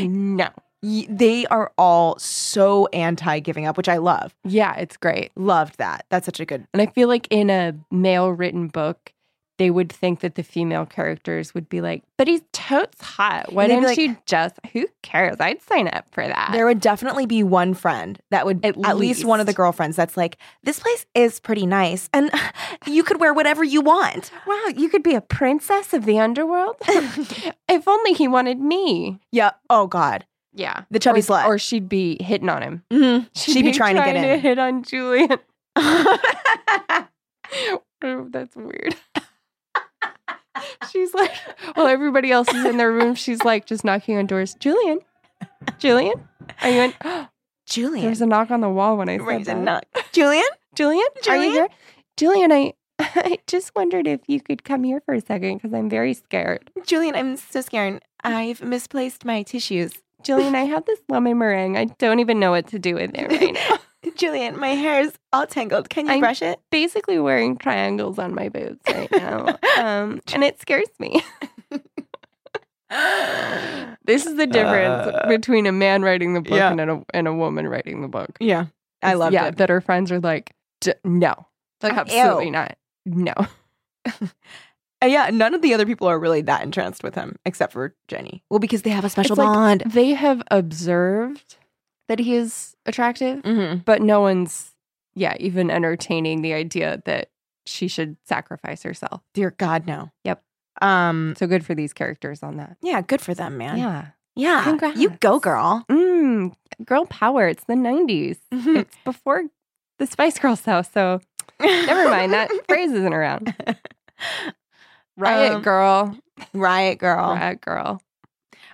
Speaker 2: No.
Speaker 3: y- they are all so anti giving up, which I love.
Speaker 2: Yeah, it's great.
Speaker 3: Loved that. That's such a good.
Speaker 2: And I feel like in a male written book, they would think that the female characters would be like, but he's totes hot. Why
Speaker 3: They'd be
Speaker 2: didn't
Speaker 3: like-
Speaker 2: you just, who cares? I'd sign up for that.
Speaker 3: There would definitely be one friend that would, at,
Speaker 2: At
Speaker 3: least. one of the
Speaker 2: least.
Speaker 3: girlfriends, that's like, this place is pretty nice and *laughs* you could wear whatever you want.
Speaker 2: Wow, you could be a princess of the
Speaker 3: *laughs*
Speaker 2: underworld. *laughs* if only he wanted me.
Speaker 3: Yeah. Oh, God.
Speaker 2: Yeah.
Speaker 3: The chubby
Speaker 2: or,
Speaker 3: slut.
Speaker 2: Or she'd be hitting on him.
Speaker 3: Mhm. She'd, be, trying, to get in.
Speaker 2: hit on Julian. oh, that's weird. She's like, well, everybody else is in their room. She's like, just knocking on doors. Julian, Julian, are you in? *gasps*
Speaker 3: *laughs* Julian.
Speaker 2: There's a knock on the wall when I said
Speaker 3: Raise a
Speaker 2: that.
Speaker 3: knock. Julian?
Speaker 2: Julian, are
Speaker 3: Julian?
Speaker 2: you here? Julian, I, *laughs* I just wondered if you could come here for a second because I'm very scared.
Speaker 3: Julian, I'm so scared. I've misplaced my tissues.
Speaker 2: Jillian, I have this lemon meringue. I don't even know what to do with it right now.
Speaker 3: *laughs* Julian, my hair is all tangled. Can you
Speaker 2: I'm-
Speaker 3: brush it?
Speaker 2: Basically, wearing triangles on my boots right now, *laughs* um, and it scares *laughs* me. this is the difference between a man writing the book
Speaker 3: Yeah.
Speaker 2: and, a, and a woman writing the book.
Speaker 3: Yeah. I
Speaker 2: Is,
Speaker 3: loved
Speaker 2: yeah,
Speaker 3: it.
Speaker 2: That her friends are like, D- no, absolutely
Speaker 3: Ew.
Speaker 2: not. No.
Speaker 3: Uh, yeah, none of the other people are really that entranced with him except for Jenny. Well, because they have a special
Speaker 2: It's like-
Speaker 3: bond.
Speaker 2: *laughs* They have observed that he is attractive,
Speaker 3: mm-hmm.
Speaker 2: but no one's, yeah, even entertaining the idea that she should sacrifice herself.
Speaker 3: Dear God, no.
Speaker 2: Yep.
Speaker 3: Um.
Speaker 2: So good for these characters on that.
Speaker 3: Yeah, good for them, man.
Speaker 2: Mm. Yeah.
Speaker 3: Yeah.
Speaker 2: Congrats.
Speaker 3: You go, girl.
Speaker 2: Mm, girl power. It's the 90s.
Speaker 3: Mm-hmm. *laughs*
Speaker 2: It's before the Spice Girls, though. So never mind.
Speaker 3: *laughs*
Speaker 2: That phrase isn't around. Riot
Speaker 3: Um,
Speaker 2: Girl.
Speaker 3: Riot girl. *laughs*
Speaker 2: Riot Girl.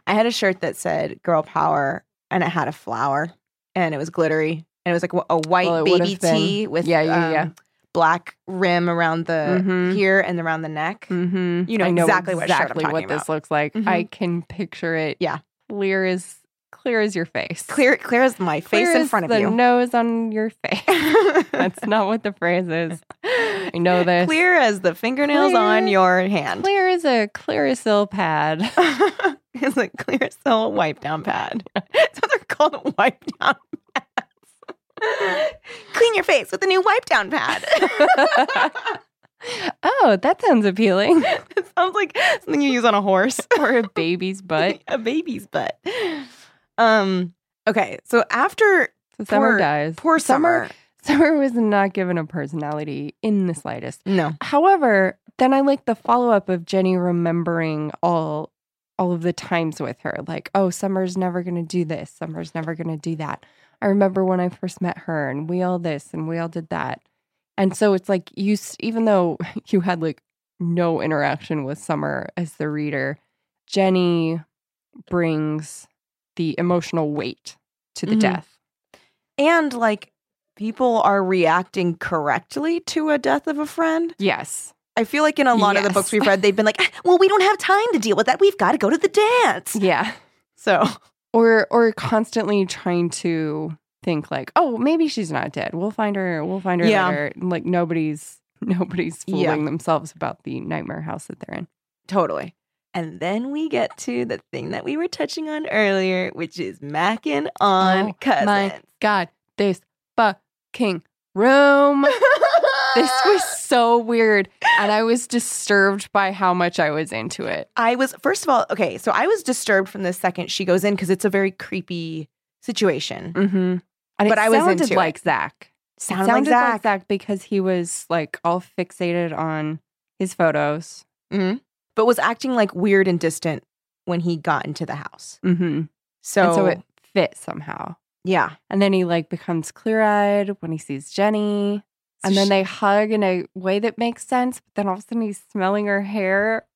Speaker 3: I had a shirt that said "Girl Power" and it had a flower and it was glittery and it was like wh- a white
Speaker 2: Well, it would
Speaker 3: baby
Speaker 2: have been-
Speaker 3: tee with um,
Speaker 2: Yeah, yeah, yeah.
Speaker 3: black rim around the
Speaker 2: Mhm.
Speaker 3: here and around the neck.
Speaker 2: Mm-hmm.
Speaker 3: You know exactly what shirt I'm Mm-hmm.
Speaker 2: exactly what
Speaker 3: talking
Speaker 2: this
Speaker 3: about.
Speaker 2: looks like.
Speaker 3: Mhm.
Speaker 2: I can picture it.
Speaker 3: Yeah.
Speaker 2: Clear as clear as your face.
Speaker 3: Clear, clear as my face
Speaker 2: Clear
Speaker 3: in
Speaker 2: as
Speaker 3: front of
Speaker 2: the
Speaker 3: you.
Speaker 2: nose on your
Speaker 3: *laughs*
Speaker 2: face. *laughs* That's not what the phrase is. I know this.
Speaker 3: Clear as the fingernails
Speaker 2: uh, Clear-
Speaker 3: on your hand.
Speaker 2: Clear as a Clarisil
Speaker 3: *laughs*
Speaker 2: pad. *laughs*
Speaker 3: it's a clear cell wipe down pad. That's what they're called wipe down *laughs* pads. Clean your face with a new wipe down pad. *laughs*
Speaker 2: oh, that sounds appealing.
Speaker 3: it sounds like something you use on a horse. *laughs*
Speaker 2: or a baby's butt.
Speaker 3: a baby's butt. Um. Okay, so after
Speaker 2: So summer
Speaker 3: Poor-
Speaker 2: dies.
Speaker 3: poor summer,
Speaker 2: *laughs* Summer was not given a personality in the slightest.
Speaker 3: no,
Speaker 2: However, then I like the follow up of Jenny remembering all all of the times with her. Like, oh, Summer's never gonna do this. Summer's never gonna do that. I remember when I first met her, and we all this, and we all did that. And so it's like you, s- even though *laughs* you had like no interaction with Summer as the reader, Jenny brings the emotional weight to the
Speaker 3: Mhm.
Speaker 2: death.
Speaker 3: and like people are reacting correctly to a death of a friend.
Speaker 2: Yes.
Speaker 3: I feel like in a lot of the
Speaker 2: Yes.
Speaker 3: books we've read, they've been like, "Ah, well, we don't have time to deal with that. We've got to go to the dance.
Speaker 2: Yeah.
Speaker 3: So,
Speaker 2: or or constantly trying to think like oh maybe she's not dead we'll find her we'll find her
Speaker 3: Yeah.
Speaker 2: later And, like nobody's *laughs* nobody's fooling
Speaker 3: Yeah.
Speaker 2: themselves about the nightmare house that they're in
Speaker 3: totally. And then we get to the thing that we were touching on earlier, which is macking on
Speaker 2: Oh,
Speaker 3: cousins.
Speaker 2: my god this fucking room *laughs* this
Speaker 3: *laughs*
Speaker 2: was so weird and i was disturbed by how much i was into it
Speaker 3: I was, first of all, okay, so I was disturbed from the second she goes in because it's a very creepy situation.
Speaker 2: mm-hmm and
Speaker 3: But
Speaker 2: it
Speaker 3: I was
Speaker 2: sounded
Speaker 3: into it.
Speaker 2: like zach It
Speaker 3: Sounded, like Zach.
Speaker 2: because he was like all fixated on his photos
Speaker 3: but was acting like weird and distant when he got into the house.
Speaker 2: mm-hmm
Speaker 3: So,
Speaker 2: and so it fit somehow.
Speaker 3: yeah.
Speaker 2: And then he like becomes clear eyed when he sees Jenny. And then they hug in a way that makes sense, but then all of a sudden he's smelling her hair,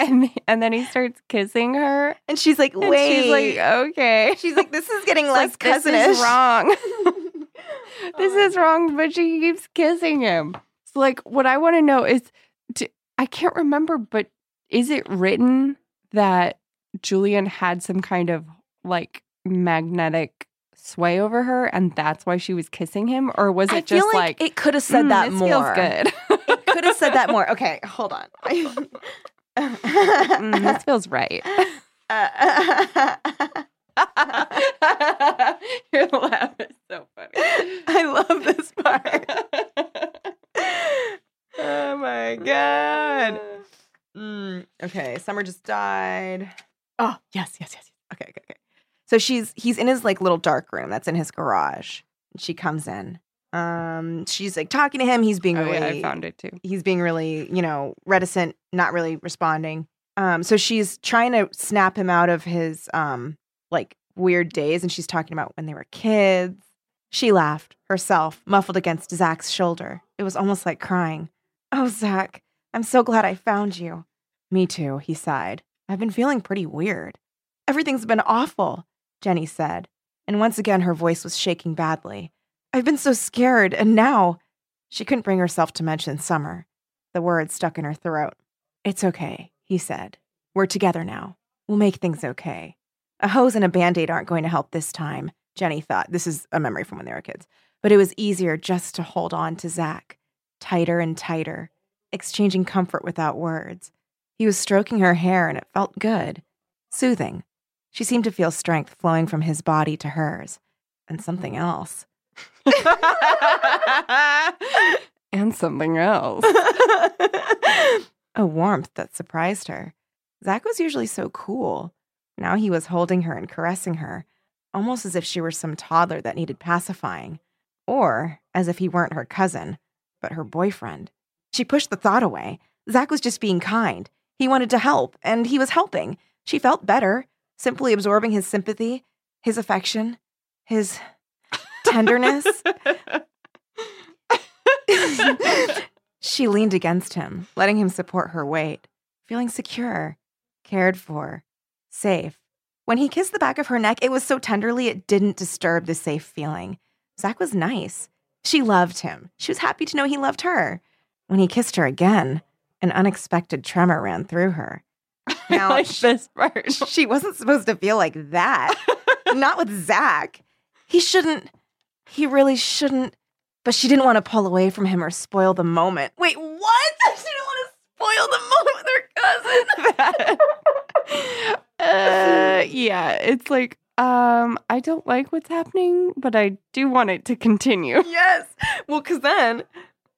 Speaker 2: and and then he starts kissing her.
Speaker 3: And she's like,
Speaker 2: And
Speaker 3: wait.
Speaker 2: she's like, okay,
Speaker 3: She's like, this is getting
Speaker 2: It's
Speaker 3: less
Speaker 2: like,
Speaker 3: cousinish.
Speaker 2: This is wrong. *laughs* this
Speaker 3: Oh my
Speaker 2: is wrong. But she keeps kissing him. So like, what I want to know is, do, I can't remember, but is it written that Julian had some kind of like magnetic sway over her, and that's why she was kissing him, or was it
Speaker 3: I
Speaker 2: just
Speaker 3: feel like, it could have said
Speaker 2: "Mm,
Speaker 3: that
Speaker 2: this
Speaker 3: more. *laughs*
Speaker 2: Feels good.
Speaker 3: It *laughs* could have said that more. Okay, hold on.
Speaker 2: *laughs*
Speaker 3: *laughs*
Speaker 2: Mm, this feels right.
Speaker 3: *laughs* Uh, *laughs*
Speaker 2: *laughs* Your laugh is so funny. *laughs*
Speaker 3: I love this *laughs* part. oh my god. Mm, okay, Summer just died. Oh yes, yes, yes. yes. Okay, okay, okay. So she's he's in his like little dark room that's in his garage. And she comes in. Um, she's like talking to him. He's being
Speaker 2: Oh
Speaker 3: really
Speaker 2: yeah, I found it too.
Speaker 3: he's being really, you know, reticent, not really responding. Um, so she's trying to snap him out of his um like weird days, and she's talking about when they were kids. She laughed herself, muffled against Zach's shoulder. It was almost like crying. Oh, Zach, I'm so glad I found you. Me too, he sighed. I've been feeling pretty weird. Everything's been awful, Jenny said, and once again her voice was shaking badly. I've been so scared, and now she couldn't bring herself to mention summer. The word stuck in her throat. It's okay, he said. We're together now. We'll make things okay. A hose and a band aid aren't going to help this time, Jenny thought. This is a memory from when they were kids. But it was easier just to hold on to Zach, tighter and tighter, exchanging comfort without words. He was stroking her hair and it felt good, soothing. She seemed to feel strength flowing from his body to hers, and something else. *laughs*
Speaker 2: And something
Speaker 3: *laughs*
Speaker 2: else.
Speaker 3: a warmth that surprised her. Zach was usually so cool. Now he was holding her and caressing her, almost as if she were some toddler that needed pacifying, or as if he weren't her cousin, but her boyfriend. She pushed the thought away. Zach was just being kind. He wanted to help, and he was helping. She felt better, simply absorbing his sympathy, his affection, his tenderness. *laughs* she leaned against him, letting him support her weight, feeling secure, cared for, safe. When he kissed the back of her neck, it was so tenderly it didn't disturb the safe feeling. Zach was nice. She loved him. She was happy to know he loved her. When he kissed her again, an unexpected tremor ran through her.
Speaker 2: *laughs* I
Speaker 3: Now,
Speaker 2: like
Speaker 3: she-
Speaker 2: this part.
Speaker 3: she wasn't supposed to feel like that. not with Zach. He shouldn't. He really shouldn't. But she didn't want to pull away from him or spoil the moment. Wait, what? *laughs* She didn't want to
Speaker 2: *laughs*
Speaker 3: spoil the moment with her cousin.
Speaker 2: *laughs* uh, yeah, it's like um, I don't like what's happening, but I do want it to continue.
Speaker 3: yes. Well, because then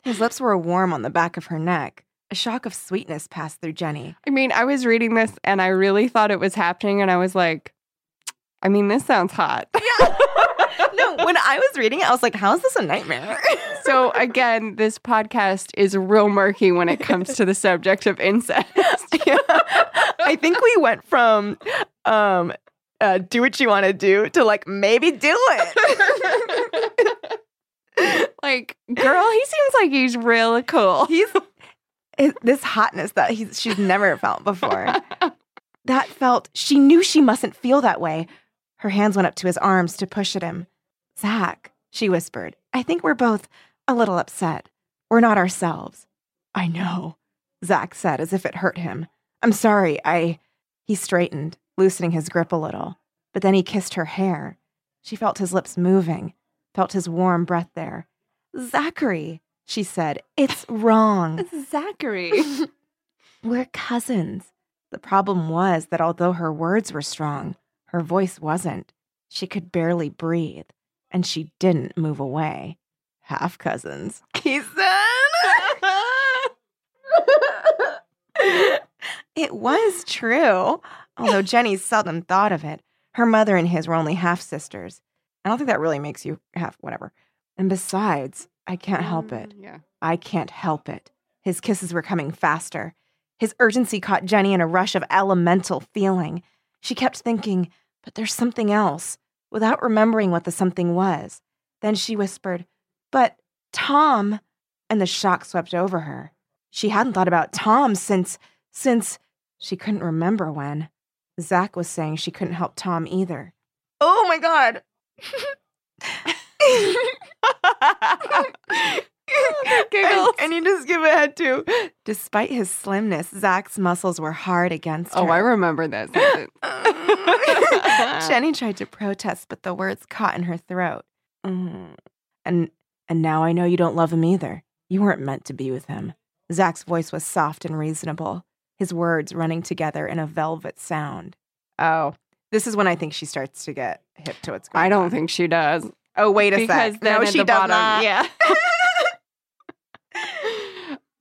Speaker 3: his lips were warm on the back of her neck. A shock of sweetness passed through Jenny.
Speaker 2: I mean, I was reading this and I really thought it was happening, and I was like, I mean, this sounds hot.
Speaker 3: Yeah. no, when I was reading it, I was like, how is this a nightmare? *laughs*
Speaker 2: *laughs* so again, this podcast is real murky when it comes to the subject of incest. *laughs*
Speaker 3: Yeah. I think we went from um uh, do what you want to do to like maybe do it.
Speaker 2: like, girl, he seems like he's real cool.
Speaker 3: *laughs* he's it- this hotness that he's she's never felt before. That felt she knew she mustn't feel that way. Her hands went up to his arms to push at him. Zach, she whispered, I think we're both a little upset. We're not ourselves. I know, Zach said as if it hurt him. I'm sorry, I. He straightened, loosening his grip a little, but then he kissed her hair. She felt his lips moving, felt his warm breath there. Zachary, she said, it's wrong.
Speaker 2: Zachary.
Speaker 3: *laughs* We're cousins. The problem was that although her words were strong, her voice wasn't. She could barely breathe, and she didn't move away. Half cousins. *laughs* He said. it was true, although Jenny seldom thought of it. Her mother and his were only half sisters. I don't think that really makes you half, whatever. And besides, I can't help it.
Speaker 2: Mm, Yeah.
Speaker 3: I can't help it. His kisses were coming faster. His urgency caught Jenny in a rush of elemental feeling. She kept thinking, but there's something else, without remembering what the something was. Then she whispered, But Tom. And the shock swept over her. She hadn't thought about Tom since, since she couldn't remember when. Zach was saying she couldn't help Tom either. Oh my God. *laughs*
Speaker 2: giggles.
Speaker 3: *laughs* And, and you just give a head too. Despite his slimness, Zach's muscles were hard against
Speaker 2: Oh,
Speaker 3: her.
Speaker 2: I remember that. sentence.
Speaker 3: *laughs* Jenny tried to protest, but the words caught in her throat.
Speaker 2: Mm-hmm.
Speaker 3: Mm. And and now I know you don't love him either. You weren't meant to be with him. Zach's voice was soft and reasonable, his words running together in a velvet sound. Oh, this is when I think she starts to get hip to what's going
Speaker 2: *laughs*
Speaker 3: on.
Speaker 2: I don't think she does.
Speaker 3: Oh, wait a
Speaker 2: because
Speaker 3: sec.
Speaker 2: then
Speaker 3: No,
Speaker 2: at
Speaker 3: she
Speaker 2: the
Speaker 3: does
Speaker 2: bottom,
Speaker 3: not. *laughs*
Speaker 2: Yeah.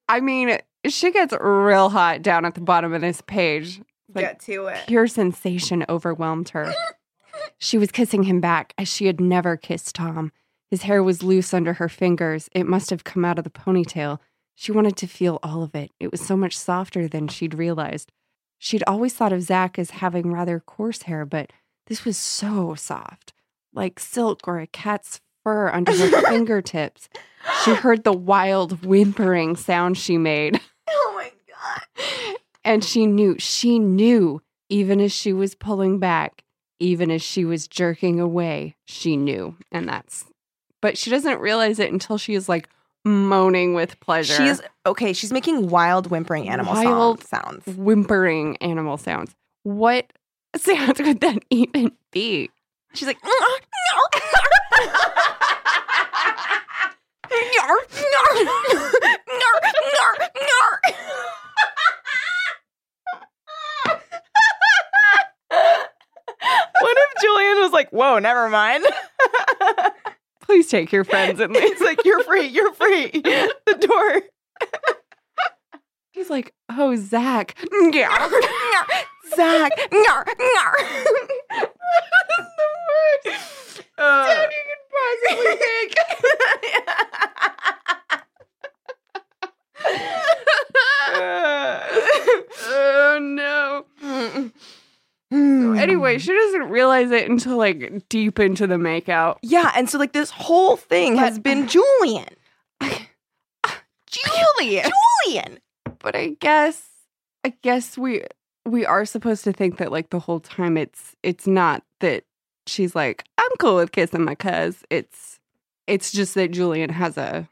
Speaker 2: I mean, she gets real hot down at the bottom of this page. Like,
Speaker 3: Get to it.
Speaker 2: Pure sensation overwhelmed her. she was kissing him back as she had never kissed Tom. His hair was loose under her fingers. It must have come out of the ponytail. She wanted to feel all of it. It was so much softer than she'd realized. She'd always thought of Zach as having rather coarse hair, but this was so soft, like silk or a cat's fur under *laughs* her fingertips. She heard the wild whimpering sound she made.
Speaker 3: Oh my god.
Speaker 2: And she knew, she knew, even as she was pulling back, even as she was jerking away, she knew. And that's, but she doesn't realize it until she is like moaning with pleasure.
Speaker 3: She is okay. She's making wild whimpering animal
Speaker 2: Wild-
Speaker 3: sound, sounds.
Speaker 2: whimpering animal sounds. What *laughs* sounds could that even be?
Speaker 3: She's like, What if Julian was like, whoa, never mind?
Speaker 2: Please take your friends and leave.
Speaker 3: He's like, you're free, you're free. The door.
Speaker 2: He's like, oh,
Speaker 3: *laughs*
Speaker 2: Zach. Yeah.
Speaker 3: Zach. Nyar, nyar.
Speaker 2: *laughs*
Speaker 3: That's the worst sound you could possibly *laughs* make.
Speaker 2: oh, no. Anyway, she doesn't realize it until like deep into the makeout.
Speaker 3: Yeah, and so like this whole thing has
Speaker 2: *laughs*
Speaker 3: been Julian. Julian. Julian.
Speaker 2: but I guess I guess we we are supposed to think that like the whole time it's it's not that she's like I'm cool with kissing my cuz it's it's just that Julian has a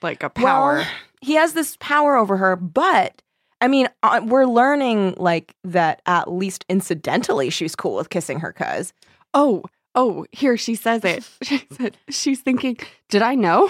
Speaker 2: like a power.
Speaker 3: Well, he has this power over her, but I mean, uh, we're learning like that at least incidentally she's cool with kissing her cuz.
Speaker 2: oh, oh, here she says *laughs* it. She said she's thinking, did I *laughs* know?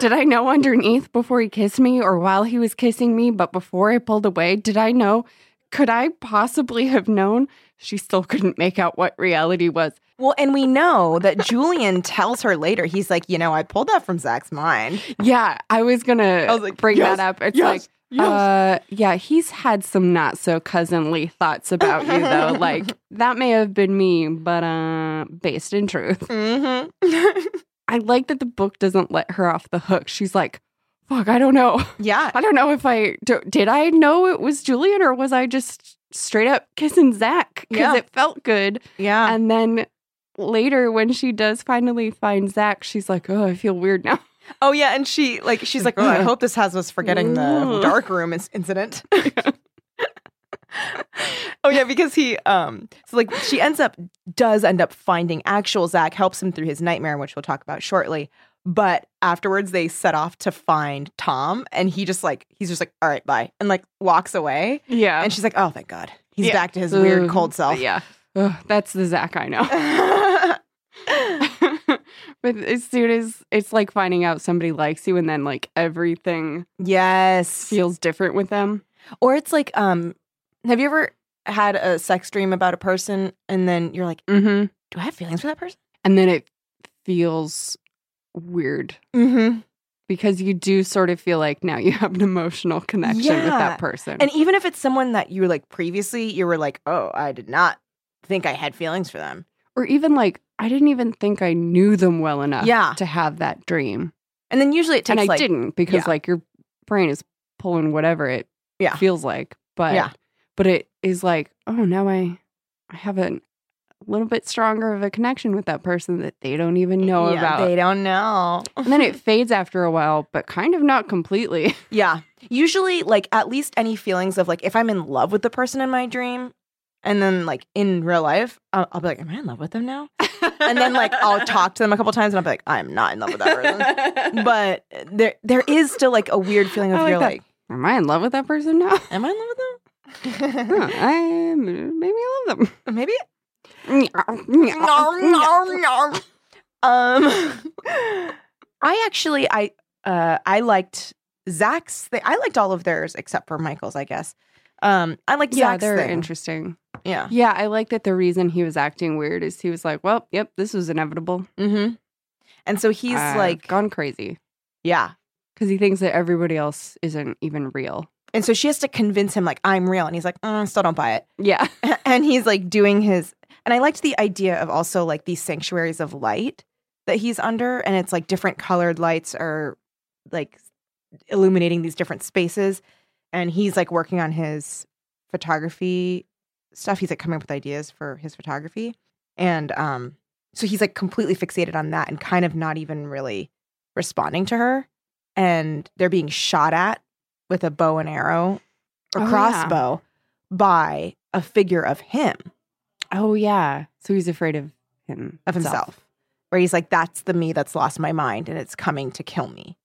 Speaker 2: did I know underneath before he kissed me or while he was kissing me, but before I pulled away, did I know? Could I possibly have known? She still couldn't make out what reality was.
Speaker 3: Well, and we know that Julian tells her later, he's like, you know, I pulled that from Zach's mind.
Speaker 2: Yeah, I was gonna
Speaker 3: I was like,
Speaker 2: bring
Speaker 3: yes,
Speaker 2: that up. It's
Speaker 3: yes,
Speaker 2: like Uh, yeah, he's had some not so cousinly thoughts about you though.
Speaker 3: *laughs*
Speaker 2: like that may have been me, but uh, based in truth.
Speaker 3: Mm-hmm.
Speaker 2: I like that the book doesn't let her off the hook. She's like, "Fuck, I don't know.
Speaker 3: yeah.
Speaker 2: I don't know if I do, did. I know it was Julian, or was I just straight up kissing Zach because
Speaker 3: Yeah.
Speaker 2: it felt good."
Speaker 3: Yeah.
Speaker 2: And then later, when she does finally find Zach, she's like, "Oh, I feel weird now."
Speaker 3: oh, yeah. And she, like, she's like, oh, I hope this has us forgetting the
Speaker 2: *laughs* Ooh.
Speaker 3: dark room is- incident. *laughs* oh, yeah. Because he, um, so like, she ends up, does end up finding actual Zach, helps him through his nightmare, which we'll talk about shortly. But afterwards, they set off to find Tom, and he just, like, he's just like, all right, bye, and like walks away.
Speaker 2: Yeah.
Speaker 3: And she's like, oh, thank God. He's
Speaker 2: Yeah.
Speaker 3: back to his weird
Speaker 2: Ugh,
Speaker 3: cold self.
Speaker 2: Yeah. Ugh, that's the Zach I know. *laughs* but as soon as it's like finding out somebody likes you and then like everything
Speaker 3: *laughs* yes.
Speaker 2: feels different with them.
Speaker 3: Or it's like, um, have you ever had a sex dream about a person and then you're like,
Speaker 2: Mm-hmm.
Speaker 3: do I have feelings for that person?
Speaker 2: And then it feels weird
Speaker 3: Mm-hmm.
Speaker 2: because you do sort of feel like now you have an emotional connection with
Speaker 3: Yeah.
Speaker 2: that person.
Speaker 3: And even if it's someone that you like previously, you were like, oh, I did not think I had feelings for them.
Speaker 2: or even like, I didn't even think I knew them well enough
Speaker 3: Yeah.
Speaker 2: to have that dream.
Speaker 3: And then usually it takes
Speaker 2: and I
Speaker 3: like,
Speaker 2: didn't because
Speaker 3: yeah.
Speaker 2: like your brain is pulling whatever it
Speaker 3: Yeah.
Speaker 2: feels like. But
Speaker 3: Yeah.
Speaker 2: but it is like, oh now I I have an- a little bit stronger of a connection with that person that they don't even know
Speaker 3: Yeah,
Speaker 2: about.
Speaker 3: They
Speaker 2: *laughs*
Speaker 3: don't know.
Speaker 2: and then
Speaker 3: *laughs*
Speaker 2: it fades after a while, but kind of not completely.
Speaker 3: Yeah. Usually, like, at least any feelings of like, if I'm in love with the person in my dream, and then like in real life, I'll, I'll be like, am I in love with them now? *laughs* And then like I'll talk to them a couple times, and I'll be like, I'm not in love with
Speaker 2: *laughs*
Speaker 3: that person. but there, there is still like a weird feeling of
Speaker 2: I like
Speaker 3: you're
Speaker 2: that.
Speaker 3: like,
Speaker 2: Am I in love with that person
Speaker 3: *laughs*
Speaker 2: now?
Speaker 3: am I in love with them?
Speaker 2: Huh, I *laughs* maybe I love them.
Speaker 3: Maybe.
Speaker 2: *laughs*
Speaker 3: nom, nom. Um, *laughs* I actually, I, uh, I liked Zach's. Thing. I liked all of theirs except for Michael's, I guess. Um, I liked
Speaker 2: Yeah,
Speaker 3: Zach's
Speaker 2: they're
Speaker 3: thing.
Speaker 2: interesting.
Speaker 3: Yeah.
Speaker 2: Yeah, I like that the reason he was acting weird is he was like, Well, yep, this was inevitable.
Speaker 3: Mm-hmm. And so he's
Speaker 2: I've
Speaker 3: like,
Speaker 2: gone crazy.
Speaker 3: yeah.
Speaker 2: because he thinks that everybody else isn't even real.
Speaker 3: And so she has to convince him, like, I'm real. And he's like, mm, still don't buy it. *laughs*
Speaker 2: Yeah. *laughs*
Speaker 3: And he's like doing his. And I liked the idea of also like these sanctuaries of light that he's under. And it's like different colored lights are like illuminating these different spaces. And he's like working on his photography stuff. He's like coming up with ideas for his photography. And um, so he's like completely fixated on that and kind of not even really responding to her. And they're being shot at with a bow and arrow
Speaker 2: Oh,
Speaker 3: or
Speaker 2: yeah.
Speaker 3: crossbow by a figure of him,
Speaker 2: Oh yeah. So he's afraid of him
Speaker 3: of himself, where he's like, that's the me that's lost my mind and it's coming to kill me.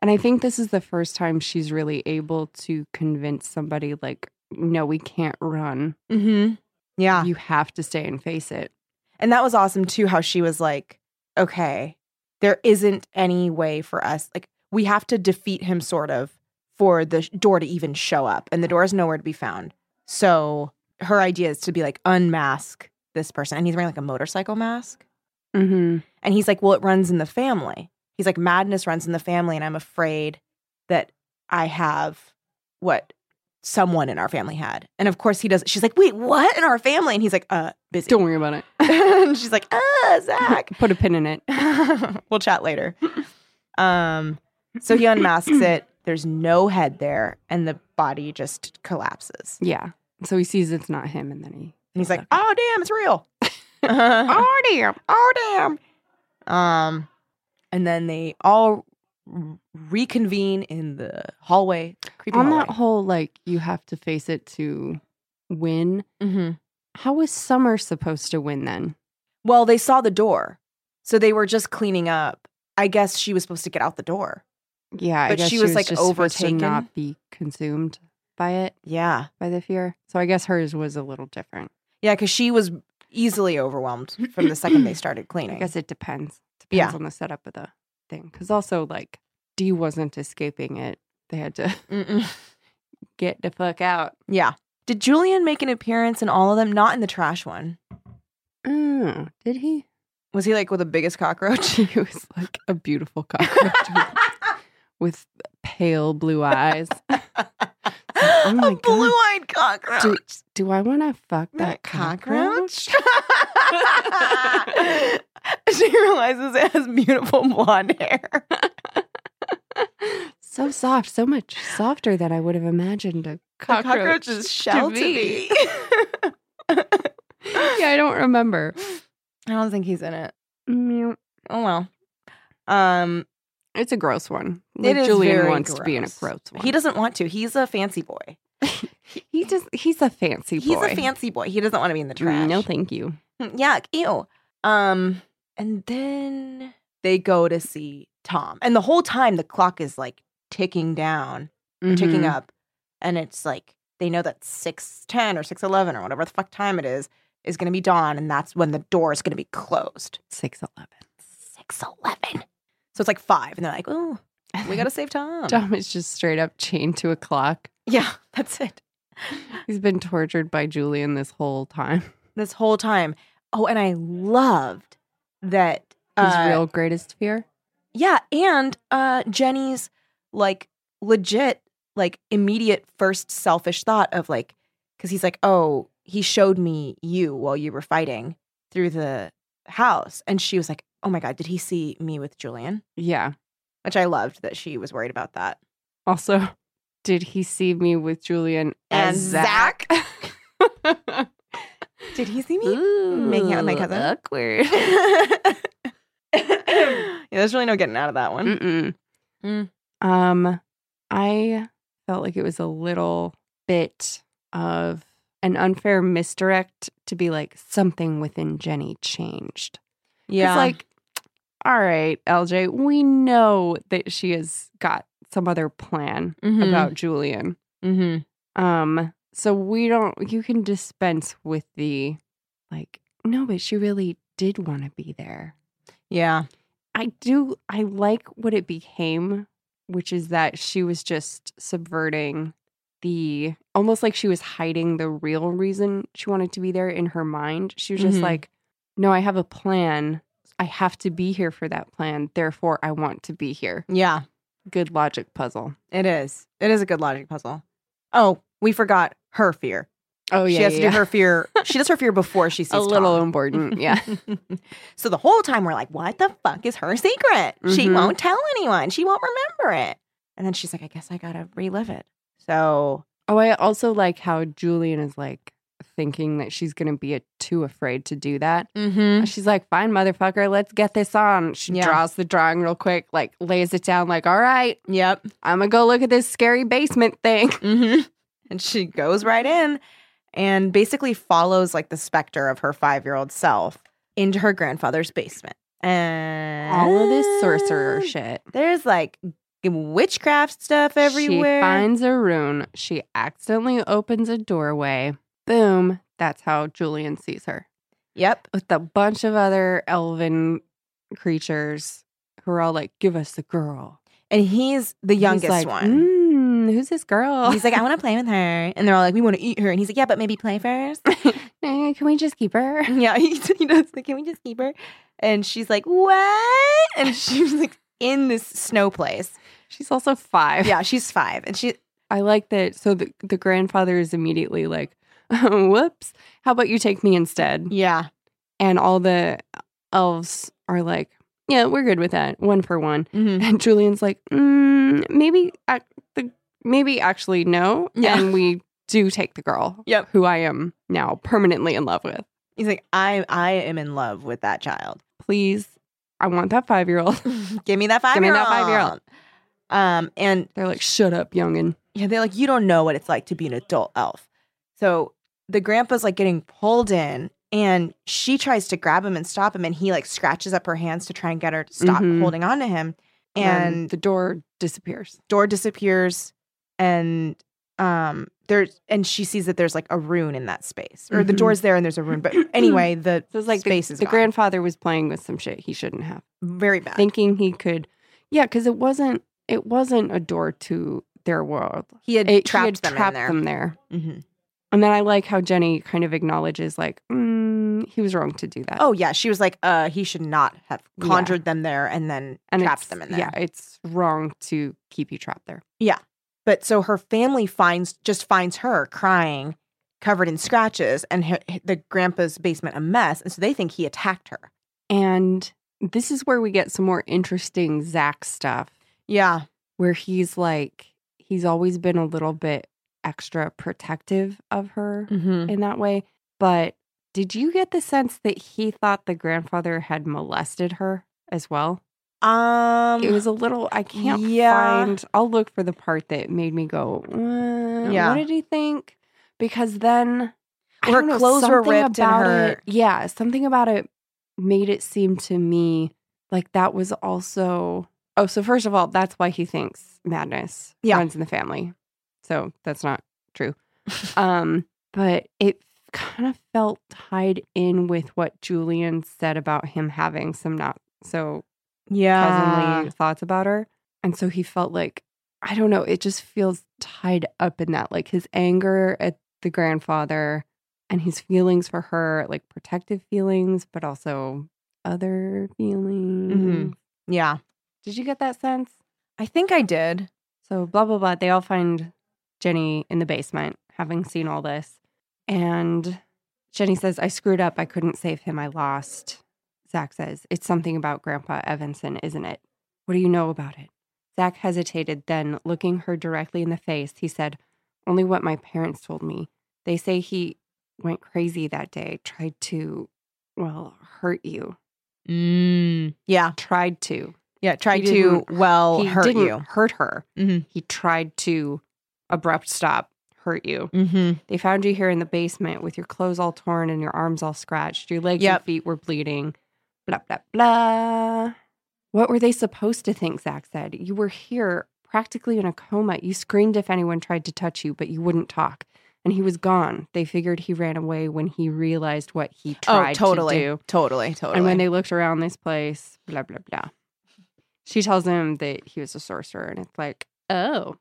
Speaker 2: And I think this is the first time she's really able to convince somebody like, no, we can't run.
Speaker 3: Mm-hmm. Yeah.
Speaker 2: You have to stay and face it.
Speaker 3: And that was awesome too, how she was like, okay, there isn't any way for us. Like, we have to defeat him, sort of, for the sh- door to even show up. And the door is nowhere to be found. So her idea is to be like, unmask this person. And he's wearing like a motorcycle mask.
Speaker 2: Mm-hmm.
Speaker 3: And he's like, well, it runs in the family. He's like, madness runs in the family. And I'm afraid that I have what someone in our family had. And of course, he does. She's like, wait, what in our family? And he's like, uh, busy.
Speaker 2: Don't worry about it.
Speaker 3: *laughs* and she's like, ah, Zach. *laughs*
Speaker 2: *laughs* Put a pin in it.
Speaker 3: we'll chat later. Um, so he unmasks it. There's no head there, and the body just collapses.
Speaker 2: Yeah. So he sees it's not him and then he
Speaker 3: And he's like, oh, damn, it's real. *laughs* oh, damn. Oh, damn. Um, and then they all r- reconvene in the hallway. Creepy
Speaker 2: on
Speaker 3: hallway.
Speaker 2: that whole like you have to face it to win.
Speaker 3: mm-hmm.
Speaker 2: How is Summer supposed to win then?
Speaker 3: Well, they saw the door. So they were just cleaning up. I guess she was supposed to get out the door.
Speaker 2: Yeah, I
Speaker 3: But
Speaker 2: guess
Speaker 3: she was, like,
Speaker 2: just supposed to
Speaker 3: overtaken.
Speaker 2: not be consumed by it,
Speaker 3: Yeah.
Speaker 2: by the fear. So I guess hers was a little different.
Speaker 3: Yeah, because she was easily overwhelmed from the second *clears throat* they started
Speaker 2: I
Speaker 3: cleaning.
Speaker 2: guess it depends. Depends
Speaker 3: Yeah.
Speaker 2: on the setup of the thing. Because also, like, D wasn't escaping it. They had to
Speaker 3: Mm-mm.
Speaker 2: *laughs* get the fuck out.
Speaker 3: Yeah. Did Julian make an appearance in all of them? Not in the trash one.
Speaker 2: Oh, did he?
Speaker 3: Was he like with the biggest cockroach? *laughs*
Speaker 2: He was like a beautiful cockroach with, with pale blue eyes. Oh my
Speaker 3: a
Speaker 2: God.
Speaker 3: blue-eyed cockroach.
Speaker 2: Do, do I want to fuck that
Speaker 3: that *laughs* cockroach? she realizes it has beautiful blonde hair.
Speaker 2: so soft, so much softer than I would have imagined a
Speaker 3: The
Speaker 2: cockroach.
Speaker 3: cockroach's shell to
Speaker 2: be.
Speaker 3: *laughs* be.
Speaker 2: *laughs* yeah, I don't remember.
Speaker 3: I don't think he's in it.
Speaker 2: Mm,
Speaker 3: Oh well. Um,
Speaker 2: It's a gross one.
Speaker 3: It
Speaker 2: Like
Speaker 3: is
Speaker 2: Julian
Speaker 3: very
Speaker 2: wants to be in a
Speaker 3: gross.
Speaker 2: gross one.
Speaker 3: he doesn't want to. He's a fancy boy.
Speaker 2: *laughs* He just he's a fancy
Speaker 3: He's
Speaker 2: boy.
Speaker 3: a fancy boy. He doesn't want to be in the
Speaker 2: Mm,
Speaker 3: trash.
Speaker 2: No, thank you.
Speaker 3: Mm, Yuck. Ew. Um, and then they go to see Tom. And the whole time the clock is like ticking down, ticking
Speaker 2: Mhm.
Speaker 3: up. And it's like they know that 610 or 611 or whatever the fuck time it is is going to be dawn. And that's when the door is going to be closed.
Speaker 2: Six eleven.
Speaker 3: 611. So it's like five. And they're like, oh, we got to save Tom.
Speaker 2: Dom is just straight up chained to a clock.
Speaker 3: Yeah, *laughs* that's it.
Speaker 2: He's been tortured by Julian this whole time. *laughs*
Speaker 3: This whole time. Oh, and I loved that.
Speaker 2: His
Speaker 3: uh,
Speaker 2: real greatest fear.
Speaker 3: Yeah, and uh Jenny's like legit like immediate first selfish thought of like cuz he's like, "Oh, he showed me you while you were fighting through the house." And she was like, "Oh my god, did he see me with Julian?"
Speaker 2: Yeah.
Speaker 3: Which I loved that she was worried about that.
Speaker 2: Also, did he see me with Julian as
Speaker 3: And
Speaker 2: Zach?
Speaker 3: *laughs* Did he see me making out with my cousin?
Speaker 2: Awkward.
Speaker 3: *laughs* yeah, there's really no getting out of that one.
Speaker 2: Mm-mm.
Speaker 3: Mm.
Speaker 2: Um, I felt like it was a little bit of an unfair misdirect to be like something within Jenny changed.
Speaker 3: Yeah.
Speaker 2: It's like, all right, LJ, we know that she has got some other plan
Speaker 3: Mhm.
Speaker 2: about Julian.
Speaker 3: Mhm.
Speaker 2: Um, so we don't you can dispense with the like, no, but she really did want to be there.
Speaker 3: Yeah.
Speaker 2: I do I like what it became, which is that she was just subverting the almost like she was hiding the real reason she wanted to be there in her mind. She was just
Speaker 3: Mhm.
Speaker 2: like, "No, I have a plan. I have to be here for that plan. Therefore, I want to be here."
Speaker 3: Yeah.
Speaker 2: Good logic puzzle.
Speaker 3: It is. It is a good logic puzzle. Oh, we forgot her fear.
Speaker 2: Oh
Speaker 3: she has to do her fear. She does her fear before she sees
Speaker 2: *laughs* a little
Speaker 3: Tom. *laughs*
Speaker 2: important. Yeah.
Speaker 3: so the whole time we're like, what the fuck is her secret? She
Speaker 2: Mhm.
Speaker 3: won't tell anyone. She won't remember it. And then she's like, I guess I gotta relive it. So
Speaker 2: *laughs* Oh, I also like how Julian is like thinking that she's going to be a, too afraid to do that. She's like, fine, motherfucker, let's get this on. She
Speaker 3: Yeah.
Speaker 2: draws the drawing real quick, like lays it down, like, all right,
Speaker 3: Yep.
Speaker 2: I'm going to go look at this scary basement thing.
Speaker 3: hmm *laughs* And she goes right in and basically follows like the specter of her five year old self into her grandfather's basement.
Speaker 2: *laughs*
Speaker 3: And
Speaker 2: All of this sorcerer shit.
Speaker 3: There's like witchcraft stuff everywhere.
Speaker 2: She finds a rune. She accidentally opens a doorway. Boom. That's how Julian sees her.
Speaker 3: yep.
Speaker 2: with a bunch of other elven creatures who are all like, "Give us the girl."
Speaker 3: And he's the
Speaker 2: He's
Speaker 3: youngest
Speaker 2: like,
Speaker 3: one.
Speaker 2: "Mm, who's this girl?
Speaker 3: He's like, I want to play with her. And they're all like, we want to eat her. And he's like, yeah, but maybe play first. *laughs*
Speaker 2: "Eh, *laughs* can we just keep her?
Speaker 3: yeah, he, he does. Like, can we just keep her? And she's like, what? And she was like, in this snow place.
Speaker 2: She's also five.
Speaker 3: Yeah, she's five. And she,
Speaker 2: I like that. So the the grandfather is immediately like, *laughs* "Whoops! How about you take me instead?"
Speaker 3: yeah.
Speaker 2: And all the elves are like, "Yeah, we're good with that. One for one."
Speaker 3: Mm-hmm.
Speaker 2: And Julian's like, mm, "Maybe ac- the maybe actually no."
Speaker 3: Yeah.
Speaker 2: And we do take the girl.
Speaker 3: Yep.
Speaker 2: Who I am now permanently in love with.
Speaker 3: He's like, I, I am in love with that child.
Speaker 2: please, I want that five year
Speaker 3: *laughs*
Speaker 2: old.
Speaker 3: Give me that five
Speaker 2: Give me
Speaker 3: year old.
Speaker 2: that five-year-old.
Speaker 3: Um, and
Speaker 2: *laughs* They're like, shut up, youngin.
Speaker 3: Yeah, they're like, you don't know what it's like to be an adult elf. So the grandpa's like getting pulled in, and she tries to grab him and stop him, and he like scratches up her hands to try and get her to stop
Speaker 2: Mhm.
Speaker 3: holding on to him. And
Speaker 2: the door disappears.
Speaker 3: door disappears, and um, there's and she sees that there's like a rune in that space or the door's there and there's a
Speaker 2: *clears throat*
Speaker 3: rune but anyway the
Speaker 2: Mm-hmm. So it's like the,
Speaker 3: space is
Speaker 2: the
Speaker 3: gone.
Speaker 2: grandfather was playing with some shit he shouldn't have,
Speaker 3: very bad
Speaker 2: thinking he could. Yeah, because it wasn't it wasn't a door to their world.
Speaker 3: he had
Speaker 2: It, he had
Speaker 3: trapped them
Speaker 2: trapped
Speaker 3: in there
Speaker 2: them there.
Speaker 3: Mhm.
Speaker 2: And then I like how Jenny kind of acknowledges, like, mm, he was wrong to do that.
Speaker 3: oh yeah she was like uh he should not have conjured them there and then
Speaker 2: and
Speaker 3: trapped
Speaker 2: it's-
Speaker 3: them in there
Speaker 2: Yeah, it's wrong to keep you trapped there.
Speaker 3: But so her family finds just finds her crying, covered in scratches, and her, the grandpa's basement a mess, and so they think he attacked her.
Speaker 2: And this is where we get some more interesting Zach stuff,
Speaker 3: Yeah,
Speaker 2: where he's like, he's always been a little bit extra protective of her
Speaker 3: mm-hmm.
Speaker 2: in that way. But did you get the sense that he thought the grandfather had molested her as well?
Speaker 3: um,
Speaker 2: it was a little i can't
Speaker 3: yeah.
Speaker 2: find i'll look for the part that made me go "Uh,
Speaker 3: Yeah.
Speaker 2: what did he think because then I
Speaker 3: Her
Speaker 2: don't know,
Speaker 3: clothes were
Speaker 2: something
Speaker 3: ripped and
Speaker 2: about
Speaker 3: her-
Speaker 2: it yeah something about it made it seem to me like that was also oh so first of all that's why he thinks madness
Speaker 3: Yeah.
Speaker 2: runs in the family so that's not true um but it kind of felt tied in with what julian said about him having some not so
Speaker 3: yeah,
Speaker 2: cousinly thoughts about her. And so he felt like, I don't know, it just feels tied up in that. Like his anger at the grandfather and his feelings for her, like protective feelings, but also other feelings.
Speaker 3: yeah.
Speaker 2: Did you get that sense?
Speaker 3: I think I did.
Speaker 2: So, blah, blah, blah. They all find Jenny in the basement, having seen all this. And Jenny says, I screwed up. I couldn't save him. I lost. Zach says, It's something about Grandpa Evanson, isn't it? What do you know about it? Zach hesitated, then, looking her directly in the face, he said, Only what my parents told me. They say he went crazy that day, tried to, well, hurt you.
Speaker 3: Mm. Yeah,
Speaker 2: Tried to.
Speaker 3: yeah. Tried
Speaker 2: He
Speaker 3: to
Speaker 2: didn't-
Speaker 3: well
Speaker 2: he
Speaker 3: Oh, hurt
Speaker 2: didn't
Speaker 3: you.
Speaker 2: hurt her.
Speaker 3: Mhm.
Speaker 2: He tried to abrupt stop, hurt you.
Speaker 3: Mm-hmm.
Speaker 2: They found you here in the basement with your clothes all torn and your arms all scratched. Your legs
Speaker 3: Yep.
Speaker 2: and feet were bleeding. Blah, blah, blah. What were they supposed to think? Zach said. You were here practically in a coma. You screamed if anyone tried to touch you, but you wouldn't talk. And he was gone. They figured he ran away when he realized what he tried
Speaker 3: Oh, totally,
Speaker 2: to do.
Speaker 3: totally, totally.
Speaker 2: And when
Speaker 3: *laughs*
Speaker 2: they looked around this place, blah, blah, blah. She tells him that he was a sorcerer. And it's like, oh.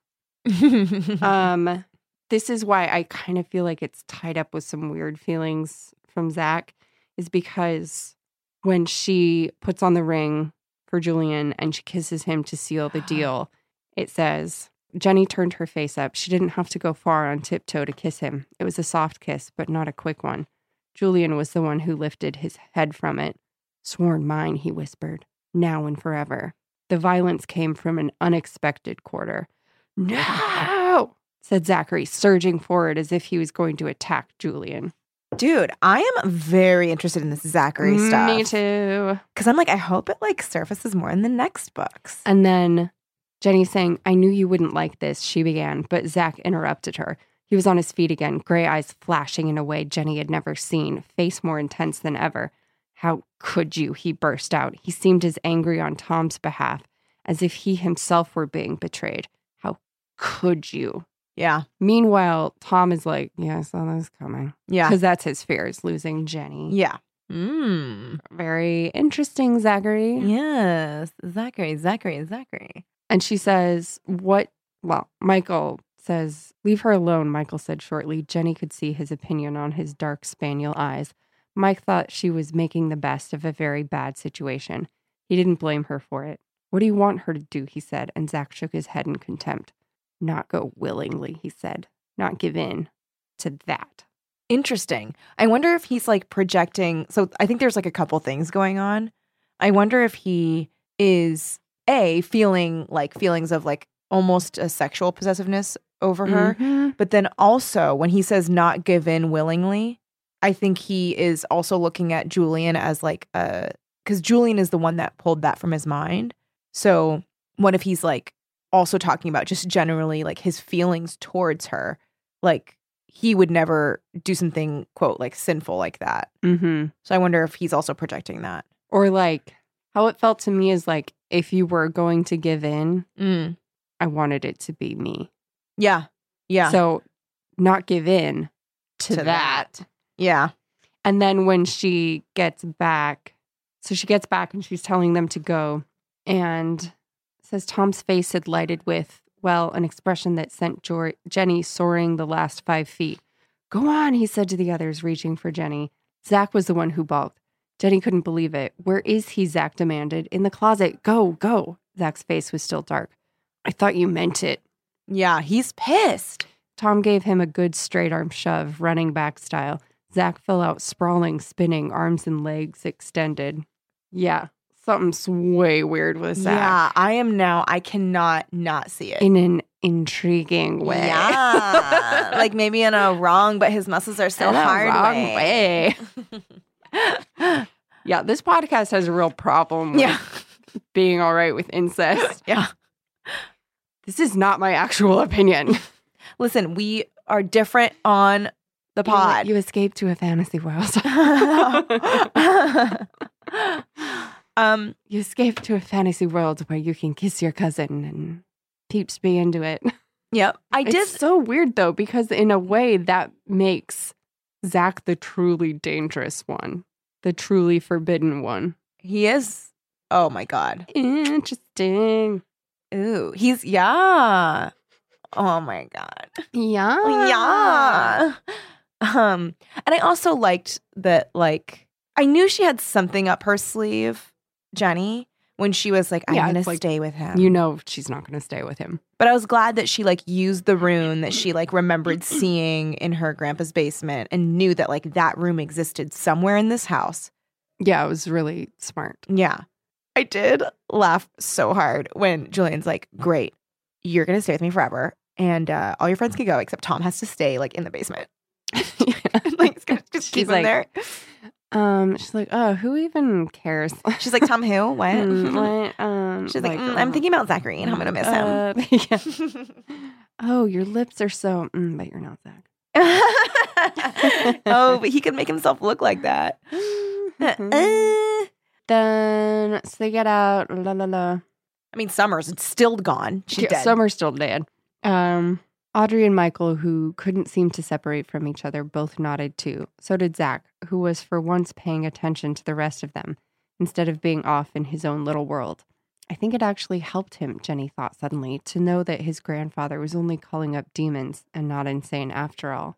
Speaker 2: Um, this is why I kind of feel like it's tied up with some weird feelings from Zach, is because when she puts on the ring for Julian and she kisses him to seal the deal, it says, Jenny turned her face up. She didn't have to go far on tiptoe to kiss him. It was a soft kiss, but not a quick one. Julian was the one who lifted his head from it. Sworn mine, he whispered, now and forever. The violence came from an unexpected quarter. No, said Zachary, surging forward as if he was going to attack Julian.
Speaker 3: dude, I am very interested in this Zachary stuff.
Speaker 2: Me too.
Speaker 3: Because I'm like, I hope it like surfaces more in the next books.
Speaker 2: And then Jenny saying, I knew you wouldn't like this, she began, but Zach interrupted her. He was on his feet again, gray eyes flashing in a way Jenny had never seen, face more intense than ever. How could you? He burst out. He seemed as angry on Tom's behalf as if he himself were being betrayed. How could you?
Speaker 3: Yeah,
Speaker 2: Meanwhile, Tom is like, Yeah, I saw this coming.
Speaker 3: yeah,
Speaker 2: Because that's his fear is losing Jenny.
Speaker 3: yeah. Mm.
Speaker 2: Very interesting, Zachary.
Speaker 3: Yes, Zachary, Zachary, Zachary.
Speaker 2: And she says, What? Well, Michael says, Leave her alone, Michael said shortly. Jenny could see his opinion on his dark spaniel eyes. Mike thought she was making the best of a very bad situation. He didn't blame her for it. What do you want her to do? He said, and Zach shook his head in contempt. Not go willingly, he said. Not give in to that.
Speaker 3: Interesting. I wonder if he's like projecting. So I think there's like a couple things going on. I wonder if he is a feeling like feelings of like almost a sexual possessiveness over her, but then also when he says not give in willingly, I think he is also looking at Julian as like a because Julian is the one that pulled that from his mind. So what if he's like also talking about just generally like his feelings towards her, like he would never do something quote like sinful like that.
Speaker 2: Mm-hmm.
Speaker 3: So I wonder if he's also projecting that.
Speaker 2: Or like how it felt to me is like if you were going to give in,
Speaker 3: Mm.
Speaker 2: I wanted it to be me.
Speaker 3: Yeah, yeah,
Speaker 2: So not give in to,
Speaker 3: To
Speaker 2: that.
Speaker 3: Yeah.
Speaker 2: And then when she gets back, so she gets back and she's telling them to go and says Tom's face had lighted with, well, an expression that sent Jor- Jenny soaring the last five feet. Go on, he said to the others, reaching for Jenny. Zach was the one who balked. Jenny couldn't believe it. Where is he? Zach demanded. In the closet. Go, go. Zach's face was still dark. I thought you meant it.
Speaker 3: Yeah. He's pissed.
Speaker 2: Tom gave him a good straight arm shove, running back style. Zach fell out sprawling, spinning, arms and legs extended. Yeah, something's way weird with Zach
Speaker 3: Yeah. I am now. I cannot not see it.
Speaker 2: in an intriguing way. *laughs*
Speaker 3: Yeah. like maybe in a wrong, but his muscles are so
Speaker 2: In a
Speaker 3: hard.
Speaker 2: wrong
Speaker 3: way. *laughs*
Speaker 2: yeah, this podcast has a real problem with
Speaker 3: yeah.
Speaker 2: being all right with incest.
Speaker 3: Yeah.
Speaker 2: This is not my actual opinion.
Speaker 3: Listen, we are different on the *laughs* pod.
Speaker 2: You, *laughs* you escaped to a fantasy world.
Speaker 3: *laughs*
Speaker 2: *laughs*
Speaker 3: um,
Speaker 2: you escape to a fantasy world where you can kiss your cousin and peeps be into it.
Speaker 3: yep.
Speaker 2: *laughs*
Speaker 3: I
Speaker 2: It's
Speaker 3: did.
Speaker 2: so weird though, because in a way that makes Zach the truly dangerous one, the truly forbidden one.
Speaker 3: He is. Oh my god.
Speaker 2: Interesting.
Speaker 3: Ooh. He's yeah. Oh my god.
Speaker 2: Yeah.
Speaker 3: Yeah. *laughs* Um, and I also liked that like I knew she had something up her sleeve, Jenny, when she was like, I'm
Speaker 2: Yeah,
Speaker 3: gonna
Speaker 2: it's like-
Speaker 3: stay with him.
Speaker 2: You know she's not going to stay with him.
Speaker 3: But I was glad that she like used the rune that she
Speaker 2: *clears throat*
Speaker 3: like remembered seeing in her grandpa's basement and knew that like that room existed somewhere in this house.
Speaker 2: Yeah, it was really smart.
Speaker 3: Yeah. I did laugh so hard when Julian's like, Great, you're gonna stay with me forever. And uh, all your friends can go except Tom has to stay like in the basement. *laughs* like
Speaker 2: *laughs*
Speaker 3: it's gonna just keep
Speaker 2: She's
Speaker 3: him
Speaker 2: like,
Speaker 3: there.
Speaker 2: Um, she's like, oh, who even cares?
Speaker 3: She's like, Tom who?
Speaker 2: *laughs*
Speaker 3: What?
Speaker 2: Mm,
Speaker 3: *laughs*
Speaker 2: what? Um,
Speaker 3: She's like,
Speaker 2: like,
Speaker 3: "Mm, I'm
Speaker 2: uh,
Speaker 3: thinking about Zachary and how I'm gonna miss him.
Speaker 2: Uh, *laughs* yeah. oh, your lips are so, mm, but you're not
Speaker 3: *gasps*
Speaker 2: Zach.
Speaker 3: *laughs* oh, but he could make himself look like that. *laughs* Uh,
Speaker 2: Mm-hmm. then so they get out. La la la.
Speaker 3: I mean, Summer's still gone. She's
Speaker 2: Yeah,
Speaker 3: dead.
Speaker 2: Summer's still dead. Um, Audrey and Michael, who couldn't seem to separate from each other, both nodded too. So did Zach, who was for once paying attention to the rest of them instead of being off in his own little world. I think it actually helped him, Jenny thought suddenly, to know that his grandfather was only calling up demons and not insane after all.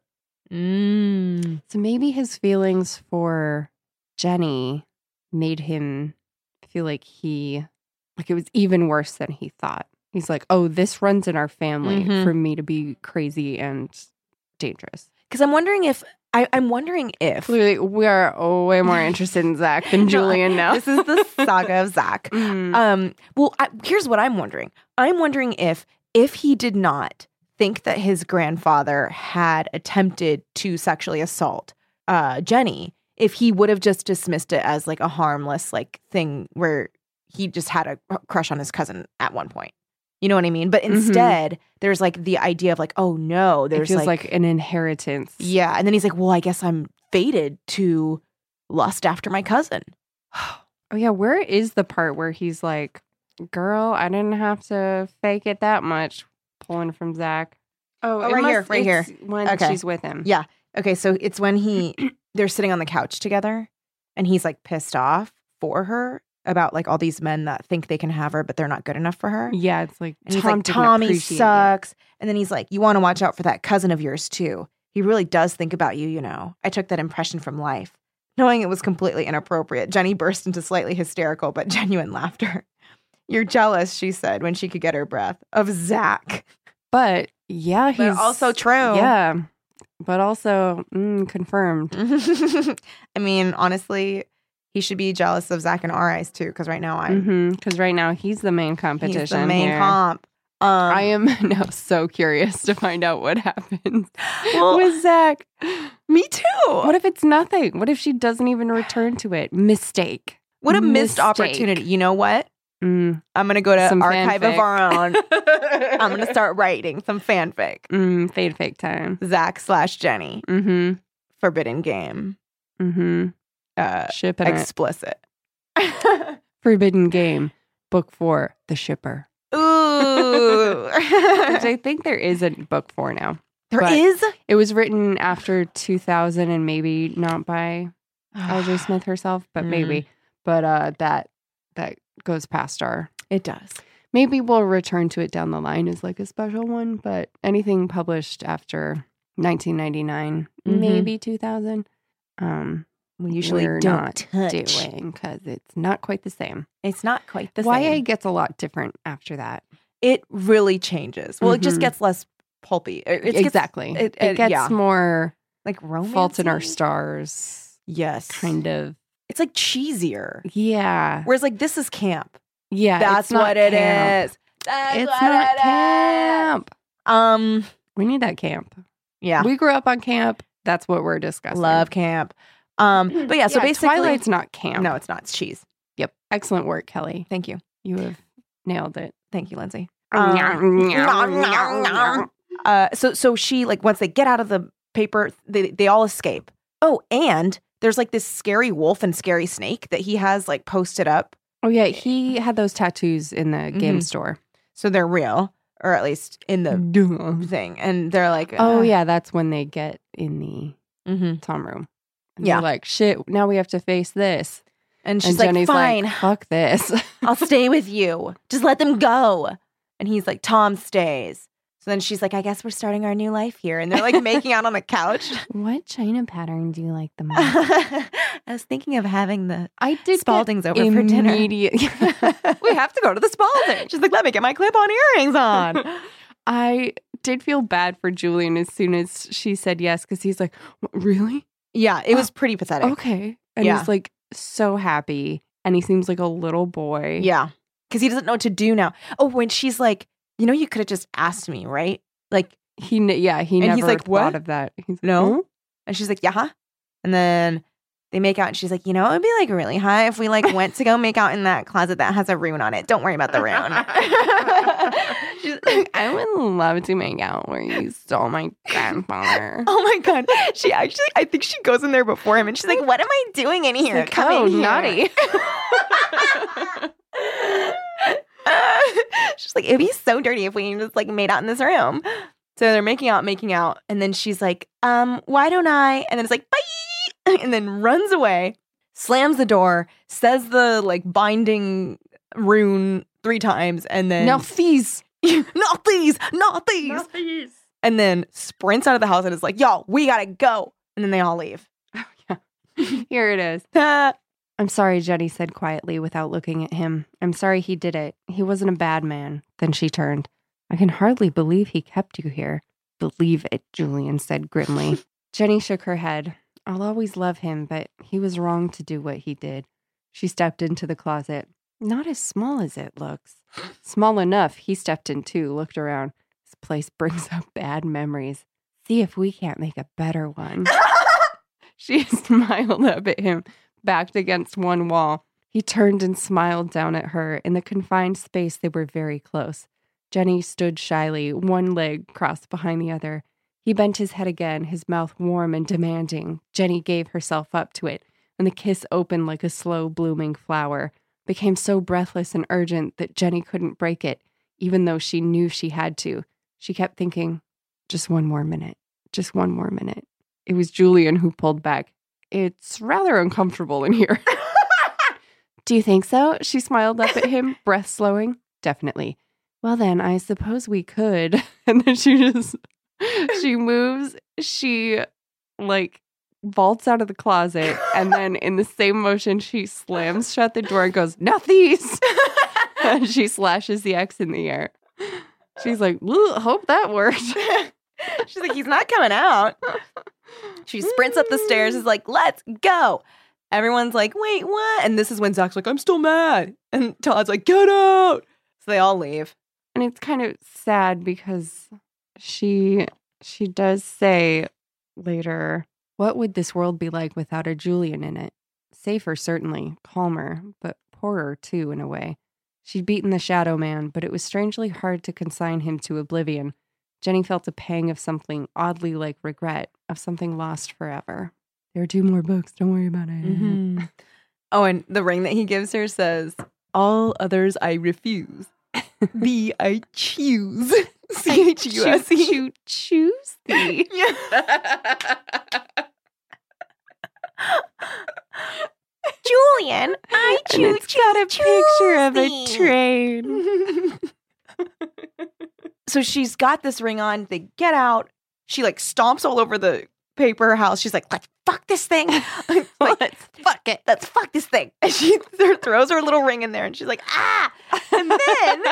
Speaker 3: Mm.
Speaker 2: So maybe his feelings for Jenny made him feel like he, like it was even worse than he thought. He's like, oh, this runs in our family
Speaker 3: Mhm.
Speaker 2: for me to be crazy and dangerous.
Speaker 3: Because I'm wondering if I, I'm wondering if
Speaker 2: Clearly, we are way
Speaker 3: *laughs*
Speaker 2: more interested in Zach than
Speaker 3: No,
Speaker 2: Julian now.
Speaker 3: this is the saga of Zach.
Speaker 2: *laughs* Mm.
Speaker 3: Um, well, I, here's what I'm wondering. I'm wondering if if he did not think that his grandfather had attempted to sexually assault uh, Jenny, if he would have just dismissed it as like a harmless like thing where he just had a crush on his cousin at one point. You know what I mean? But instead, there's like the idea of like, oh no,
Speaker 2: Mm-hmm. it
Speaker 3: there's
Speaker 2: feels like, an inheritance.
Speaker 3: yeah, and then he's like, well, I guess I'm fated to lust after my cousin.
Speaker 2: Oh, yeah. Where is the part where he's like, girl, I didn't have to fake it that much, pulling from Zach?
Speaker 3: Oh, right here, right here.
Speaker 2: it's When
Speaker 3: Okay.
Speaker 2: she's with him.
Speaker 3: Yeah. Okay, so it's
Speaker 2: *clears throat*
Speaker 3: when he they're sitting on the couch together and he's like pissed off for her about like all these men that think they can have her but they're not good enough for her.
Speaker 2: Yeah, it's like
Speaker 3: And he's
Speaker 2: Tom
Speaker 3: like
Speaker 2: didn't
Speaker 3: Tommy
Speaker 2: appreciate it."
Speaker 3: sucks. And then he's like you want to watch out for that cousin of yours too. He really does think about you, you know. I took that impression from life. Knowing it was completely inappropriate, Jenny burst into slightly hysterical but *laughs* genuine laughter. You're jealous, she said when she could get her breath, of Zach.
Speaker 2: But yeah, he's
Speaker 3: But also true.
Speaker 2: Yeah, but also mm, confirmed.
Speaker 3: *laughs* I mean, honestly, he should be jealous of Zach and our eyes too, because right now
Speaker 2: Because
Speaker 3: I'm
Speaker 2: Mm-hmm, right now he's the main
Speaker 3: he's
Speaker 2: Mm-hmm. competition.
Speaker 3: the main
Speaker 2: here.
Speaker 3: comp. Um,
Speaker 2: I am *laughs* now so curious to find out what happens
Speaker 3: *laughs* Well-
Speaker 2: with Zach.
Speaker 3: Me too.
Speaker 2: What if it's nothing? What if she doesn't even return to it? Mistake.
Speaker 3: What a missed
Speaker 2: mistake.
Speaker 3: opportunity. You know what?
Speaker 2: Mm,
Speaker 3: I'm gonna go to
Speaker 2: Some
Speaker 3: archive
Speaker 2: fanfic.
Speaker 3: of
Speaker 2: *laughs*
Speaker 3: our own. *laughs* I'm gonna start writing some fanfic.
Speaker 2: mm, fade fake time.
Speaker 3: Zach slash Jenny,
Speaker 2: Mm-hmm.
Speaker 3: forbidden game,
Speaker 2: Mm-hmm.
Speaker 3: uh,
Speaker 2: Shipping it.
Speaker 3: explicit.
Speaker 2: *laughs* Forbidden game. Book four. The shipper.
Speaker 3: Ooh. *laughs*
Speaker 2: Which I think there is a book four now.
Speaker 3: There
Speaker 2: But-
Speaker 3: is.
Speaker 2: It was written after 2000 and maybe not by
Speaker 3: *sighs*
Speaker 2: L.J. Smith herself, but
Speaker 3: Mhm.
Speaker 2: maybe. But uh, that that goes past our.
Speaker 3: It does.
Speaker 2: Maybe we'll return to it down the line as like a special one. But anything published after 1999,
Speaker 3: Mhm.
Speaker 2: maybe 2000, um,
Speaker 3: We usually
Speaker 2: we're
Speaker 3: don't
Speaker 2: not
Speaker 3: touch.
Speaker 2: doing because it's not quite the same.
Speaker 3: It's not quite the
Speaker 2: YA
Speaker 3: same.
Speaker 2: gets a lot different after that.
Speaker 3: It really changes. Well, it just
Speaker 2: Mhm.
Speaker 3: gets less pulpy. It, it
Speaker 2: exactly.
Speaker 3: Gets, it,
Speaker 2: it, gets
Speaker 3: yeah.
Speaker 2: more
Speaker 3: like romance.
Speaker 2: fault in our stars
Speaker 3: Yes.
Speaker 2: kind of.
Speaker 3: It's like cheesier.
Speaker 2: Yeah.
Speaker 3: Whereas like this is camp.
Speaker 2: Yeah.
Speaker 3: That's
Speaker 2: it's not
Speaker 3: what it
Speaker 2: camp.
Speaker 3: is. That's
Speaker 2: It's
Speaker 3: what
Speaker 2: not
Speaker 3: it is.
Speaker 2: camp.
Speaker 3: Um.
Speaker 2: We need that camp.
Speaker 3: Yeah.
Speaker 2: We grew up on camp. That's what we're discussing.
Speaker 3: Love camp. Um. But yeah. so basically,
Speaker 2: Twilight's not camp. Mm-hmm.
Speaker 3: no, it's not. It's cheese.
Speaker 2: Yep. Excellent work, Kelly.
Speaker 3: Thank you.
Speaker 2: You have nailed it.
Speaker 3: Thank you, Lindsay. Um, *laughs* Uh, so so she like once they get out of the paper, they they all escape. Oh, and there's like this scary wolf and scary snake that he has like posted up,
Speaker 2: Oh yeah, he had those tattoos in the game
Speaker 3: Mhm.
Speaker 2: store.
Speaker 3: so they're real, or at least in the
Speaker 2: Duh.
Speaker 3: thing. And they're like,
Speaker 2: Oh yeah, that's when they get in the
Speaker 3: mm-hmm.
Speaker 2: tom room. And
Speaker 3: Yeah.
Speaker 2: they're like, shit, now we have to face this.
Speaker 3: and she's
Speaker 2: and
Speaker 3: like,
Speaker 2: Jenny's
Speaker 3: fine,
Speaker 2: like, fuck this. *laughs*
Speaker 3: I'll stay with you. Just let them go. And he's like, Tom stays. So then she's like, I guess we're starting our new life here. And they're like making out on
Speaker 2: *laughs*
Speaker 3: the couch. *laughs*
Speaker 2: what China pattern do you like the most?
Speaker 3: I was thinking of having the
Speaker 2: I did get
Speaker 3: Spaldings over for dinner.
Speaker 2: immediate-
Speaker 3: *laughs*
Speaker 2: *laughs*
Speaker 3: we have to go to the Spalding. She's like, let me get my clip on earrings on.
Speaker 2: *laughs* I did feel bad for Julian as soon as she said yes, because he's like, "What, really?
Speaker 3: Yeah, it was pretty pathetic.
Speaker 2: Oh, Okay. And
Speaker 3: Yeah.
Speaker 2: he's like so happy. And he seems like a little boy.
Speaker 3: Yeah. Because he doesn't know what to do now. Oh, when she's like, you know, you could have just asked me, right? Like,
Speaker 2: He, ne- yeah, he
Speaker 3: And
Speaker 2: never
Speaker 3: he's like,
Speaker 2: thought
Speaker 3: "What?"
Speaker 2: of that. He's
Speaker 3: No.
Speaker 2: "Huh?"
Speaker 3: and she's like, yeah. huh?" And then they make out and she's like, you know, it would be like really high if we like went to go make out in that closet that has a rune on it. Don't worry about the rune. *laughs* she's like,
Speaker 2: "Hmm?" I
Speaker 3: *laughs*
Speaker 2: would love to make out where you stole my *laughs* grandfather.
Speaker 3: Oh my god. She actually I think she goes in there before him and she's like, What am I doing in here?
Speaker 2: like,
Speaker 3: Come
Speaker 2: "Oh,
Speaker 3: in here." *laughs*
Speaker 2: naughty. Now, thieves.
Speaker 3: "Um, *laughs* *laughs* not these, not these. And then sprints out of the house and is like, y'all, we gotta go. And then they all leave.
Speaker 2: *laughs*
Speaker 3: *laughs*
Speaker 2: Here it is.
Speaker 3: Ah.
Speaker 2: I'm sorry, Jenny said quietly without looking at him. I'm sorry he did it. He wasn't a bad man. Then she turned. I can hardly believe he kept you here. Believe it, Julian said grimly. Jenny shook her head. I'll always love him, but he was wrong to do what he did. She stepped into the closet. Not as small as it looks. Small enough, he stepped in too, looked around. This place brings *laughs* up bad memories. See if we can't make a better one. *laughs* she *laughs* smiled up at him backed against one wall. He turned and smiled down at her. In the confined space, they were very close. Jenny stood shyly, one leg crossed behind the other. He bent his head again, his mouth warm and demanding. Jenny gave herself up to it, and the kiss opened like a slow blooming flower, became so breathless and urgent that Jenny couldn't break it, even though she knew she had to. She kept thinking, just one more minute, just one more minute. It was Julian who pulled back. It's rather uncomfortable in here. Do you think so? She smiled up at him, breath slowing. Definitely. Well, then, I suppose we could. *laughs* And then she just, she moves, she like vaults out of the closet. And then in the same motion, she slams shut the door and goes, Not these. and *laughs* she slashes the X in the air. She's like, "Ooh, hope that *laughs* worked.
Speaker 3: She's like, he's not coming out. She sprints up the stairs, is like, let's go. Everyone's like, wait, what? And this is when Zach's like, I'm still mad. And Todd's like, get out. So they all leave.
Speaker 2: and it's kind of sad because she she does say later what would this world be like without a julian in it safer certainly calmer but poorer too in a way she'd beaten the shadow man but it was strangely hard to consign him to oblivion jenny felt a pang of something oddly like regret of something lost forever there are two more books don't worry about it
Speaker 3: Mm-hmm. *laughs* Oh, and the ring that he gives her *laughs* says, all others I refuse. B, I choose. *laughs* C H U S E.
Speaker 7: Choo- choose thee.
Speaker 3: *laughs*
Speaker 8: Julian, I
Speaker 2: *laughs* And
Speaker 8: choose.
Speaker 2: it's got a picture of a
Speaker 8: Tuesday.
Speaker 3: *laughs*
Speaker 2: train. *laughs*
Speaker 3: so she's got this ring on. They get out. She like stomps all over the paper house. She's like, let's fuck this thing. *laughs* like,
Speaker 2: Let's
Speaker 3: fuck it. Let's fuck this thing. And she *laughs* th- throws her little ring in there and she's like, ah. And
Speaker 2: *laughs*
Speaker 3: then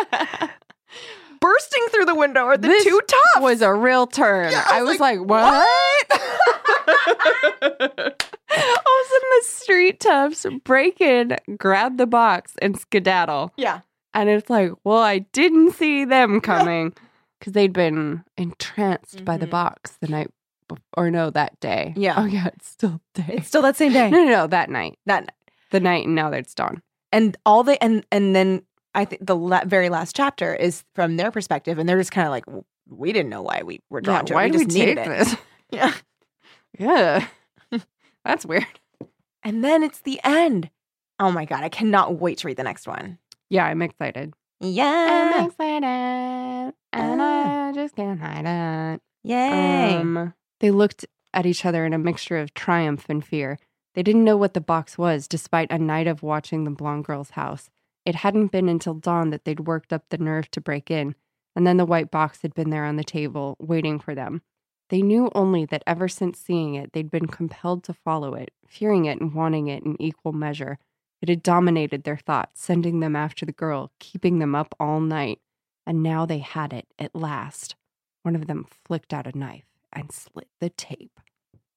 Speaker 3: *laughs* bursting through the window are the
Speaker 7: This
Speaker 3: *laughs* two tops.
Speaker 7: was a real turn.
Speaker 3: Yeah,
Speaker 7: I was like, what?
Speaker 2: *laughs* All of a sudden, the street toughs break in, grab the box, and skedaddle.
Speaker 3: yeah.
Speaker 2: And it's like, well, I didn't see them coming because they'd been entranced by the
Speaker 3: Mhm.
Speaker 2: box the night, bef- or no, that day.
Speaker 3: Yeah.
Speaker 2: Oh yeah, it's still day.
Speaker 3: It's still that same
Speaker 2: *laughs*
Speaker 3: day.
Speaker 2: no, no, no, that night,
Speaker 3: That
Speaker 2: the night, and now that it's dawn.
Speaker 3: and all they and and then I think the la- very last chapter is from their perspective, and they're just kind of like, "W- we didn't know why we were drawn
Speaker 2: Yeah,
Speaker 3: to it.
Speaker 2: why
Speaker 3: we
Speaker 2: do we
Speaker 3: just
Speaker 2: take
Speaker 3: needed it.
Speaker 2: this?
Speaker 3: *laughs* Yeah.
Speaker 2: Yeah. *laughs* That's weird.
Speaker 3: And then it's the end. Oh my god, I cannot wait to read the next one.
Speaker 2: Yeah, I'm excited.
Speaker 3: Yeah,
Speaker 2: excited. And
Speaker 3: Ah.
Speaker 2: I just can't hide it.
Speaker 3: yay!
Speaker 2: Um, they looked at each other in a mixture of triumph and fear. They didn't know what the box was, despite a night of watching the blonde girl's house. It hadn't been until dawn that they'd worked up the nerve to break in, and then the white box had been there on the table, waiting for them. They knew only that ever since seeing it, they'd been compelled to follow it, fearing it and wanting it in equal measure. It had dominated their thoughts, sending them after the girl, keeping them up all night. And now they had it, at last. One of them flicked out a knife and slit the tape.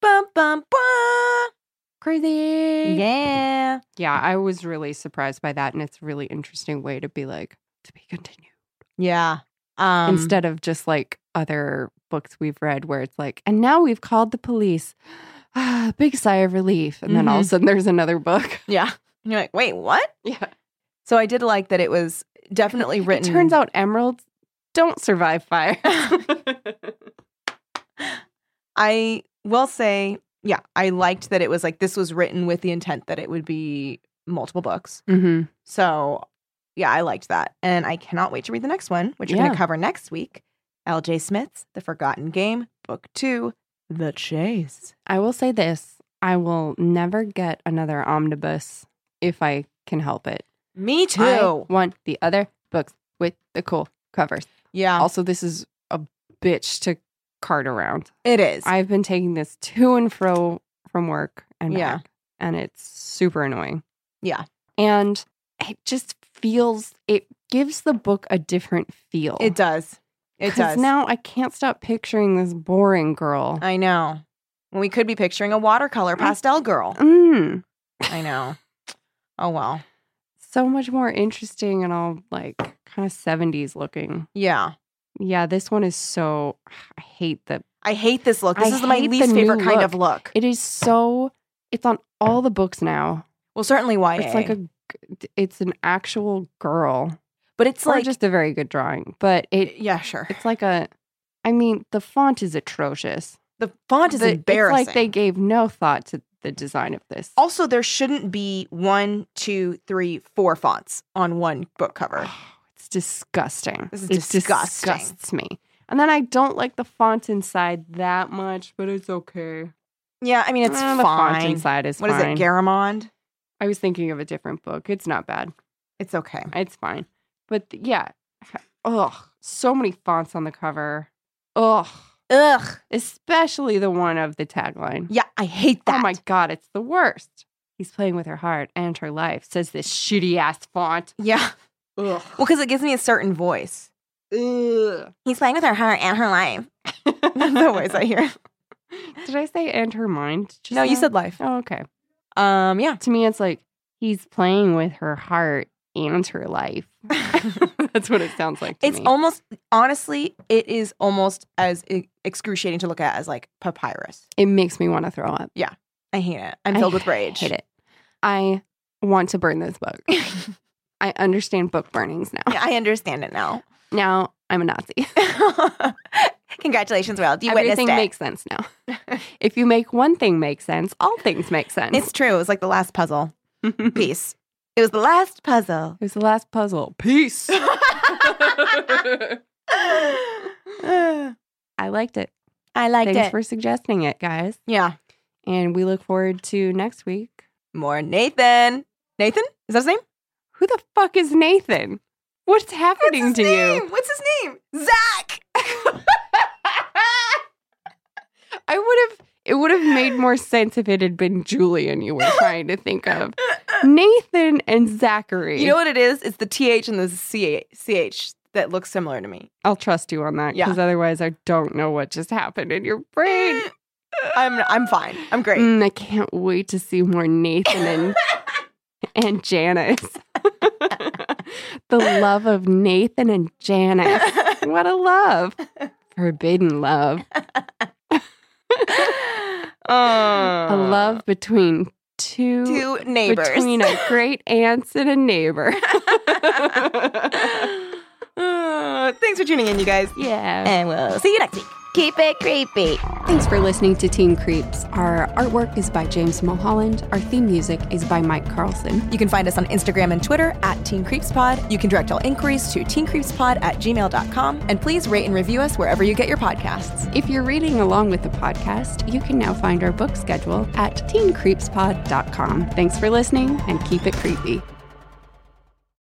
Speaker 3: bum bum bum.
Speaker 2: Crazy.
Speaker 3: Yeah,
Speaker 2: Yeah, I was really surprised by that. And it's a really interesting way to be like, to be continued.
Speaker 3: yeah. Um,
Speaker 2: Instead of just like other books we've read where it's like, and now we've called the police. *sighs* Ah, big sigh of relief. And then all of a sudden there's another book. *laughs*
Speaker 3: yeah, *laughs* And you're like, wait, what?
Speaker 2: Mm-hmm. Yeah.
Speaker 3: So I did like that it was definitely
Speaker 2: It
Speaker 3: written.
Speaker 2: turns out emeralds don't survive fire.
Speaker 3: I will say, yeah, I liked that it was like this was written with the intent that it would be multiple books.
Speaker 2: *laughs* mm-hmm.
Speaker 3: So, yeah, I liked that. And I cannot wait to read the next one, which we're going
Speaker 2: Yeah.
Speaker 3: to cover next week LJ Smith's The Forgotten Game, Book Two The Chase.
Speaker 2: I will say this I will never get another omnibus if I can help it.
Speaker 3: Me
Speaker 2: I want the other books with the cool covers.
Speaker 3: yeah,
Speaker 2: Also, this is a bitch to cart around.
Speaker 3: it is.
Speaker 2: I've been taking this to and fro from work and
Speaker 3: Yeah.
Speaker 2: back, and it's super annoying.
Speaker 3: Yeah.
Speaker 2: And it just feels, it gives the book a different feel.
Speaker 3: it does. It
Speaker 2: 'Cause
Speaker 3: does.
Speaker 2: Now I can't stop picturing this boring girl.
Speaker 3: I know. When we could be picturing a watercolor pastel girl.
Speaker 2: Mm.
Speaker 3: I know. Oh, well.
Speaker 2: so much more interesting and all like kind of 70s looking.
Speaker 3: Yeah.
Speaker 2: Yeah, this one is so I hate that.
Speaker 3: I hate this look. This
Speaker 2: I
Speaker 3: is my
Speaker 2: hate the
Speaker 3: least favorite
Speaker 2: new
Speaker 3: kind of look.
Speaker 2: It is so it's on all the books now.
Speaker 3: Well, certainly YA.
Speaker 2: It's like a g- it's an actual girl.
Speaker 3: but it's
Speaker 2: It's or
Speaker 3: like
Speaker 2: just a very good drawing, but it
Speaker 3: yeah, sure.
Speaker 2: it's like a I mean, the font is atrocious.
Speaker 3: The font is
Speaker 2: The-
Speaker 3: embarrassing. Oh
Speaker 2: It's like they gave no thought to the design of this.
Speaker 3: also, there shouldn't be one, two, three, four fonts on one book cover.
Speaker 2: It's disgusting.
Speaker 3: This is
Speaker 2: it
Speaker 3: disgusting.
Speaker 2: disgusts me. And then I don't like the font inside that much, but it's okay.
Speaker 3: *sighs* Yeah, I mean it's
Speaker 2: Uh,
Speaker 3: fine.
Speaker 2: the font inside is
Speaker 3: What is
Speaker 2: fine.
Speaker 3: it, Garamond?
Speaker 2: I was thinking of a different book. It's not bad.
Speaker 3: It's okay.
Speaker 2: It's fine. But th- yeah. *sighs* Ugh. So many fonts on the cover. Ugh.
Speaker 3: Ugh.
Speaker 2: Especially the one of the tagline.
Speaker 3: Yeah, I hate
Speaker 2: Oh
Speaker 3: that.
Speaker 2: my god, it's the worst. He's playing with her heart and her life, says this shitty ass font.
Speaker 3: Yeah. *laughs*
Speaker 2: Ugh.
Speaker 3: Well, because it gives me a certain voice.
Speaker 2: Ugh.
Speaker 8: He's playing with her heart and her
Speaker 3: *laughs*
Speaker 8: life.
Speaker 3: That's the voice I hear.
Speaker 2: *laughs* Did I say and her mind? just
Speaker 3: No, you
Speaker 2: now?
Speaker 3: said life.
Speaker 2: Oh, okay.
Speaker 3: Um, yeah.
Speaker 2: To me, it's like he's playing with her heart and her
Speaker 3: *laughs*
Speaker 2: life. *laughs* That's what it sounds like. To
Speaker 3: It's
Speaker 2: me.
Speaker 3: almost honestly, it is almost as e- excruciating to look at as like papyrus.
Speaker 2: it makes me want to throw up.
Speaker 3: I hate it. I'm
Speaker 2: I
Speaker 3: filled with rage.
Speaker 2: Hate it. I want to burn this book. *laughs* I understand book burnings now.
Speaker 3: Yeah, I understand it *laughs* now.
Speaker 2: Now I'm a Nazi.
Speaker 3: Congratulations, Will. You
Speaker 2: Everything
Speaker 3: witnessed it.
Speaker 2: makes sense now. if you make one thing make sense, all things make sense.
Speaker 3: It's true. It was like the last *clears throat* puzzle
Speaker 2: *laughs* it
Speaker 3: piece. It was the last *laughs* puzzle. *sighs* *laughs*
Speaker 2: was the last puzzle. Peace. I liked it.
Speaker 3: I liked
Speaker 2: Thanks
Speaker 3: it.
Speaker 2: for suggesting it, guys.
Speaker 3: yeah.
Speaker 2: And we look forward to next week.
Speaker 3: More Nathan. Nathan? Is that his name?
Speaker 2: Who the fuck is Nathan? What's happening
Speaker 3: What's
Speaker 2: to
Speaker 3: his name?
Speaker 2: you?
Speaker 3: What's his name? Zach. *laughs*
Speaker 2: I would have it would have made more sense if it had been Julian you were
Speaker 3: *laughs*
Speaker 2: trying to think of. Nathan and Zachary.
Speaker 3: you know what it is? It's the TH and the CH CH that looks similar to me.
Speaker 2: I'll trust you on that
Speaker 3: Yeah.
Speaker 2: because otherwise I don't know what just happened in your brain.
Speaker 3: Mm, I'm I'm fine. I'm great.
Speaker 2: Mm, I can't wait to see more Nathan
Speaker 3: *laughs*
Speaker 2: and and Janice. *laughs* the love of Nathan and Janice. What a
Speaker 3: *laughs*
Speaker 2: love. Forbidden love.
Speaker 3: Uh,
Speaker 2: a love between two,
Speaker 3: Two neighbors.
Speaker 2: between a great aunt and a neighbor.
Speaker 3: Uh, *laughs* thanks for tuning in, you guys.
Speaker 2: yeah.
Speaker 3: And we'll see you next week.
Speaker 9: Keep it creepy.
Speaker 10: Thanks for listening to Teen Creeps. Our artwork is by James Mulholland. Our theme music is by Mike Carlson.
Speaker 11: You can find us on Instagram and Twitter at Teen Creeps Pod. You can direct all inquiries to teencreepspod at gmail.com. And please rate and review us wherever you get your podcasts.
Speaker 10: If you're reading along with the podcast, you can now find our book schedule at teencreepspod.com. Thanks for listening and keep it creepy.